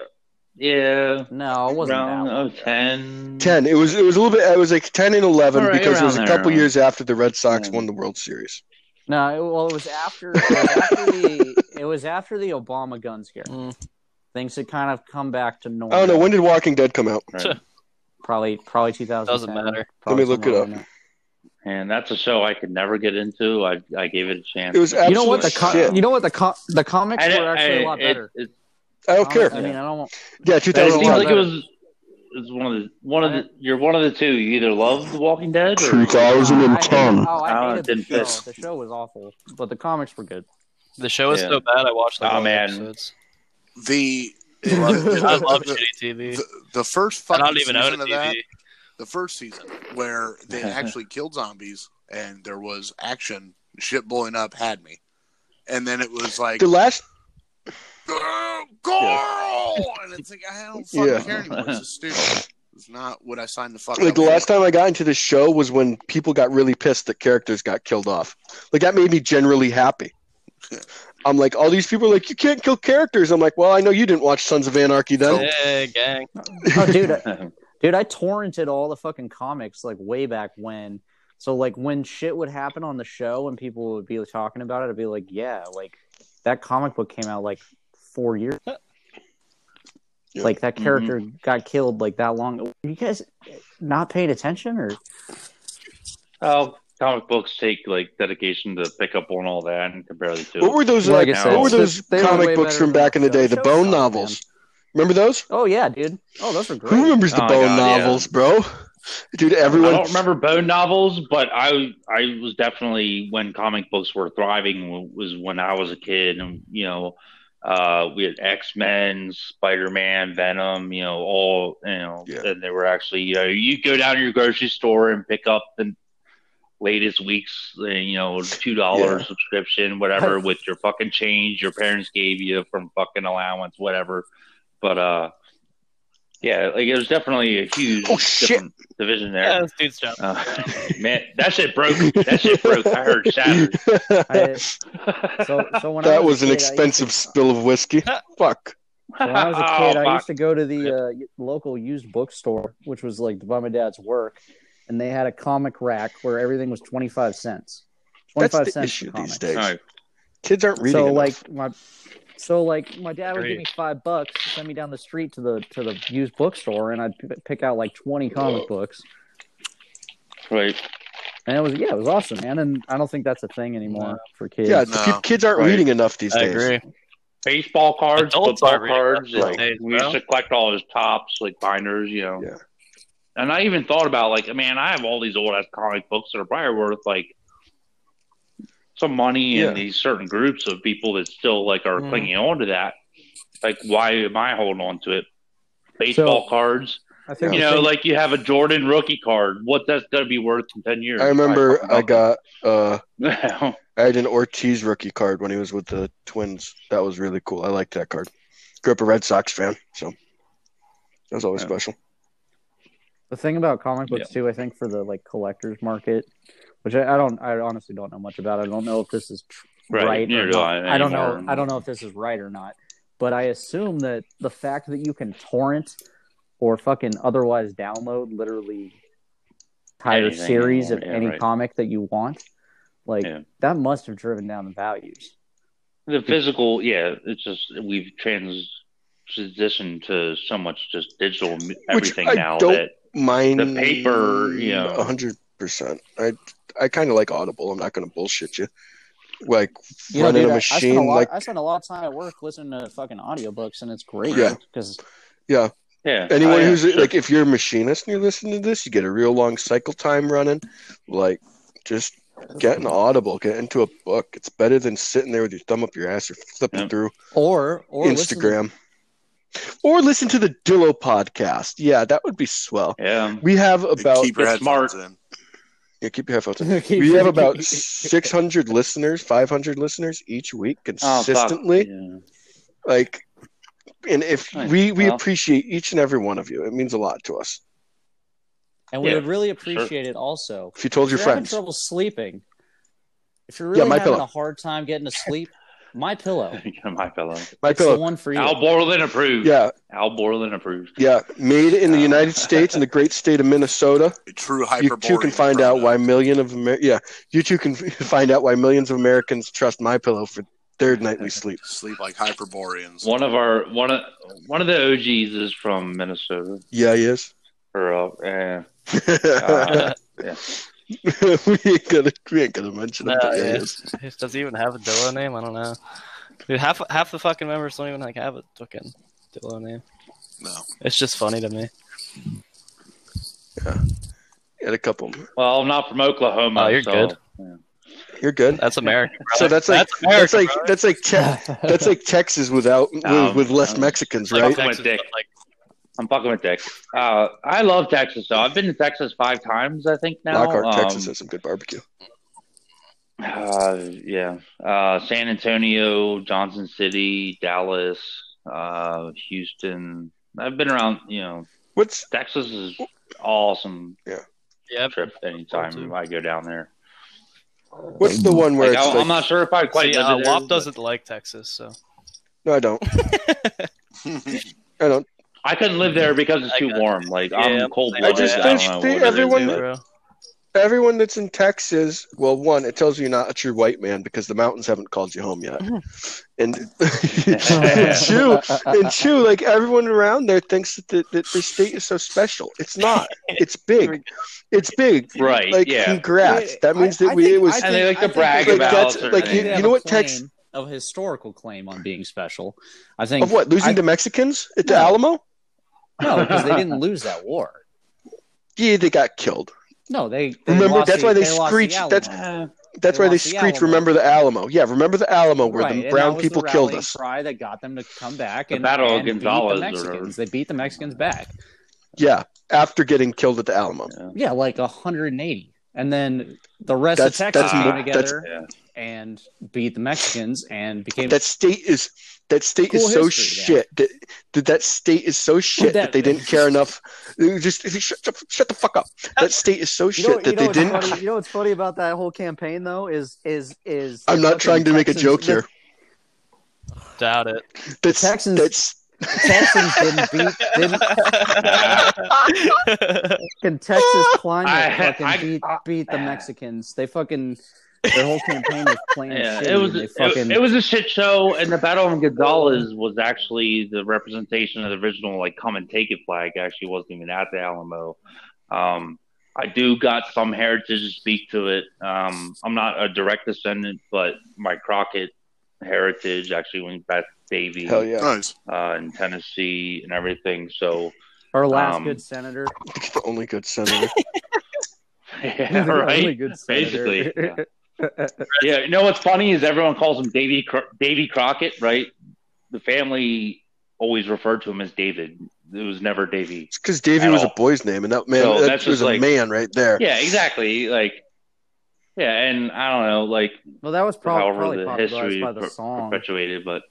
Speaker 5: yeah,
Speaker 4: No, it wasn't that.
Speaker 5: around
Speaker 4: Long.
Speaker 5: oh, 10.
Speaker 2: 10. It was it was a little bit it was like 10 and 11
Speaker 5: All right,
Speaker 2: because it was a
Speaker 5: around there,
Speaker 2: couple
Speaker 5: around
Speaker 2: years after the Red Sox
Speaker 5: Yeah.
Speaker 2: won the World Series.
Speaker 4: No, it, well, it was after. It was after the. It was after the Obama gun scare.
Speaker 3: Mm.
Speaker 4: Things had kind of come back to normal.
Speaker 2: I don't know when did Walking Dead come out?
Speaker 5: Right.
Speaker 4: Probably, probably 2000.
Speaker 3: Doesn't matter.
Speaker 2: Let me look it up.
Speaker 5: And that's a show I could never get into. I I gave it a chance.
Speaker 2: It was absolute
Speaker 4: You know what the co-
Speaker 2: shit.
Speaker 4: you know what the co- the comics
Speaker 5: I-
Speaker 4: were actually
Speaker 5: I-
Speaker 4: a lot
Speaker 5: it-
Speaker 4: better.
Speaker 5: it-
Speaker 2: I don't care.
Speaker 4: I mean, I don't.
Speaker 2: yeah,
Speaker 5: it seems
Speaker 2: 2011.
Speaker 5: like it was. It's one of the one of the you're one of the two. You either love The Walking Dead or
Speaker 2: 2010.
Speaker 4: Oh,
Speaker 5: I
Speaker 4: I
Speaker 5: don't
Speaker 4: hated the
Speaker 5: think
Speaker 4: show.
Speaker 5: this-
Speaker 4: The show was awful, but the comics were good.
Speaker 3: The show is
Speaker 5: Yeah.
Speaker 3: so bad. I watched like
Speaker 5: Aw,
Speaker 3: all the
Speaker 5: man.
Speaker 3: episodes.
Speaker 1: The
Speaker 3: I love, I love
Speaker 1: the,
Speaker 3: shitty TV.
Speaker 1: the, the first
Speaker 3: and
Speaker 1: fucking
Speaker 3: I don't even
Speaker 1: season
Speaker 3: own a
Speaker 1: of that.
Speaker 3: TV.
Speaker 1: The first season where they actually killed zombies and there was action, shit blowing up had me. And then it was like
Speaker 2: The last
Speaker 1: girl, girl! and it's like I don't fucking
Speaker 2: Yeah.
Speaker 1: care anymore. It's just stupid. It's not what I signed the fuck.
Speaker 2: like
Speaker 1: up
Speaker 2: the
Speaker 1: for.
Speaker 2: last time I got into this show was when people got really pissed that characters got killed off. Like that made me generally happy. I'm like, all these people are like, you can't kill characters. I'm like, well, I know you didn't watch Sons of Anarchy then.
Speaker 3: Yeah, gang.
Speaker 4: Oh, dude, I- dude, I torrented all the fucking comics like way back when. So like when shit would happen on the show and people would be talking about it, I'd be like, yeah, like that comic book came out like four years.
Speaker 2: Yeah. Mm-hmm.
Speaker 4: Like that character got killed like that long. Were you guys not paying attention or?
Speaker 5: Oh, comic books take like dedication to pick up on all that and compare the two.
Speaker 2: What were those?
Speaker 4: Like
Speaker 2: Like,
Speaker 4: I
Speaker 5: said,
Speaker 2: what were
Speaker 4: it's
Speaker 2: those
Speaker 4: just- they were
Speaker 2: comic
Speaker 4: way
Speaker 2: books
Speaker 4: better
Speaker 2: from
Speaker 4: than
Speaker 2: back in the
Speaker 4: the
Speaker 2: day? The
Speaker 4: show
Speaker 2: Bone
Speaker 4: stuff,
Speaker 2: novels. Remember those?
Speaker 4: Oh yeah, dude. Oh, those are great.
Speaker 2: Who remembers the
Speaker 5: Oh my
Speaker 2: Bone
Speaker 5: God, yeah.
Speaker 2: novels, bro? Dude, everyone.
Speaker 5: I don't remember Bone novels, but I I was definitely when comic books were thriving was when I was a kid, and you know, uh, we had X Men, Spider Man, Venom, you know, all you know,
Speaker 2: Yeah.
Speaker 5: and they were actually you know you go down to your grocery store and pick up the latest week's uh, you know two dollar
Speaker 2: Yeah.
Speaker 5: subscription, whatever, with your fucking change your parents gave you from fucking allowance, whatever. But uh, yeah, like it was definitely a huge
Speaker 2: Oh, shit.
Speaker 5: different division there.
Speaker 3: Yeah, this dude's job.
Speaker 5: Uh, man, that shit broke. That shit broke. I heard shattered.
Speaker 4: I- so, so when I
Speaker 2: that
Speaker 4: was,
Speaker 2: was
Speaker 4: a
Speaker 2: an
Speaker 4: kid, I used to-
Speaker 2: expensive spill of whiskey. Fuck.
Speaker 4: So when I was a kid,
Speaker 5: oh,
Speaker 4: I
Speaker 5: fuck.
Speaker 4: used to go to the uh, local used bookstore, which was like by my dad's work, and they had a comic rack where everything was twenty five cents. Twenty
Speaker 2: That's
Speaker 4: five
Speaker 2: the
Speaker 4: cents for
Speaker 2: issue
Speaker 4: comics.
Speaker 2: these days.
Speaker 5: All right.
Speaker 2: Kids aren't reading.
Speaker 4: so
Speaker 2: enough.
Speaker 4: like my, so like my dad would give
Speaker 3: Great.
Speaker 4: me five bucks to send me down the street to the to the used bookstore, and I'd p- pick out like twenty comic books,
Speaker 5: Right.
Speaker 4: and it was yeah, it was awesome, man. And I don't think that's a thing anymore for kids.
Speaker 2: yeah,
Speaker 1: No.
Speaker 2: ki- kids aren't
Speaker 5: Right.
Speaker 2: reading enough these
Speaker 3: I
Speaker 2: days.
Speaker 3: agree.
Speaker 5: Baseball cards,
Speaker 3: Adults
Speaker 5: football
Speaker 3: aren't reading
Speaker 5: cards.
Speaker 2: these
Speaker 5: Like,
Speaker 3: days,
Speaker 5: we used
Speaker 3: bro.
Speaker 5: to collect all those tops, like binders, you know.
Speaker 2: Yeah.
Speaker 5: And I even thought about like, man, I have all these old ass comic books that are probably worth like some money
Speaker 2: Yeah.
Speaker 5: and these certain groups of people that still like are
Speaker 4: Mm.
Speaker 3: Mhm.
Speaker 5: clinging on to that. Like, why am I holding on to it? Baseball cards.
Speaker 4: I think
Speaker 5: you
Speaker 4: the
Speaker 5: know,
Speaker 4: thing-
Speaker 5: like you have a Jordan rookie card. What that's gonna be worth in ten years?
Speaker 2: I remember I got uh,
Speaker 5: got.
Speaker 2: I had an Ortiz rookie card when he was with the Twins. That was really cool. I liked that card. Grew up a Red Sox fan, so that was always
Speaker 5: Yeah.
Speaker 2: special.
Speaker 4: The thing about comic books too, I think for the like collectors market, which I, I don't, I honestly don't know much about. I don't know if this is tr-
Speaker 5: Right,
Speaker 4: right.
Speaker 5: neither
Speaker 4: or
Speaker 5: do
Speaker 4: not.
Speaker 5: I
Speaker 4: I don't know.
Speaker 5: anymore.
Speaker 4: I don't know if this is right or not. But I assume that the fact that you can torrent or fucking otherwise download literally entire
Speaker 5: Anything
Speaker 4: series of
Speaker 5: anymore, yeah,
Speaker 4: any
Speaker 5: right.
Speaker 4: comic that you want, like
Speaker 5: Yeah.
Speaker 4: that must have driven down the values.
Speaker 5: the physical, yeah. It's just we've transitioned to so much just digital m- everything
Speaker 2: I
Speaker 5: now
Speaker 2: don't-
Speaker 5: that
Speaker 2: Mine
Speaker 5: The paper, you know.
Speaker 2: hundred percent. I I kind of like Audible. I'm not going to bullshit you. like
Speaker 4: You know,
Speaker 2: running
Speaker 4: dude,
Speaker 2: a
Speaker 4: I- I, spend a
Speaker 2: machine
Speaker 4: lot,
Speaker 2: like
Speaker 4: I spend a lot of time at work listening to fucking audiobooks, and it's great.
Speaker 2: Yeah.
Speaker 4: because
Speaker 5: Yeah.
Speaker 2: anyone
Speaker 5: Oh, yeah,
Speaker 2: who's
Speaker 5: sure.
Speaker 2: like if you're a machinist and you're listening to this you get a real long cycle time running like just get an audible get into a book it's better than sitting there with your thumb up your ass or flipping
Speaker 5: Yeah.
Speaker 2: through
Speaker 4: or or listen to-
Speaker 2: instagram or listen to the dillo podcast yeah that would be swell
Speaker 5: yeah. Oh,
Speaker 2: we have about
Speaker 1: keep your
Speaker 5: It's smart.
Speaker 1: headphones in.
Speaker 2: yeah, keep your headphones in.
Speaker 4: Keep-
Speaker 2: we have about
Speaker 4: keep-
Speaker 2: 600 listeners 500 listeners each week
Speaker 5: Oh, fuck.
Speaker 2: consistently
Speaker 5: Yeah.
Speaker 2: like and if
Speaker 5: Nice.
Speaker 2: we we
Speaker 5: Well.
Speaker 2: appreciate each and every one of you it means a lot to us
Speaker 4: and we
Speaker 5: Yeah,
Speaker 4: would really appreciate it also.
Speaker 2: if you told
Speaker 4: If
Speaker 2: your
Speaker 4: you're having
Speaker 2: friends
Speaker 4: trouble sleeping, if you're
Speaker 2: Yeah,
Speaker 4: really
Speaker 2: My
Speaker 4: having
Speaker 2: Pillow.
Speaker 4: a hard time getting to sleep, my pillow.
Speaker 5: My fellow.
Speaker 2: my
Speaker 4: It's the
Speaker 2: pillow
Speaker 4: one for you.
Speaker 5: Al Borland approved.
Speaker 2: yeah
Speaker 5: Al Borland approved.
Speaker 2: yeah made in the
Speaker 5: Oh.
Speaker 2: united states in the great state of minnesota
Speaker 1: A true
Speaker 2: you
Speaker 1: hyperbole.
Speaker 2: two can find out why million of Amer- yeah you two can find out why millions of americans trust my pillow for their nightly sleep
Speaker 1: sleep like hyperboreans.
Speaker 5: One of our one of one of the OGs is from Minnesota.
Speaker 2: yeah he is
Speaker 5: Or, uh, eh,
Speaker 2: we,
Speaker 5: uh,
Speaker 2: ain't gonna, we ain't gonna mention him,
Speaker 3: Nah,
Speaker 5: Uh,
Speaker 2: but yeah,
Speaker 3: yeah.
Speaker 2: he is.
Speaker 3: Does he even have a Dillo name? I don't know. Dude, half half the fucking members don't even like have a fucking Dillo name.
Speaker 1: No.
Speaker 3: It's just funny to me.
Speaker 2: Had a couple.
Speaker 5: well, I'm not from Oklahoma.
Speaker 3: Oh, you're
Speaker 5: so,
Speaker 3: good.
Speaker 2: You're good.
Speaker 3: That's America. bro.
Speaker 2: So that's like
Speaker 3: that's
Speaker 2: that's,
Speaker 3: America,
Speaker 2: like
Speaker 3: bro.
Speaker 2: that's like te- that's like Texas without
Speaker 5: Um,
Speaker 2: with, with less
Speaker 5: um,
Speaker 2: Mexicans,
Speaker 5: like
Speaker 2: right?
Speaker 3: Texas,
Speaker 5: Texas, dick.
Speaker 3: but, like,
Speaker 5: I'm fucking with Dick. Uh, I love Texas though. I've been to Texas five times, I think now.
Speaker 2: Lockhart,
Speaker 5: Um,
Speaker 2: Texas has some good barbecue.
Speaker 5: Uh, yeah. Uh, San Antonio, Johnson City, Dallas, uh, Houston. I've been around, you know,
Speaker 2: What's
Speaker 5: Texas is awesome
Speaker 3: yeah,
Speaker 5: trip anytime I go down there.
Speaker 2: what's the one where
Speaker 5: Like,
Speaker 2: it's
Speaker 5: I,
Speaker 2: like,
Speaker 5: am not sure if I quite
Speaker 3: See, uh,
Speaker 5: live there,
Speaker 3: Wop
Speaker 5: but-
Speaker 3: doesn't like Texas, so
Speaker 2: no, I don't, I don't.
Speaker 5: I couldn't live there because it's
Speaker 3: I
Speaker 5: too
Speaker 3: got
Speaker 5: warm. Like
Speaker 3: Yeah,
Speaker 5: I'm cold blooded. I,
Speaker 3: just-
Speaker 5: don't
Speaker 2: there's-
Speaker 5: know
Speaker 2: they-
Speaker 5: what it is.
Speaker 2: everyone-
Speaker 3: Dude, bro.
Speaker 2: Everyone that's in Texas, well, one, it tells you you're not a true white man because the mountains haven't called you home yet,
Speaker 4: Mm-hmm.
Speaker 2: and, and two, and two, like everyone around there thinks that the, that the state is so special. It's not. It's big. It's big.
Speaker 5: Right,
Speaker 2: Like,
Speaker 5: yeah.
Speaker 2: congrats. That means that
Speaker 4: I- I
Speaker 2: we it
Speaker 4: think-
Speaker 2: was
Speaker 4: I
Speaker 5: And they
Speaker 4: think-
Speaker 5: like to
Speaker 4: I think
Speaker 5: brag
Speaker 4: they-
Speaker 2: like
Speaker 5: about
Speaker 2: that's
Speaker 5: certain
Speaker 2: like you,
Speaker 5: things.
Speaker 4: they
Speaker 2: you
Speaker 4: have
Speaker 2: know
Speaker 4: a
Speaker 2: what
Speaker 4: claim
Speaker 2: Tex
Speaker 4: of historical claim on being special. I think
Speaker 2: of what losing
Speaker 4: I-
Speaker 2: to Mexicans at the
Speaker 4: No.
Speaker 2: Alamo?
Speaker 4: no, because they didn't lose that war.
Speaker 2: Yeah, they got killed.
Speaker 4: No, they, they
Speaker 2: Remember,
Speaker 4: lost
Speaker 2: that's
Speaker 4: the-
Speaker 2: why they
Speaker 4: lost the
Speaker 2: screeched-
Speaker 4: Alamo.
Speaker 2: that's- That's
Speaker 4: They
Speaker 2: why they
Speaker 4: lost the
Speaker 2: screech.
Speaker 4: Alamo.
Speaker 2: Remember the Alamo? Yeah, remember the Alamo where
Speaker 4: Right,
Speaker 2: the
Speaker 4: and that
Speaker 2: brown
Speaker 4: was
Speaker 2: people
Speaker 4: the
Speaker 2: killed
Speaker 4: rallying
Speaker 2: us.
Speaker 4: Cry that got them to come back
Speaker 5: The
Speaker 4: and,
Speaker 5: Battle of
Speaker 4: and beat the
Speaker 5: Gonzales or-
Speaker 4: Mexicans. They beat the Mexicans back.
Speaker 2: Yeah, after getting killed at the Alamo.
Speaker 4: Yeah, like 180. And then the rest
Speaker 2: That's-
Speaker 4: of Texas
Speaker 5: that's
Speaker 4: came
Speaker 5: more-
Speaker 4: together
Speaker 5: that's-
Speaker 4: and beat the Mexicans and became
Speaker 2: That state is that state is
Speaker 4: Cool
Speaker 2: so
Speaker 4: history,
Speaker 2: shit that, that that state is so shit that,
Speaker 4: That-
Speaker 2: they didn't care enough. They Just shut, shut- shut the fuck up. That state is so
Speaker 6: You
Speaker 2: shit
Speaker 6: know, you
Speaker 2: that
Speaker 6: know
Speaker 2: they
Speaker 6: what's
Speaker 2: didn't.
Speaker 6: funny, you know what's funny about that whole campaign though is is is
Speaker 2: I'm not trying to make a
Speaker 6: Texans-
Speaker 2: joke
Speaker 6: the-
Speaker 2: here.
Speaker 3: doubt it.
Speaker 2: That's
Speaker 6: Texans-
Speaker 2: that's
Speaker 6: the Texans didn't beat didn't fucking Texas climate
Speaker 5: I-
Speaker 6: fucking
Speaker 5: I-
Speaker 6: beat beat the Mexicans. They fucking their whole campaign was plain
Speaker 5: Yeah,
Speaker 6: shit.
Speaker 5: it was
Speaker 6: they
Speaker 5: it,
Speaker 6: fucking
Speaker 5: it was a shit show, and the Battle of Gonzales was actually the representation of the original like "Come and Take It" flag. Actually, wasn't even at the Alamo. Um, I do got some heritage to speak to it. Um, I'm not a direct descendant, but my Crockett heritage actually went back to Davy
Speaker 2: hell yeah.
Speaker 1: Nice.
Speaker 5: uh, in Tennessee and everything. So,
Speaker 6: our last
Speaker 5: um,
Speaker 6: good senator.
Speaker 2: It's the only good senator.
Speaker 5: yeah,
Speaker 6: Our only
Speaker 5: right.
Speaker 6: good
Speaker 5: Basically,
Speaker 6: senator.
Speaker 5: Yeah, you know what's funny is everyone calls him Davy Cro- Davy Crockett, right? The family always referred to him as David. It was never Davy.
Speaker 2: It's because Davy
Speaker 5: At
Speaker 2: was
Speaker 5: all.
Speaker 2: a boy's name, and that man
Speaker 5: So
Speaker 2: that
Speaker 5: that's
Speaker 2: was
Speaker 5: just
Speaker 2: a
Speaker 5: like-
Speaker 2: man right there.
Speaker 5: Yeah, exactly. Like, yeah, and I don't know, like
Speaker 6: well, that was prob-
Speaker 5: however
Speaker 6: probably
Speaker 5: the
Speaker 6: popularized
Speaker 5: history
Speaker 6: by the
Speaker 5: per-
Speaker 4: Oh.
Speaker 6: song.
Speaker 5: perpetuated, but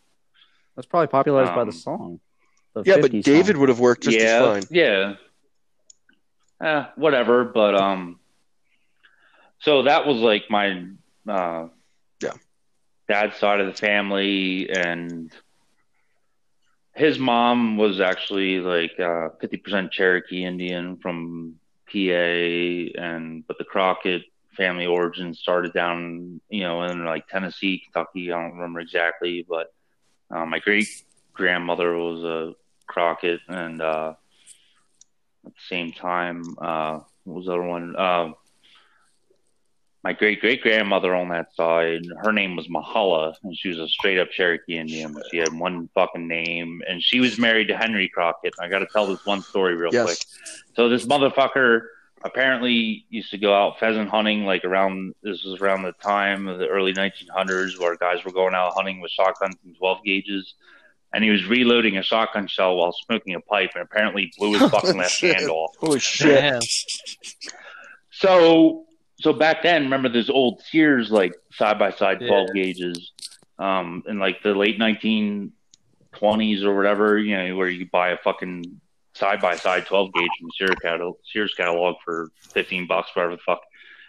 Speaker 6: That's probably popularized by
Speaker 5: Um,
Speaker 6: the song. The
Speaker 2: Yeah, but
Speaker 6: 50 song.
Speaker 2: David would have worked just
Speaker 5: yeah,
Speaker 2: as fine.
Speaker 5: yeah, eh, whatever. But um, so that was like my uh,
Speaker 2: Yeah.
Speaker 5: dad's side of the family, and his mom was actually like uh, fifty percent Cherokee Indian from PA, and but the Crockett family origin started down, you know, in like Tennessee, Kentucky. I don't remember exactly, but uh, my great grandmother was a Crockett, and uh, at the same time, uh, what was the other one? Uh, Um, my great great grandmother on that side, her name was Mahala, and she was a straight up Cherokee Indian. She had one fucking name, and she was married to Henry Crockett. I got to tell this one story real
Speaker 2: Yes.
Speaker 5: quick. So this motherfucker apparently used to go out pheasant hunting, like around this was around the time of the early 1900s, where guys were going out hunting with shotguns and 12 gauges. And he was reloading a shotgun shell while smoking a pipe, and apparently blew his fucking left
Speaker 1: Shit.
Speaker 5: hand off.
Speaker 2: Holy shit!
Speaker 5: So so back then, remember those old Sears like side by side
Speaker 3: Yeah.
Speaker 5: twelve gauges, um, in like the late nineteen twenties or whatever, you know, where you could buy a fucking side by side twelve gauge from Sears catalog, Sears catalog for fifteen bucks, whatever the fuck.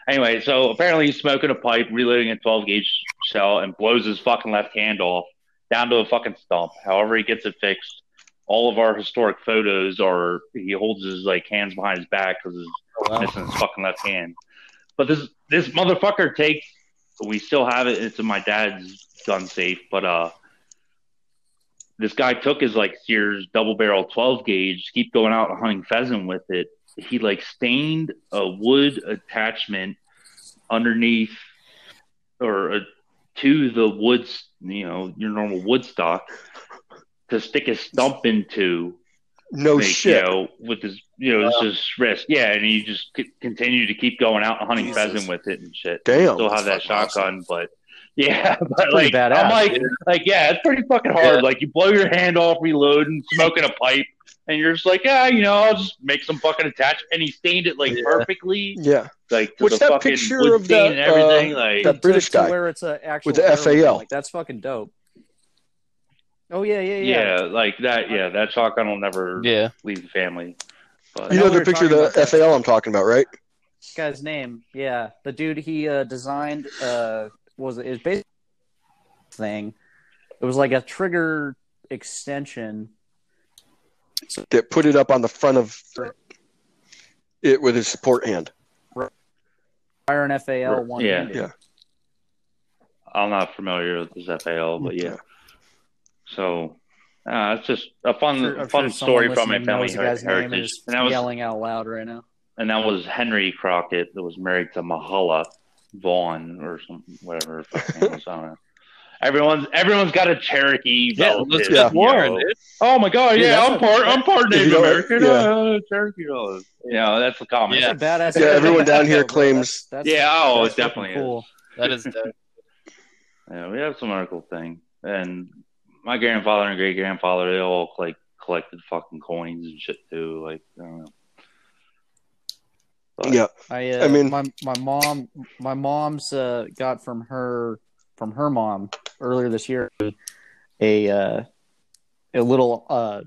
Speaker 5: Anyway, so apparently he's smoking a pipe, reloading a twelve gauge shell, and blows his fucking left hand off down to a fucking stump. However, he gets it fixed. All of our historic photos are he holds his like hands behind his back because his missing his fucking left hand. But this this motherfucker takes. We still have it. It's in my dad's gun safe. But uh, this guy took his like Sears double barrel twelve gauge. Keep going out hunting pheasant with it. He like stained a wood attachment underneath or uh, to the woods. You know your normal wood stock to stick his stump into
Speaker 2: No
Speaker 5: like,
Speaker 2: Oh, shit.
Speaker 5: You know, with his, you know, it's just wrist. Yeah, and he just c- continued to keep going out and hunting
Speaker 1: Jesus.
Speaker 5: pheasant with it and shit.
Speaker 2: Damn.
Speaker 5: Still have that
Speaker 1: That's fucking
Speaker 5: shotgun, but yeah, but
Speaker 4: pretty
Speaker 5: like
Speaker 4: badass,
Speaker 5: I'm like, like yeah, it's pretty fucking hard. Like you blow your hand off reloading, smoking a pipe, and you're just like, ah, you know, I'll just make some fucking attach. And he stained it like perfectly,
Speaker 2: Yeah.
Speaker 5: like to
Speaker 2: What's
Speaker 5: the
Speaker 2: that
Speaker 5: fucking
Speaker 2: picture
Speaker 5: wood
Speaker 2: of
Speaker 5: stain
Speaker 2: that,
Speaker 5: and everything.
Speaker 2: uh,
Speaker 5: like
Speaker 2: that- British
Speaker 4: to, to
Speaker 2: guy
Speaker 4: where it's an actual
Speaker 2: with the
Speaker 4: heroin,
Speaker 2: FAL.
Speaker 4: Like that's fucking dope. Oh yeah, yeah, yeah.
Speaker 5: yeah, like that. Yeah, that shotgun will never
Speaker 3: Yeah.
Speaker 5: leave the family. But
Speaker 2: You know
Speaker 4: know we
Speaker 2: the
Speaker 4: were
Speaker 2: picture of
Speaker 4: talking
Speaker 2: the
Speaker 4: about that.
Speaker 2: FAL I'm talking about, right?
Speaker 4: This guy's name, yeah, the dude he uh, designed uh, what was it? It's basically thing. It was like a trigger extension.
Speaker 2: That put it up on the front of it with his support hand.
Speaker 4: Fire an FAL one.
Speaker 2: Yeah.
Speaker 5: I'm not familiar with this FAL, but yeah. So uh, it's just a fun, a fun story from my family her-
Speaker 4: Name and,
Speaker 5: heritage.
Speaker 4: is
Speaker 5: And that was
Speaker 4: yelling out loud right now.
Speaker 5: and that was Henry Crockett that was married to Mahala Vaughn or some whatever. her fucking name was, I don't know. Everyone's everyone's got a Cherokee.
Speaker 2: Oh,
Speaker 3: Yeah,
Speaker 5: relative,
Speaker 3: let's
Speaker 5: you
Speaker 3: get Warren,
Speaker 5: know.
Speaker 3: dude.
Speaker 5: Oh my god,
Speaker 4: Dude,
Speaker 5: yeah,
Speaker 4: that's
Speaker 5: I'm
Speaker 4: a-
Speaker 5: part I'm
Speaker 2: If
Speaker 5: part
Speaker 2: you
Speaker 5: Native
Speaker 2: don't-
Speaker 5: American.
Speaker 2: yeah.
Speaker 5: Uh, Cherokee relative. You know, that's the common.
Speaker 3: Yeah.
Speaker 5: Yeah,
Speaker 4: That's a badass.
Speaker 2: Yeah, everyone down here
Speaker 4: Bro,
Speaker 2: claims-
Speaker 4: That's,
Speaker 5: Yeah, oh, it
Speaker 4: fucking
Speaker 5: definitely is.
Speaker 4: cool.
Speaker 3: That is dope.
Speaker 5: we have some other cool thing. And my grandfather and great grandfather, they all like collected fucking coins and shit too. Like, I don't know. But-
Speaker 2: Yeah.
Speaker 4: I, uh,
Speaker 2: I mean-
Speaker 4: my my mom my mom's uh, got from her from her mom earlier this year a uh, a little uh,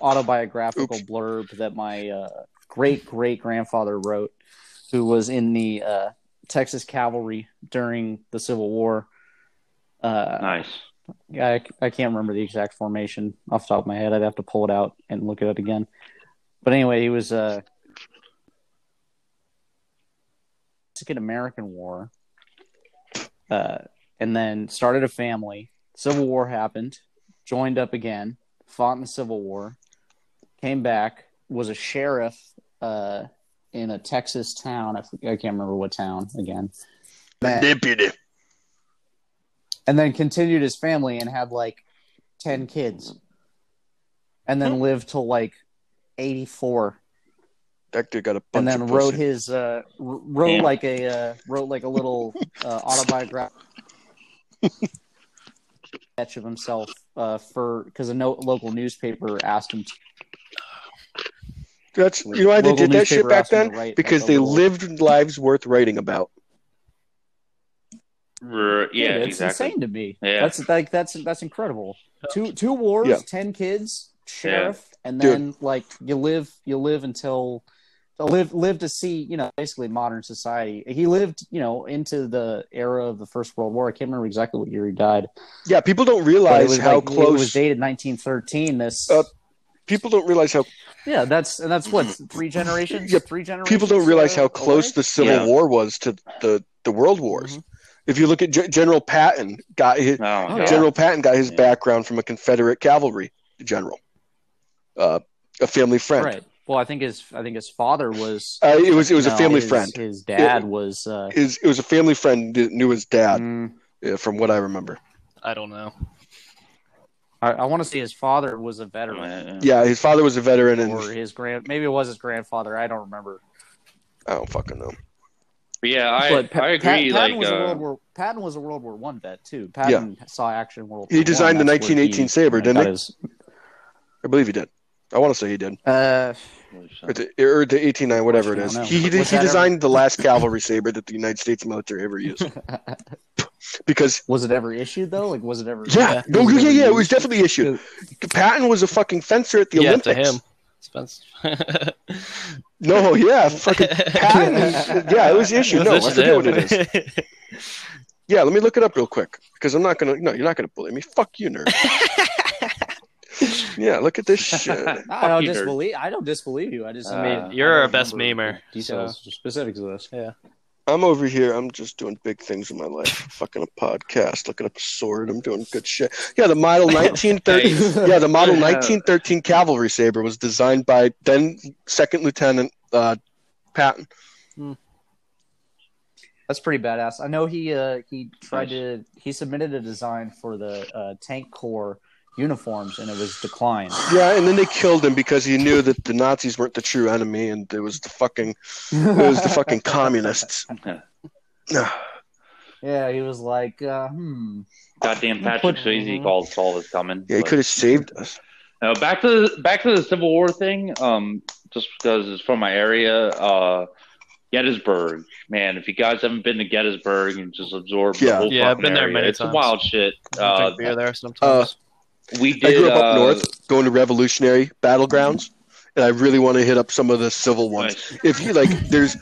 Speaker 4: autobiographical blurb that my uh, great great grandfather wrote, who was in the uh, Texas Cavalry during the Civil War. Uh,
Speaker 5: Nice.
Speaker 4: I, I can't remember the exact formation off the top of my head. I'd have to pull it out and look it up again. But anyway, he was uh, Mexican American War, uh, and then started a family. Civil War happened, joined up again, fought in the Civil War, came back, was a sheriff uh, in a Texas town. I, f- I can't remember what town again. Then-
Speaker 2: Deputy.
Speaker 4: and then continued his family and had like 10 kids and then lived till like 84
Speaker 2: That dude got a bunch
Speaker 4: and then
Speaker 2: of
Speaker 4: wrote
Speaker 2: pussy.
Speaker 4: his uh wr- wrote
Speaker 5: Damn.
Speaker 4: like a uh, wrote like a little uh, autobiograph sketch of himself uh for because a no- local newspaper asked him to
Speaker 2: That's you know why they
Speaker 4: local
Speaker 2: did that shit
Speaker 4: newspaper
Speaker 2: back
Speaker 4: asked him
Speaker 2: then?
Speaker 4: to write, like,
Speaker 2: Because
Speaker 4: a
Speaker 2: they
Speaker 4: little-
Speaker 2: lived lives worth writing about.
Speaker 5: R-
Speaker 4: Dude,
Speaker 5: yeah,
Speaker 4: it's
Speaker 5: exactly.
Speaker 4: insane to me
Speaker 5: Yeah.
Speaker 4: that's like that's that's incredible two two wars
Speaker 2: Yeah.
Speaker 4: 10 kids sheriff and
Speaker 2: Dude.
Speaker 4: then like you live you live until uh, live live to see you know basically modern society he lived you know into the era of the first world war i can't remember exactly what year he died
Speaker 2: Yeah, people don't
Speaker 4: But it
Speaker 2: realize
Speaker 4: was
Speaker 2: how
Speaker 4: like- it was
Speaker 2: close
Speaker 4: dated 1913 this
Speaker 2: Uh, people don't realize how
Speaker 4: yeah that's and that's what three generations
Speaker 2: Yeah,
Speaker 4: three generations
Speaker 2: people don't realize
Speaker 4: uh,
Speaker 2: how close
Speaker 4: away?
Speaker 2: the Civil
Speaker 5: Yeah.
Speaker 2: War was to the the World Wars.
Speaker 4: Mm-hmm.
Speaker 2: If you look at G- General Patton, got his,
Speaker 5: Oh, my
Speaker 4: Oh,
Speaker 5: God.
Speaker 2: General Patton got his
Speaker 5: Yeah.
Speaker 2: background from a Confederate cavalry general, uh, a family friend.
Speaker 4: right
Speaker 6: Well, I think his I think his father was.
Speaker 2: Uh, it was it was
Speaker 6: no,
Speaker 2: a family
Speaker 6: his-
Speaker 2: friend.
Speaker 6: His dad was. Uh,
Speaker 2: His it was a family friend that knew his dad,
Speaker 6: mm,
Speaker 2: uh, from what I remember.
Speaker 3: I don't know.
Speaker 6: I, I want to say his father was a veteran,
Speaker 2: Yeah, his father was a veteran, and
Speaker 6: or his grand. Maybe it was his grandfather. I don't remember.
Speaker 2: I don't fucking know.
Speaker 5: But yeah, I,
Speaker 6: but Pa-
Speaker 5: I
Speaker 6: Pa-
Speaker 5: agree. like,
Speaker 6: Patton was a
Speaker 5: uh,
Speaker 6: World War Patton was a World War One vet too. Patton saw action in World.
Speaker 2: He
Speaker 6: War
Speaker 2: designed the
Speaker 6: One. That's where
Speaker 2: 1918
Speaker 6: he,
Speaker 2: Sabre,
Speaker 6: uh,
Speaker 2: didn't
Speaker 6: got
Speaker 2: he?
Speaker 6: his-
Speaker 2: I believe he did. I want to say he did,
Speaker 6: uh,
Speaker 2: or the, or the 189, whatever it
Speaker 6: I don't
Speaker 2: is.
Speaker 6: know.
Speaker 2: He he,
Speaker 6: Was
Speaker 2: he
Speaker 6: that ever-
Speaker 2: designed the last cavalry saber that the United States military ever used because
Speaker 6: was it ever issued though? Like, was it ever?
Speaker 2: yeah, no,
Speaker 6: was
Speaker 2: yeah,
Speaker 6: ever
Speaker 2: yeah, it
Speaker 6: used?
Speaker 2: was definitely issued. Patton was a fucking fencer at the
Speaker 3: yeah,
Speaker 2: Olympics.
Speaker 3: to him, Spence.
Speaker 2: No, yeah, fucking Patton. is- yeah, it was issued. No, I
Speaker 3: This
Speaker 2: forget what it is.
Speaker 3: him.
Speaker 2: Yeah, let me look it up real quick because I'm not gonna. No, you're not gonna bully me. Fuck you, nerd. yeah, look at this shit.
Speaker 6: I don't
Speaker 5: Fuck you, nerd.
Speaker 6: disbelieve. I don't disbelieve you. I just.
Speaker 3: I mean,
Speaker 6: uh,
Speaker 3: you're
Speaker 6: don't
Speaker 3: our best memer,
Speaker 6: remember Details, specifics of this.
Speaker 2: I'm over here. I'm just doing big things in my life. Fucking a podcast, looking up a sword. I'm doing good shit. Yeah, the model 1913. yeah, the model 1913 cavalry saber was designed by then Second Lieutenant uh, Patton.
Speaker 6: That's pretty badass. I know he uh, he tried to he submitted a design for the uh, tank corps uniforms and it was declined.
Speaker 2: Yeah, and then they killed him because he knew that the Nazis weren't the true enemy, and it was the fucking it was the fucking communists.
Speaker 6: yeah, he was like, uh, hmm.
Speaker 5: Goddamn Patrick Swayze called Saul is coming.
Speaker 2: Yeah, he
Speaker 5: but-
Speaker 2: could have saved us.
Speaker 5: No, back to the, back to the Civil War thing. Um, just because it's from my area, uh, Gettysburg. Man, if you guys haven't been to Gettysburg and just absorb, the
Speaker 2: Yeah.
Speaker 5: whole
Speaker 3: Yeah, I've
Speaker 5: fucking
Speaker 3: been there
Speaker 5: area,
Speaker 3: many
Speaker 5: it's
Speaker 3: times.
Speaker 5: wild shit. Uh,
Speaker 3: Drink beer there sometimes.
Speaker 5: we
Speaker 2: I
Speaker 5: did.
Speaker 2: grew up up
Speaker 5: uh,
Speaker 2: north, going to revolutionary battlegrounds, and I really want to hit up some of the civil ones.
Speaker 5: like,
Speaker 2: if you like there's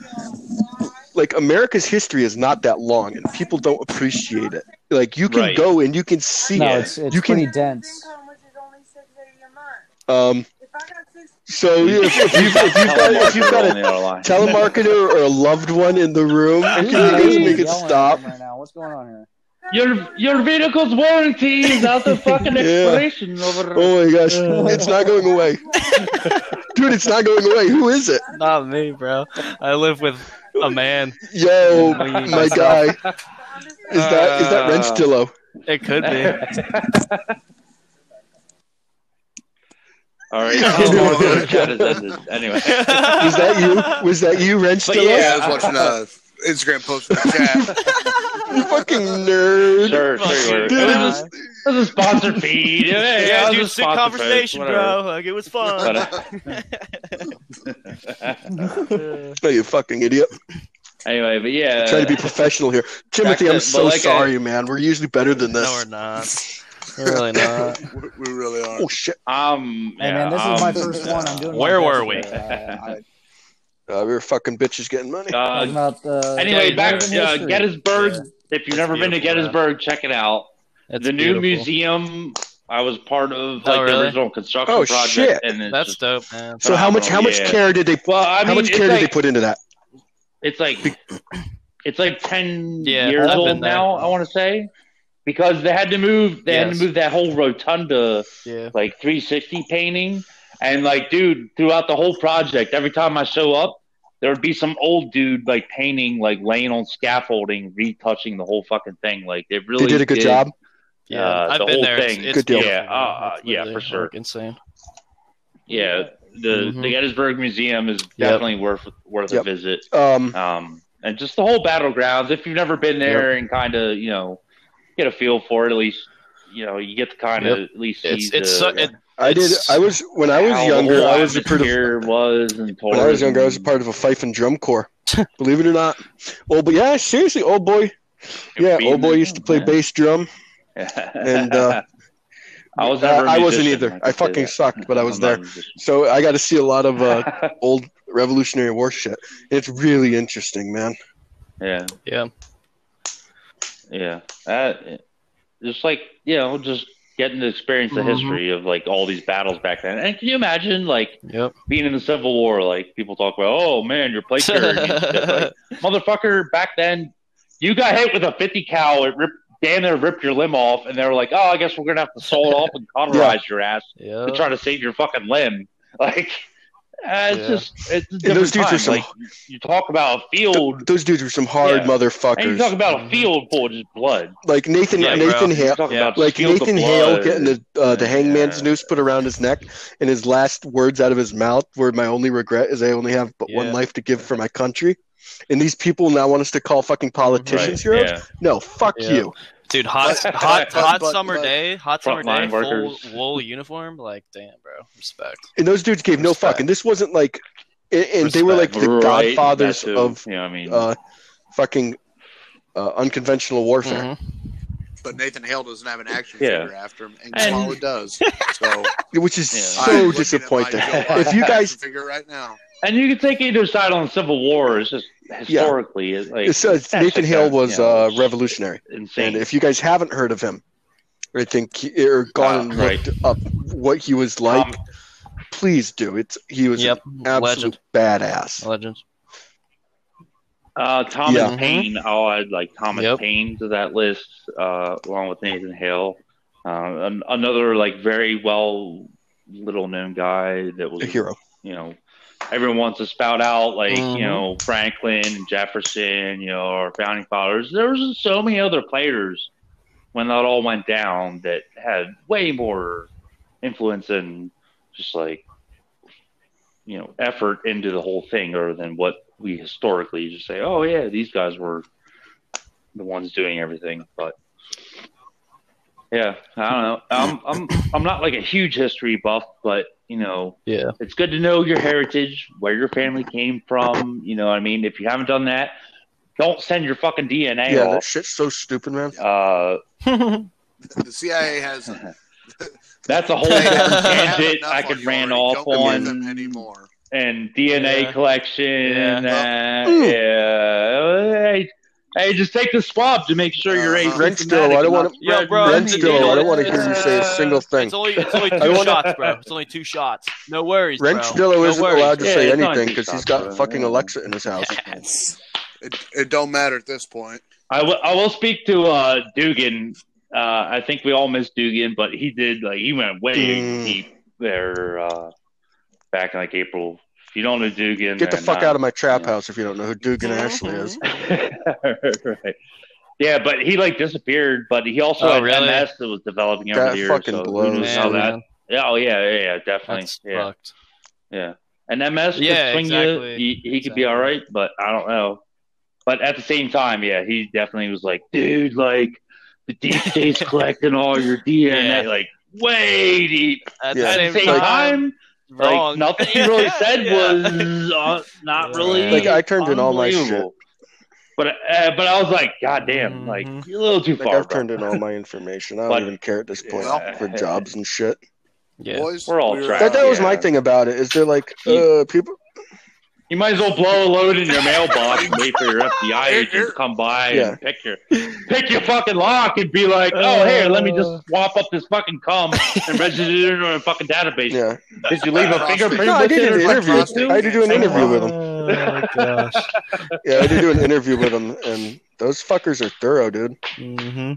Speaker 2: like america's history is not that long and people don't appreciate it like you can
Speaker 5: Right.
Speaker 2: go and you can see
Speaker 6: No,
Speaker 5: Yeah.
Speaker 6: it's it's
Speaker 2: You can-
Speaker 6: pretty dense.
Speaker 2: it um so you- if, if you've, if, you've got, if you've got a telemarketer or a loved one in the room can you guys make it
Speaker 6: Yelling at
Speaker 2: stop
Speaker 6: him Right now. What's going on here?
Speaker 5: your your vehicle's warranty is out the fucking
Speaker 2: Yeah.
Speaker 5: expiration over.
Speaker 2: oh my gosh it's not going away dude it's not going away who is it
Speaker 3: Not me, bro. I live with a man.
Speaker 2: yo my guy is that is that
Speaker 5: Uh.
Speaker 2: wrench dillo
Speaker 3: It could be.
Speaker 5: All right. I don't know where the chat has ended. Anyway.
Speaker 2: was that you was that you wrench
Speaker 3: But
Speaker 2: dillo
Speaker 1: Yeah, I was watching a Instagram post in the chat.
Speaker 2: you fucking nerd
Speaker 5: Sure, sure.
Speaker 3: Fucking
Speaker 5: It was
Speaker 2: guy.
Speaker 5: a- it was a sponsor feed. Hey,
Speaker 3: yeah,
Speaker 5: I was
Speaker 3: dude,
Speaker 5: a
Speaker 3: sick
Speaker 5: sponsor
Speaker 3: conversation,
Speaker 5: post, whatever.
Speaker 3: bro. Like it was fun.
Speaker 5: uh, But, uh,
Speaker 2: no you fucking idiot
Speaker 5: anyway, but yeah.
Speaker 2: Try to be professional here. Timothy,
Speaker 5: Uh, Back to-
Speaker 2: I'm so
Speaker 5: but like uh, I-
Speaker 2: sorry, man. We're usually better than
Speaker 3: no, we're
Speaker 2: this.
Speaker 3: not. We're really not.
Speaker 1: we really are.
Speaker 2: Oh shit!
Speaker 5: um,
Speaker 6: Hey man, this is my
Speaker 5: um,
Speaker 6: first one. I'm doing. my
Speaker 3: Where
Speaker 6: best
Speaker 3: were we?
Speaker 6: here. Uh,
Speaker 2: Uh, we were fucking bitches getting money.
Speaker 6: talking
Speaker 5: Uh,
Speaker 6: about the
Speaker 5: anyway, back
Speaker 6: American
Speaker 5: to uh,
Speaker 6: history.
Speaker 5: Gettysburg. If you've
Speaker 3: It's
Speaker 5: never been to
Speaker 3: beautiful,
Speaker 5: Gettysburg, check it out.
Speaker 3: It's
Speaker 5: the new
Speaker 3: beautiful.
Speaker 5: museum I was part of,
Speaker 3: Oh,
Speaker 5: like the
Speaker 3: really?
Speaker 5: original construction
Speaker 2: Oh,
Speaker 5: project,
Speaker 2: shit.
Speaker 5: and it's
Speaker 3: That's
Speaker 5: just-
Speaker 3: dope, man.
Speaker 2: so how much? How much
Speaker 5: yeah.
Speaker 2: care did they?
Speaker 5: Well, I mean,
Speaker 2: how much
Speaker 5: it's
Speaker 2: care
Speaker 5: like,
Speaker 2: did they put into that?
Speaker 5: It's like it's like ten
Speaker 3: Yeah,
Speaker 5: years
Speaker 3: I've been
Speaker 5: old
Speaker 3: there.
Speaker 5: now. I want to say because they had to move. They had
Speaker 3: Yes.
Speaker 5: to move that whole rotunda
Speaker 3: Yeah.
Speaker 5: like 360 painting. And like, dude, throughout the whole project, every time I show up, there would be some old dude like painting, like laying on scaffolding, retouching the whole fucking thing. Like, they really
Speaker 2: They did a good job.
Speaker 5: Yeah,
Speaker 3: Yeah,
Speaker 5: Uh,
Speaker 3: I've
Speaker 5: the
Speaker 3: been
Speaker 5: whole
Speaker 3: there.
Speaker 5: thing.
Speaker 3: It's, it's
Speaker 2: Good deal.
Speaker 3: beautiful,
Speaker 5: Yeah, uh,
Speaker 3: man. It's
Speaker 5: yeah, for
Speaker 3: literally,
Speaker 5: sure.
Speaker 3: like, Insane.
Speaker 5: Yeah, the
Speaker 3: Mhm.
Speaker 5: the Gettysburg Museum is definitely worth worth
Speaker 2: Yep.
Speaker 5: a visit.
Speaker 2: Um,
Speaker 5: Um, and just the whole battlegrounds. If you've never been there and kind of you know get a feel for it, at least you know you get to kind of at least see
Speaker 3: It's it's
Speaker 5: the- uh,
Speaker 3: so, it,
Speaker 2: I did.
Speaker 3: It's-
Speaker 2: I was when I was
Speaker 5: how the
Speaker 2: younger.
Speaker 5: whole
Speaker 2: I was a part of.
Speaker 5: atmosphere was and
Speaker 2: When I was younger, I was a
Speaker 5: tourism.
Speaker 2: part of a fife and drum corps. Believe it or not. Oh, but yeah, seriously, old boy. Yeah, old boy used to play
Speaker 5: Yeah.
Speaker 2: bass drum.
Speaker 5: And
Speaker 2: uh,
Speaker 5: I was
Speaker 2: Uh,
Speaker 5: never. a
Speaker 2: I wasn't
Speaker 5: musician,
Speaker 2: either.
Speaker 5: can
Speaker 2: I
Speaker 5: say
Speaker 2: fucking
Speaker 5: that.
Speaker 2: sucked, but I was
Speaker 5: I'm not a
Speaker 2: there.
Speaker 5: musician.
Speaker 2: So I got to see a lot of uh, old Revolutionary War shit. It's really interesting, man.
Speaker 5: yeah,
Speaker 3: yeah.
Speaker 5: yeah. That, just like you know, just getting to experience the
Speaker 2: Mm-hmm.
Speaker 3: Mhm.
Speaker 5: history of like all these battles back then. And can you imagine like
Speaker 3: Yep.
Speaker 5: being in the Civil War? Like people talk about, oh man, your plate carrier. and shit." like, motherfucker, back then you got hit with a fifty cal. It ripped, damn near ripped your limb off, and they were like, oh, I guess we're gonna have to sew it off and cauterize your ass.
Speaker 3: yeah.
Speaker 5: to try to save your fucking limb. Like, Uh, it's
Speaker 7: Yeah.
Speaker 5: just it's a
Speaker 2: those
Speaker 5: different
Speaker 2: dudes are
Speaker 5: time.
Speaker 2: some-
Speaker 5: Like you talk about a field,
Speaker 2: Those dudes were some hard
Speaker 5: Yeah. and you
Speaker 2: motherfuckers.
Speaker 5: talk about a field full of just blood.
Speaker 2: like Mm-hmm. Nathan,
Speaker 5: Yeah, bro.
Speaker 2: Nathan
Speaker 5: You
Speaker 2: Hale,
Speaker 5: talk
Speaker 3: Yeah.
Speaker 5: about
Speaker 2: like
Speaker 5: fields of
Speaker 2: Nathan Hale
Speaker 5: blood.
Speaker 2: getting the uh, the hangman's
Speaker 5: Yeah.
Speaker 2: noose put around his neck, and his last words out of his mouth were, "My only regret is I only have but
Speaker 3: Yeah.
Speaker 2: one life to give for my country." And these people now want us to call fucking politicians
Speaker 5: Right,
Speaker 2: heroes.
Speaker 5: yeah.
Speaker 2: No, fuck
Speaker 7: Yeah.
Speaker 2: you.
Speaker 3: Dude, hot,
Speaker 5: But-
Speaker 3: hot,
Speaker 5: but-
Speaker 3: hot
Speaker 1: but-
Speaker 3: summer
Speaker 1: but-
Speaker 3: day, hot summer day,
Speaker 5: Frontline
Speaker 3: full
Speaker 5: workers.
Speaker 3: wool uniform. Like, damn, bro, respect.
Speaker 2: And those dudes gave no
Speaker 7: Respect.
Speaker 2: fuck. And this wasn't like, and, and they were like
Speaker 5: Respect.
Speaker 2: the
Speaker 5: Right,
Speaker 2: godfathers
Speaker 5: that too.
Speaker 2: of
Speaker 5: you know what I mean.
Speaker 2: uh, fucking uh, unconventional warfare.
Speaker 7: Mhm.
Speaker 1: But Nathan Hale doesn't have an action
Speaker 5: Yeah.
Speaker 1: figure after him, and,
Speaker 5: And-
Speaker 1: Kamala does. So
Speaker 2: which is
Speaker 5: Yeah.
Speaker 1: I'm
Speaker 2: so
Speaker 1: looking at my
Speaker 2: disappointing.
Speaker 1: Joe Biden
Speaker 2: if you guys,
Speaker 1: action figure right now,
Speaker 5: and you can take either side on Civil War. It's just historically, it's like
Speaker 2: it's, uh,
Speaker 5: that
Speaker 2: Nathan
Speaker 5: shit's
Speaker 2: Hale
Speaker 5: not,
Speaker 2: was
Speaker 5: you know,
Speaker 2: uh,
Speaker 5: it's
Speaker 2: revolutionary,
Speaker 5: Insane.
Speaker 2: and if you guys haven't heard of him, or think he- or gone
Speaker 5: Ah,
Speaker 2: and
Speaker 5: right.
Speaker 2: looked up what he was like, please do. It's he was
Speaker 3: Yep,
Speaker 2: an absolute
Speaker 3: legend,
Speaker 2: badass.
Speaker 3: legend.
Speaker 5: uh, Thomas
Speaker 2: Yeah.
Speaker 5: Paine. I'll add like Thomas
Speaker 3: Yep.
Speaker 5: Paine to that list, uh, along with Nathan Hale. Uh, an- another like very well little known guy that was
Speaker 2: A hero.
Speaker 5: you know, everyone wants to spout out like,
Speaker 7: Mhm.
Speaker 5: you know, Franklin and Jefferson, you know, our founding fathers. There was just so many other players when that all went down that had way more influence and just like, you know, effort into the whole thing other than what we historically just say, oh, yeah, these guys were the ones doing everything. But yeah, I don't know. I'm, I'm, I'm not like a huge history buff, but, you know, it's good to know your heritage, where your family came from. You know what I mean? If you haven't done that, don't send your fucking
Speaker 2: Yeah,
Speaker 5: DNA
Speaker 2: that
Speaker 5: off.
Speaker 2: shit's so stupid, man.
Speaker 5: Uh,
Speaker 1: the CIA has.
Speaker 5: that's a whole
Speaker 1: they have
Speaker 5: different tangent
Speaker 1: enough
Speaker 5: I
Speaker 1: on
Speaker 5: could
Speaker 1: you
Speaker 5: ran
Speaker 1: already.
Speaker 5: off
Speaker 1: Don't give
Speaker 5: on.
Speaker 1: them anymore.
Speaker 5: And DNA
Speaker 3: Yeah.
Speaker 5: collection.
Speaker 3: Yeah.
Speaker 5: And, uh, yeah. Hey, hey, just take the swab to make sure you're
Speaker 1: Uh,
Speaker 5: asymptomatic.
Speaker 2: Renstill, Uh-huh. I don't
Speaker 5: and
Speaker 2: wanna-
Speaker 5: not spreading
Speaker 3: bro,
Speaker 2: Ren
Speaker 3: Ren's
Speaker 5: any-
Speaker 2: Still, I don't want to hear
Speaker 3: it's-
Speaker 2: you say a single thing.
Speaker 3: It's only, it's only
Speaker 2: I
Speaker 3: two
Speaker 2: wanna-
Speaker 3: shots, bro. It's only two shots. No worries,
Speaker 2: Ren
Speaker 3: bro.
Speaker 2: Stillo
Speaker 3: no
Speaker 2: isn't
Speaker 3: worries.
Speaker 2: allowed to
Speaker 5: Yeah,
Speaker 2: say
Speaker 5: it's not
Speaker 2: anything
Speaker 5: too
Speaker 2: because he's
Speaker 5: soft,
Speaker 2: got
Speaker 5: bro.
Speaker 2: fucking Alexa in his house.
Speaker 1: It, it don't matter at this point.
Speaker 5: I will- I will speak to uh, Dugan. Uh, I think we all miss Dugan, but he did like he went way
Speaker 2: Mm.
Speaker 5: deep there uh, back in like April. If you don't know Dugan,
Speaker 2: Get the
Speaker 5: then,
Speaker 2: fuck
Speaker 5: uh,
Speaker 2: out of my trap
Speaker 5: yeah.
Speaker 2: house if you don't know who Dugan Ashley is.
Speaker 5: right. Yeah, but he like disappeared. But he also
Speaker 3: Oh,
Speaker 5: had
Speaker 3: really?
Speaker 5: MS that was developing over
Speaker 2: That
Speaker 5: the years.
Speaker 2: fucking
Speaker 5: so who
Speaker 2: blows,
Speaker 5: knows how
Speaker 3: man.
Speaker 5: that? Yeah, oh yeah, yeah, yeah, definitely.
Speaker 3: That's
Speaker 5: yeah,
Speaker 3: fucked.
Speaker 5: yeah. And MS could
Speaker 3: Yeah,
Speaker 5: swing
Speaker 3: exactly.
Speaker 5: you. He, he could be all right, but I don't know. But at the same time, yeah, he definitely was like, dude, like the deep state's collecting all your DNA,
Speaker 3: Yeah.
Speaker 5: like way deep.
Speaker 3: At
Speaker 2: Yeah.
Speaker 5: At
Speaker 3: the
Speaker 5: the same time, like
Speaker 3: wrong.
Speaker 5: nothing he really said
Speaker 3: Yeah.
Speaker 5: was uh, not
Speaker 3: Yeah.
Speaker 5: really.
Speaker 2: Like, I turned in all my shit.
Speaker 5: unbelievable. But uh, but I was like, God
Speaker 3: Mm-hmm.
Speaker 5: damn, like
Speaker 7: Mhm.
Speaker 5: you're a little too
Speaker 2: Like
Speaker 5: far.
Speaker 2: I've
Speaker 5: bro.
Speaker 2: turned in all my information. I don't
Speaker 5: But-
Speaker 2: even care at this point
Speaker 5: Yeah.
Speaker 2: for jobs and shit.
Speaker 3: Yeah.
Speaker 1: Boys,
Speaker 5: We're all
Speaker 1: we were-
Speaker 5: trapped.
Speaker 2: That, that was my
Speaker 5: Yeah.
Speaker 2: thing about it. Is they're like
Speaker 5: You-
Speaker 2: uh, people.
Speaker 5: You might as well blow a load in your mailbox and wait for your FBI
Speaker 1: Here,
Speaker 5: agent
Speaker 1: here.
Speaker 5: to come by
Speaker 2: Yeah.
Speaker 5: and pick your pick your fucking lock and be like,
Speaker 3: Uh,
Speaker 5: oh here, let me just swap up this fucking cum and register it in a fucking database.
Speaker 2: Yeah,
Speaker 5: Did you leave a
Speaker 1: Prostate.
Speaker 5: fingerprint?
Speaker 2: no, I
Speaker 5: with
Speaker 2: did
Speaker 5: it or
Speaker 2: an
Speaker 5: something?
Speaker 2: interview. I did do an interview with him.
Speaker 7: Oh my gosh.
Speaker 2: Yeah, I did do an interview with him, and those fuckers are thorough, dude.
Speaker 7: hmm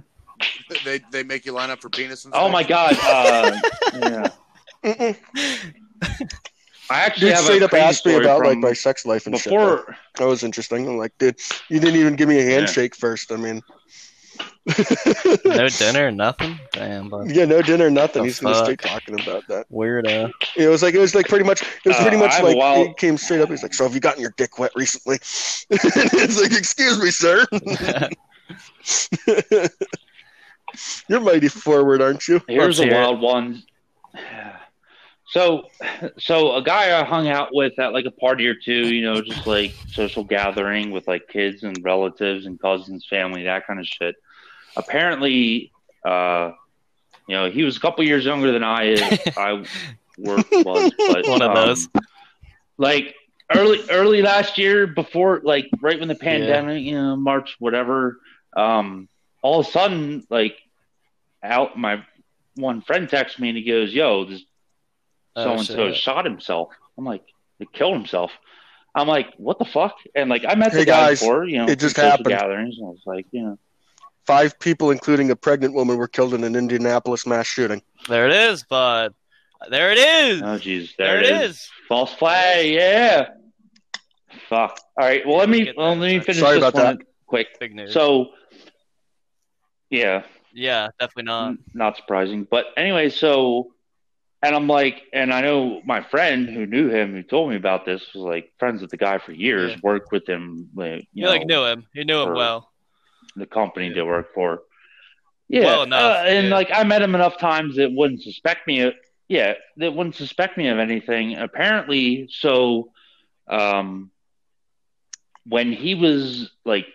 Speaker 1: They, they make you line up for penis. And
Speaker 5: Oh my god. Uh, yeah.
Speaker 2: Mm-mm.
Speaker 5: I actually
Speaker 2: Dude
Speaker 5: have
Speaker 2: straight
Speaker 5: a
Speaker 2: up
Speaker 5: crazy
Speaker 2: asked me
Speaker 5: story
Speaker 2: about
Speaker 5: from
Speaker 2: like my sex life and shit.
Speaker 5: before.
Speaker 2: That was interesting. I'm like, dude, you didn't even give me a handshake first. I mean,
Speaker 3: No dinner, nothing. Damn, but
Speaker 2: yeah, no dinner, nothing.
Speaker 3: The
Speaker 2: He's gonna
Speaker 3: fuck?
Speaker 2: stay talking about that.
Speaker 3: weirdo.
Speaker 2: It was like it was like pretty much it was
Speaker 5: Uh,
Speaker 2: pretty
Speaker 5: I
Speaker 2: much
Speaker 5: have a
Speaker 2: like
Speaker 5: wild-
Speaker 2: it came straight up. He's like, "So have you gotten your dick wet recently?" it's like, "Excuse me, sir, you're mighty forward, aren't you?"
Speaker 3: Let's
Speaker 5: Here's a
Speaker 3: hear it.
Speaker 5: wild one. So, so a guy I hung out with at like a party or two, you know, just like social gathering with like kids and relatives and cousins, family, that kind of shit. Apparently, uh, you know, he was a couple years younger than I I were was, but
Speaker 3: One of
Speaker 5: um,
Speaker 3: those.
Speaker 5: like early early last year, before like right when the pandemic, you know, March, whatever. Um, all of a sudden, like out my one friend texts me and he goes, "Yo, this so
Speaker 3: Oh,
Speaker 5: and so
Speaker 3: shit.
Speaker 5: shot himself." I'm like, "He killed himself." I'm like, "What the fuck?" And like, I met
Speaker 2: Hey,
Speaker 5: the guy
Speaker 2: guys,
Speaker 5: before, you know,
Speaker 2: it just
Speaker 5: from social
Speaker 2: happened.
Speaker 5: Gatherings, and I was like, you know,
Speaker 2: Five people, including a pregnant woman, were killed in an Indianapolis mass shooting.
Speaker 3: There it is, bud. There it is.
Speaker 5: Oh, jeez,
Speaker 3: there it is.
Speaker 5: False flag. Yeah. Fuck. All right. Well, let me
Speaker 3: Get that.
Speaker 5: well, let me finish
Speaker 2: Sorry
Speaker 5: this
Speaker 2: about
Speaker 5: one quick.
Speaker 3: Big news.
Speaker 5: So, yeah,
Speaker 3: yeah, definitely not.
Speaker 5: n- not surprising. But anyway, so, and I'm like, and I know my friend who knew him, who told me about this, was like friends with the guy for years,
Speaker 3: Yeah.
Speaker 5: worked with him, like,
Speaker 3: You,
Speaker 5: you know,
Speaker 3: like knew him. You knew him
Speaker 5: or-
Speaker 3: well.
Speaker 5: the company they work for. Yeah,
Speaker 3: Well enough,
Speaker 5: uh, and
Speaker 3: yeah.
Speaker 5: like I met him enough times that wouldn't suspect me. Of, yeah, that wouldn't suspect me of anything. Apparently, so um, when he was like,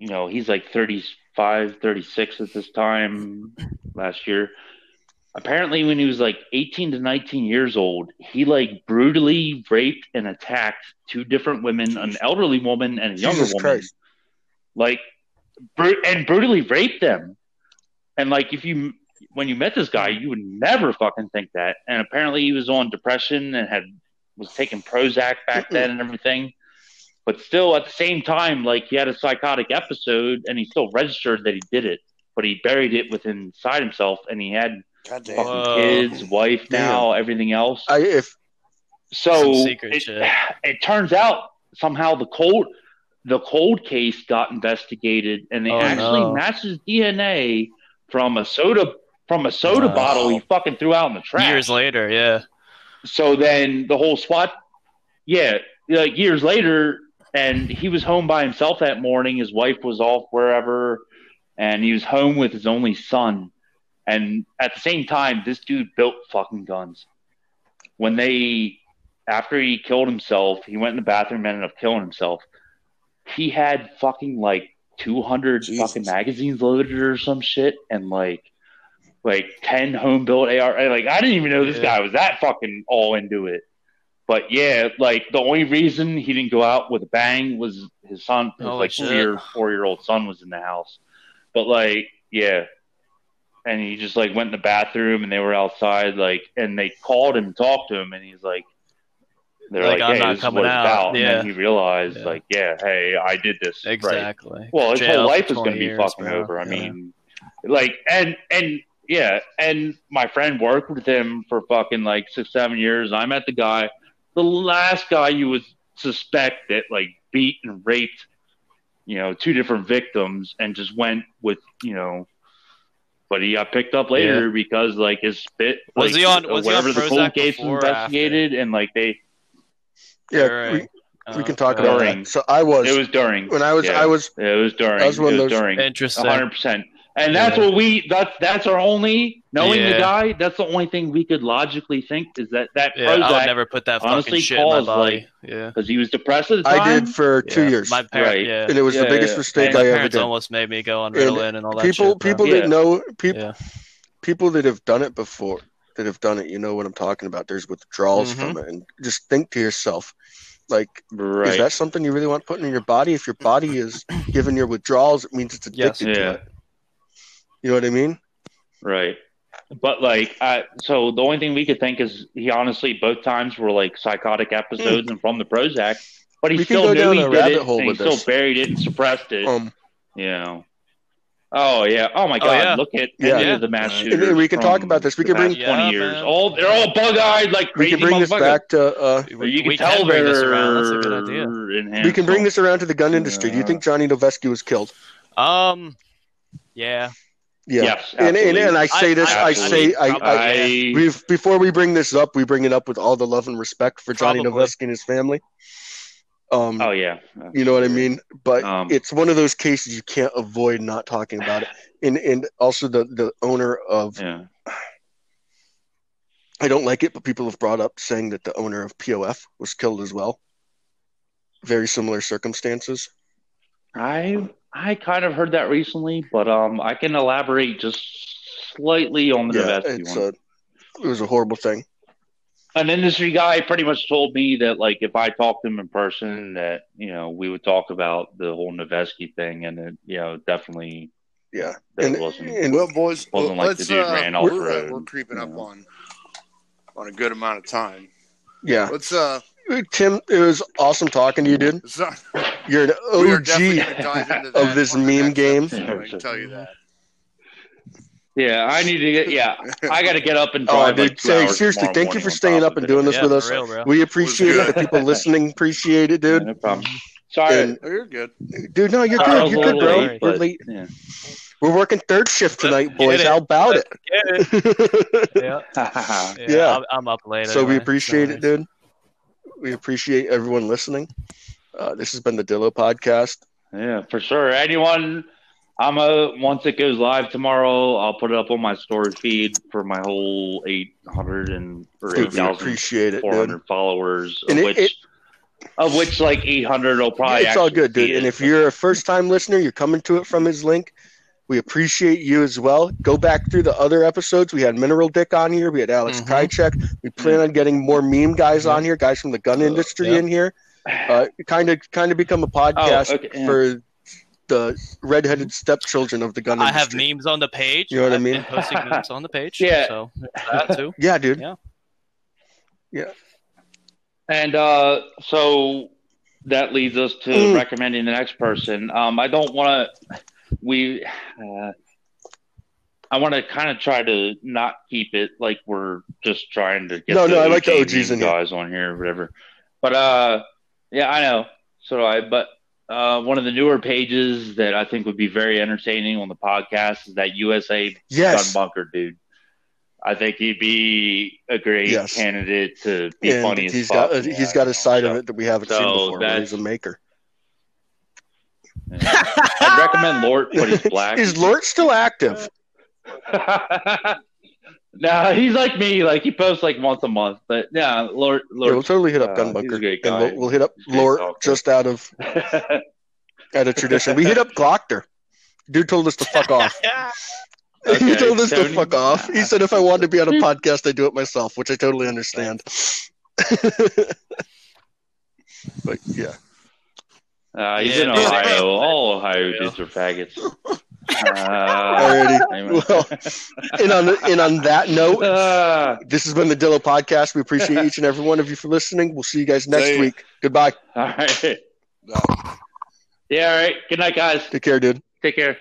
Speaker 5: you know, he's like 35, 36 at this time last year. Apparently, when he was like 18 to 19 years old, he like brutally raped and attacked two different women, an elderly woman and a younger
Speaker 2: Jesus
Speaker 5: woman
Speaker 2: Christ.
Speaker 5: like bru- and brutally raped them. And like if you when you met this guy, you would never fucking think that. And apparently he was on depression and had was taking Prozac back then and everything. But still at the same time, like he had a psychotic episode and he still registered that he did it, but he buried it within inside himself and he had
Speaker 1: God damn.
Speaker 5: fucking
Speaker 3: Whoa.
Speaker 5: kids, wife
Speaker 2: Damn.
Speaker 5: now, everything else
Speaker 2: I, if
Speaker 5: so
Speaker 3: Some secret
Speaker 5: it,
Speaker 3: shit.
Speaker 5: it turns out somehow the cold the cold case got investigated and they
Speaker 3: Oh,
Speaker 5: actually
Speaker 3: no.
Speaker 5: matched his DNA from a soda from a soda
Speaker 3: Wow.
Speaker 5: bottle he fucking threw out in the trash.
Speaker 3: Years later, yeah.
Speaker 5: So then the whole SWAT yeah, like years later and he was home by himself that morning, his wife was off wherever and he was home with his only son. And at the same time, this dude built fucking guns. When they, after he killed himself, he went in the bathroom and ended up killing himself. He had fucking like 200
Speaker 1: Jesus.
Speaker 5: fucking magazines loaded or some shit and like, like 10 home built AR. Like, I didn't even know this
Speaker 3: Yeah.
Speaker 5: guy was that fucking all into it. But yeah, like the only reason he didn't go out with a bang was his son, his
Speaker 3: Holy
Speaker 5: like
Speaker 3: shit.
Speaker 5: three or four year old son was in the house. But like, yeah. And he just like went in the bathroom and they were outside, like and they called him, talked to him, and he's like they're
Speaker 3: Like,
Speaker 5: like,
Speaker 3: "I'm
Speaker 5: Hey,
Speaker 3: not
Speaker 5: this is
Speaker 3: coming
Speaker 5: what it's
Speaker 3: out."
Speaker 5: about. And
Speaker 3: Yeah.
Speaker 5: then he realized
Speaker 3: Yeah.
Speaker 5: like, Yeah, hey, I did this. Right.
Speaker 3: Exactly.
Speaker 5: Well, his
Speaker 3: Jail
Speaker 5: whole
Speaker 3: for
Speaker 5: life is gonna
Speaker 3: 20
Speaker 5: be
Speaker 3: years,
Speaker 5: fucking
Speaker 3: bro.
Speaker 5: over. I
Speaker 3: Yeah.
Speaker 5: mean like and and yeah, and my friend worked with him for fucking like six, seven years. I met the guy. The last guy you would suspect that like beat and raped you know, two different victims and just went with, you know, but he got picked up later because like his spit
Speaker 3: Was
Speaker 5: like,
Speaker 3: he on- was he on
Speaker 5: whatever the
Speaker 3: Prozac
Speaker 5: cold case
Speaker 3: before or
Speaker 5: was investigated and like they
Speaker 2: yeah,
Speaker 3: During.
Speaker 2: we, we can
Speaker 3: Uh,
Speaker 2: talk about
Speaker 5: during.
Speaker 2: that. So I was,
Speaker 5: it was during
Speaker 2: when I was
Speaker 5: yeah.
Speaker 2: I was
Speaker 5: it was during
Speaker 2: That was one
Speaker 5: it
Speaker 2: of
Speaker 5: was
Speaker 2: those-
Speaker 5: during
Speaker 3: Interesting.
Speaker 5: hundred percent. And that's
Speaker 3: Yeah.
Speaker 5: what we that's that's our only knowing
Speaker 3: Yeah.
Speaker 5: the guy, that's the only thing we could logically think is that that
Speaker 3: Yeah, I would
Speaker 5: Prozac
Speaker 3: never put that fucking
Speaker 5: honestly
Speaker 3: shit in my
Speaker 5: caused,
Speaker 3: body.
Speaker 5: like,
Speaker 3: yeah.
Speaker 5: because he was depressed at the time.
Speaker 2: I did for two
Speaker 3: Yeah.
Speaker 2: years,
Speaker 3: My parents,
Speaker 5: Right.
Speaker 3: yeah.
Speaker 2: and it was
Speaker 5: Yeah,
Speaker 2: the biggest
Speaker 5: yeah.
Speaker 2: mistake
Speaker 5: And
Speaker 2: I
Speaker 3: my
Speaker 2: ever
Speaker 3: parents
Speaker 2: did.
Speaker 3: almost made me go on
Speaker 2: And
Speaker 3: Ritalin and all that
Speaker 2: People
Speaker 3: shit. bro.
Speaker 2: people
Speaker 5: Yeah.
Speaker 2: that know people
Speaker 3: Yeah.
Speaker 2: people that have done it before that have done it, you know what I'm talking about. There's withdrawals from
Speaker 5: Mm-hmm.
Speaker 2: it, and just think to yourself, like,
Speaker 5: Right.
Speaker 2: is that something you really want putting in your body? If your body is giving your withdrawals, it means it's
Speaker 3: Yes.
Speaker 2: addicted to
Speaker 5: yeah.
Speaker 2: it. You know what I mean?
Speaker 5: Right. But like, I, so the only thing we could think is he honestly both times were like psychotic episodes and from the Prozac, but he
Speaker 2: Hmm. We can
Speaker 5: still
Speaker 2: go
Speaker 5: knew
Speaker 2: down
Speaker 5: he
Speaker 2: a
Speaker 5: did
Speaker 2: rabbit
Speaker 5: it.
Speaker 2: hole
Speaker 5: and he
Speaker 2: with
Speaker 5: still
Speaker 2: this.
Speaker 5: buried it and suppressed it.
Speaker 2: Um,
Speaker 5: you know. Oh yeah. Oh my
Speaker 3: Oh,
Speaker 5: God.
Speaker 3: yeah.
Speaker 5: Look at
Speaker 2: Yeah.
Speaker 5: any of the mass
Speaker 1: And-
Speaker 2: and
Speaker 5: shooters.
Speaker 2: we can
Speaker 5: from
Speaker 2: talk about this. We
Speaker 5: the
Speaker 2: can bring-
Speaker 5: past twenty
Speaker 3: Yeah,
Speaker 5: years.
Speaker 3: man.
Speaker 5: All they're all bug eyed like
Speaker 2: we
Speaker 5: crazy.
Speaker 2: can bring this
Speaker 5: motherfuckers.
Speaker 2: back to. Uh,
Speaker 5: You can
Speaker 3: we
Speaker 5: tell
Speaker 3: bring this
Speaker 5: they're
Speaker 3: around. That's a good idea.
Speaker 5: enhanced.
Speaker 2: we can bring this around to the gun industry. Do you
Speaker 5: Yeah.
Speaker 2: think Johnny Novesky was killed?
Speaker 5: uh,
Speaker 3: Um, yeah.
Speaker 2: Yeah.
Speaker 5: Yes,
Speaker 2: and, and
Speaker 5: absolutely.
Speaker 2: and I say this, I, say,
Speaker 5: absolutely.
Speaker 2: I, I,
Speaker 3: Probably.
Speaker 5: I-
Speaker 2: We've, before we bring this up, we bring it up with all the love and respect for Johnny
Speaker 3: Probably.
Speaker 2: Novesky and his family. Um,
Speaker 5: oh yeah.
Speaker 2: you know what I mean? But
Speaker 5: Um,
Speaker 2: it's one of those cases you can't avoid not talking about it. And and also the the owner of
Speaker 5: Yeah.
Speaker 2: I don't like it, but people have brought up saying that the owner of POF was killed as well. Very similar circumstances.
Speaker 5: I I kind of heard that recently, but um, I can elaborate just slightly on the
Speaker 2: Yeah,
Speaker 5: Novetzky
Speaker 2: it's
Speaker 5: one.
Speaker 2: a it was a horrible thing.
Speaker 5: An industry guy pretty much told me that like if I talked to him in person, that you know we would talk about the whole Novetzky thing, and it, you know definitely
Speaker 2: Yeah,
Speaker 5: that
Speaker 2: and,
Speaker 5: wasn't.
Speaker 2: and
Speaker 1: Well, boys,
Speaker 5: Wasn't like
Speaker 1: let's,
Speaker 5: the dude
Speaker 1: uh,
Speaker 5: ran off
Speaker 1: we're,
Speaker 5: road,
Speaker 1: we're creeping
Speaker 5: you
Speaker 1: up
Speaker 5: know.
Speaker 1: on on a good amount of time.
Speaker 2: yeah,
Speaker 1: Let's uh,
Speaker 2: Tim, it was awesome talking to you, dude.
Speaker 1: it's not-
Speaker 2: You're an
Speaker 1: we are
Speaker 2: OG.
Speaker 1: definitely gonna dive into that
Speaker 2: this
Speaker 1: on the
Speaker 2: meme
Speaker 1: next
Speaker 2: game.
Speaker 1: episode, I can tell you that.
Speaker 5: Yeah, I need to get. Yeah, I got to get up and
Speaker 2: Oh,
Speaker 5: drive.
Speaker 2: dude,
Speaker 5: like, two
Speaker 2: Sage,
Speaker 5: hours
Speaker 2: seriously,
Speaker 5: tomorrow
Speaker 2: thank you
Speaker 5: morning
Speaker 2: for
Speaker 5: on
Speaker 2: staying
Speaker 5: top
Speaker 2: up
Speaker 5: of
Speaker 2: and
Speaker 5: the
Speaker 2: doing this
Speaker 5: day.
Speaker 3: Yeah,
Speaker 2: with us.
Speaker 3: for real, bro.
Speaker 2: We appreciate
Speaker 1: good.
Speaker 2: it. The people listening appreciate it, dude.
Speaker 5: No problem. Sorry,
Speaker 2: And-
Speaker 1: Oh, you're good.
Speaker 2: Dude, no, you're
Speaker 5: sorry
Speaker 2: good.
Speaker 5: I was
Speaker 2: You're
Speaker 5: a
Speaker 2: good,
Speaker 5: little
Speaker 2: bro.
Speaker 5: late,
Speaker 2: We're
Speaker 5: but,
Speaker 2: late.
Speaker 5: yeah.
Speaker 2: We're working third shift tonight,
Speaker 3: Let's
Speaker 2: boys.
Speaker 3: get it.
Speaker 2: How about it?
Speaker 3: Yeah, yeah,
Speaker 5: yeah,
Speaker 3: yeah.
Speaker 2: Yeah.
Speaker 3: I'm, I'm up late.
Speaker 2: so we
Speaker 3: anyway,
Speaker 2: appreciate
Speaker 3: so-
Speaker 2: it, dude. We appreciate everyone listening. Uh, this has been the Dillo Podcast.
Speaker 5: for sure. Anyone, I'm a once it goes live tomorrow, I'll put it up on my story feed for my whole eight hundred and or
Speaker 2: Dude,
Speaker 5: eight
Speaker 2: we
Speaker 5: thousand
Speaker 2: appreciate it,
Speaker 5: four
Speaker 2: dude.
Speaker 5: hundred followers, of
Speaker 2: And it-
Speaker 5: which
Speaker 2: it-
Speaker 5: of which like eight hundred will probably.
Speaker 2: it's all
Speaker 5: actually
Speaker 2: good, dude.
Speaker 5: see
Speaker 2: And
Speaker 5: it.
Speaker 2: if you're a first time listener, you're coming to it from his link. We appreciate you as well. Go back through the other episodes. We had Mineral Dick on here. We had Alex
Speaker 4: Mhm.
Speaker 5: Mm-hmm.
Speaker 2: Krychek. We plan on getting more meme guys
Speaker 4: Yeah.
Speaker 2: on here, guys from the gun industry
Speaker 4: yeah.
Speaker 2: in here. Uh, kind of, kind of become a podcast
Speaker 5: Oh, okay, yeah.
Speaker 2: for the redheaded stepchildren of the gun
Speaker 3: I have
Speaker 2: industry.
Speaker 3: memes on the page.
Speaker 2: You know what I
Speaker 3: I've
Speaker 2: mean?
Speaker 3: been posting memes on the page.
Speaker 5: Yeah.
Speaker 3: So that too.
Speaker 2: yeah, dude.
Speaker 3: Yeah.
Speaker 5: And uh, so that leads us to
Speaker 2: Mm.
Speaker 5: recommending the next person. Um, I don't want to. We. Uh, I want to kind of try to not keep it like we're just trying to get.
Speaker 2: No, no, I like the
Speaker 5: OG
Speaker 2: OGs in here.
Speaker 5: guys on here, or whatever. But uh, yeah, I know. So do I, but uh, one of the newer pages that I think would be very entertaining on the podcast is that USA
Speaker 2: Yes.
Speaker 5: Gun Bunker dude. I think he'd be a great
Speaker 2: Yes.
Speaker 5: candidate to be
Speaker 2: And
Speaker 5: funny as
Speaker 2: he's
Speaker 5: fuck.
Speaker 2: got a, he's got a side of it that we haven't seen
Speaker 5: So
Speaker 2: before. where
Speaker 5: that's-
Speaker 2: He's a maker.
Speaker 5: Yeah. I'd recommend Lort, but he's black.
Speaker 2: Is Lort still
Speaker 5: Uh,
Speaker 2: active?
Speaker 5: no, he's like me. Like he posts like once a month, but yeah, Lort,
Speaker 2: Yeah, we'll
Speaker 5: Lort.
Speaker 2: totally hit up
Speaker 5: uh,
Speaker 2: Gun
Speaker 5: he's
Speaker 2: Bunker,
Speaker 5: a great
Speaker 2: and
Speaker 5: guy.
Speaker 2: we'll, we'll hit up
Speaker 5: He's a great
Speaker 2: Lort
Speaker 5: talker.
Speaker 2: just out of out of tradition. We hit up Glockter. Dude told us to fuck off. he
Speaker 5: Okay,
Speaker 2: told us to
Speaker 5: Tony-
Speaker 2: fuck off. He said if I wanted to be on a podcast, I do it myself, which I totally understand. but yeah,
Speaker 5: uh, he's
Speaker 3: Yeah.
Speaker 5: in Ohio. All Ohio dudes are faggots. Uh,
Speaker 2: already.
Speaker 5: anyway.
Speaker 2: Well, and on and on that note,
Speaker 5: Uh,
Speaker 2: this has been the Dillo Podcast. We appreciate each and every one of you for listening. We'll see you guys next
Speaker 1: See ya.
Speaker 2: week. Goodbye.
Speaker 5: all right.
Speaker 1: No.
Speaker 5: Yeah. All right. Good night, guys.
Speaker 2: Take care, dude.
Speaker 5: Take care.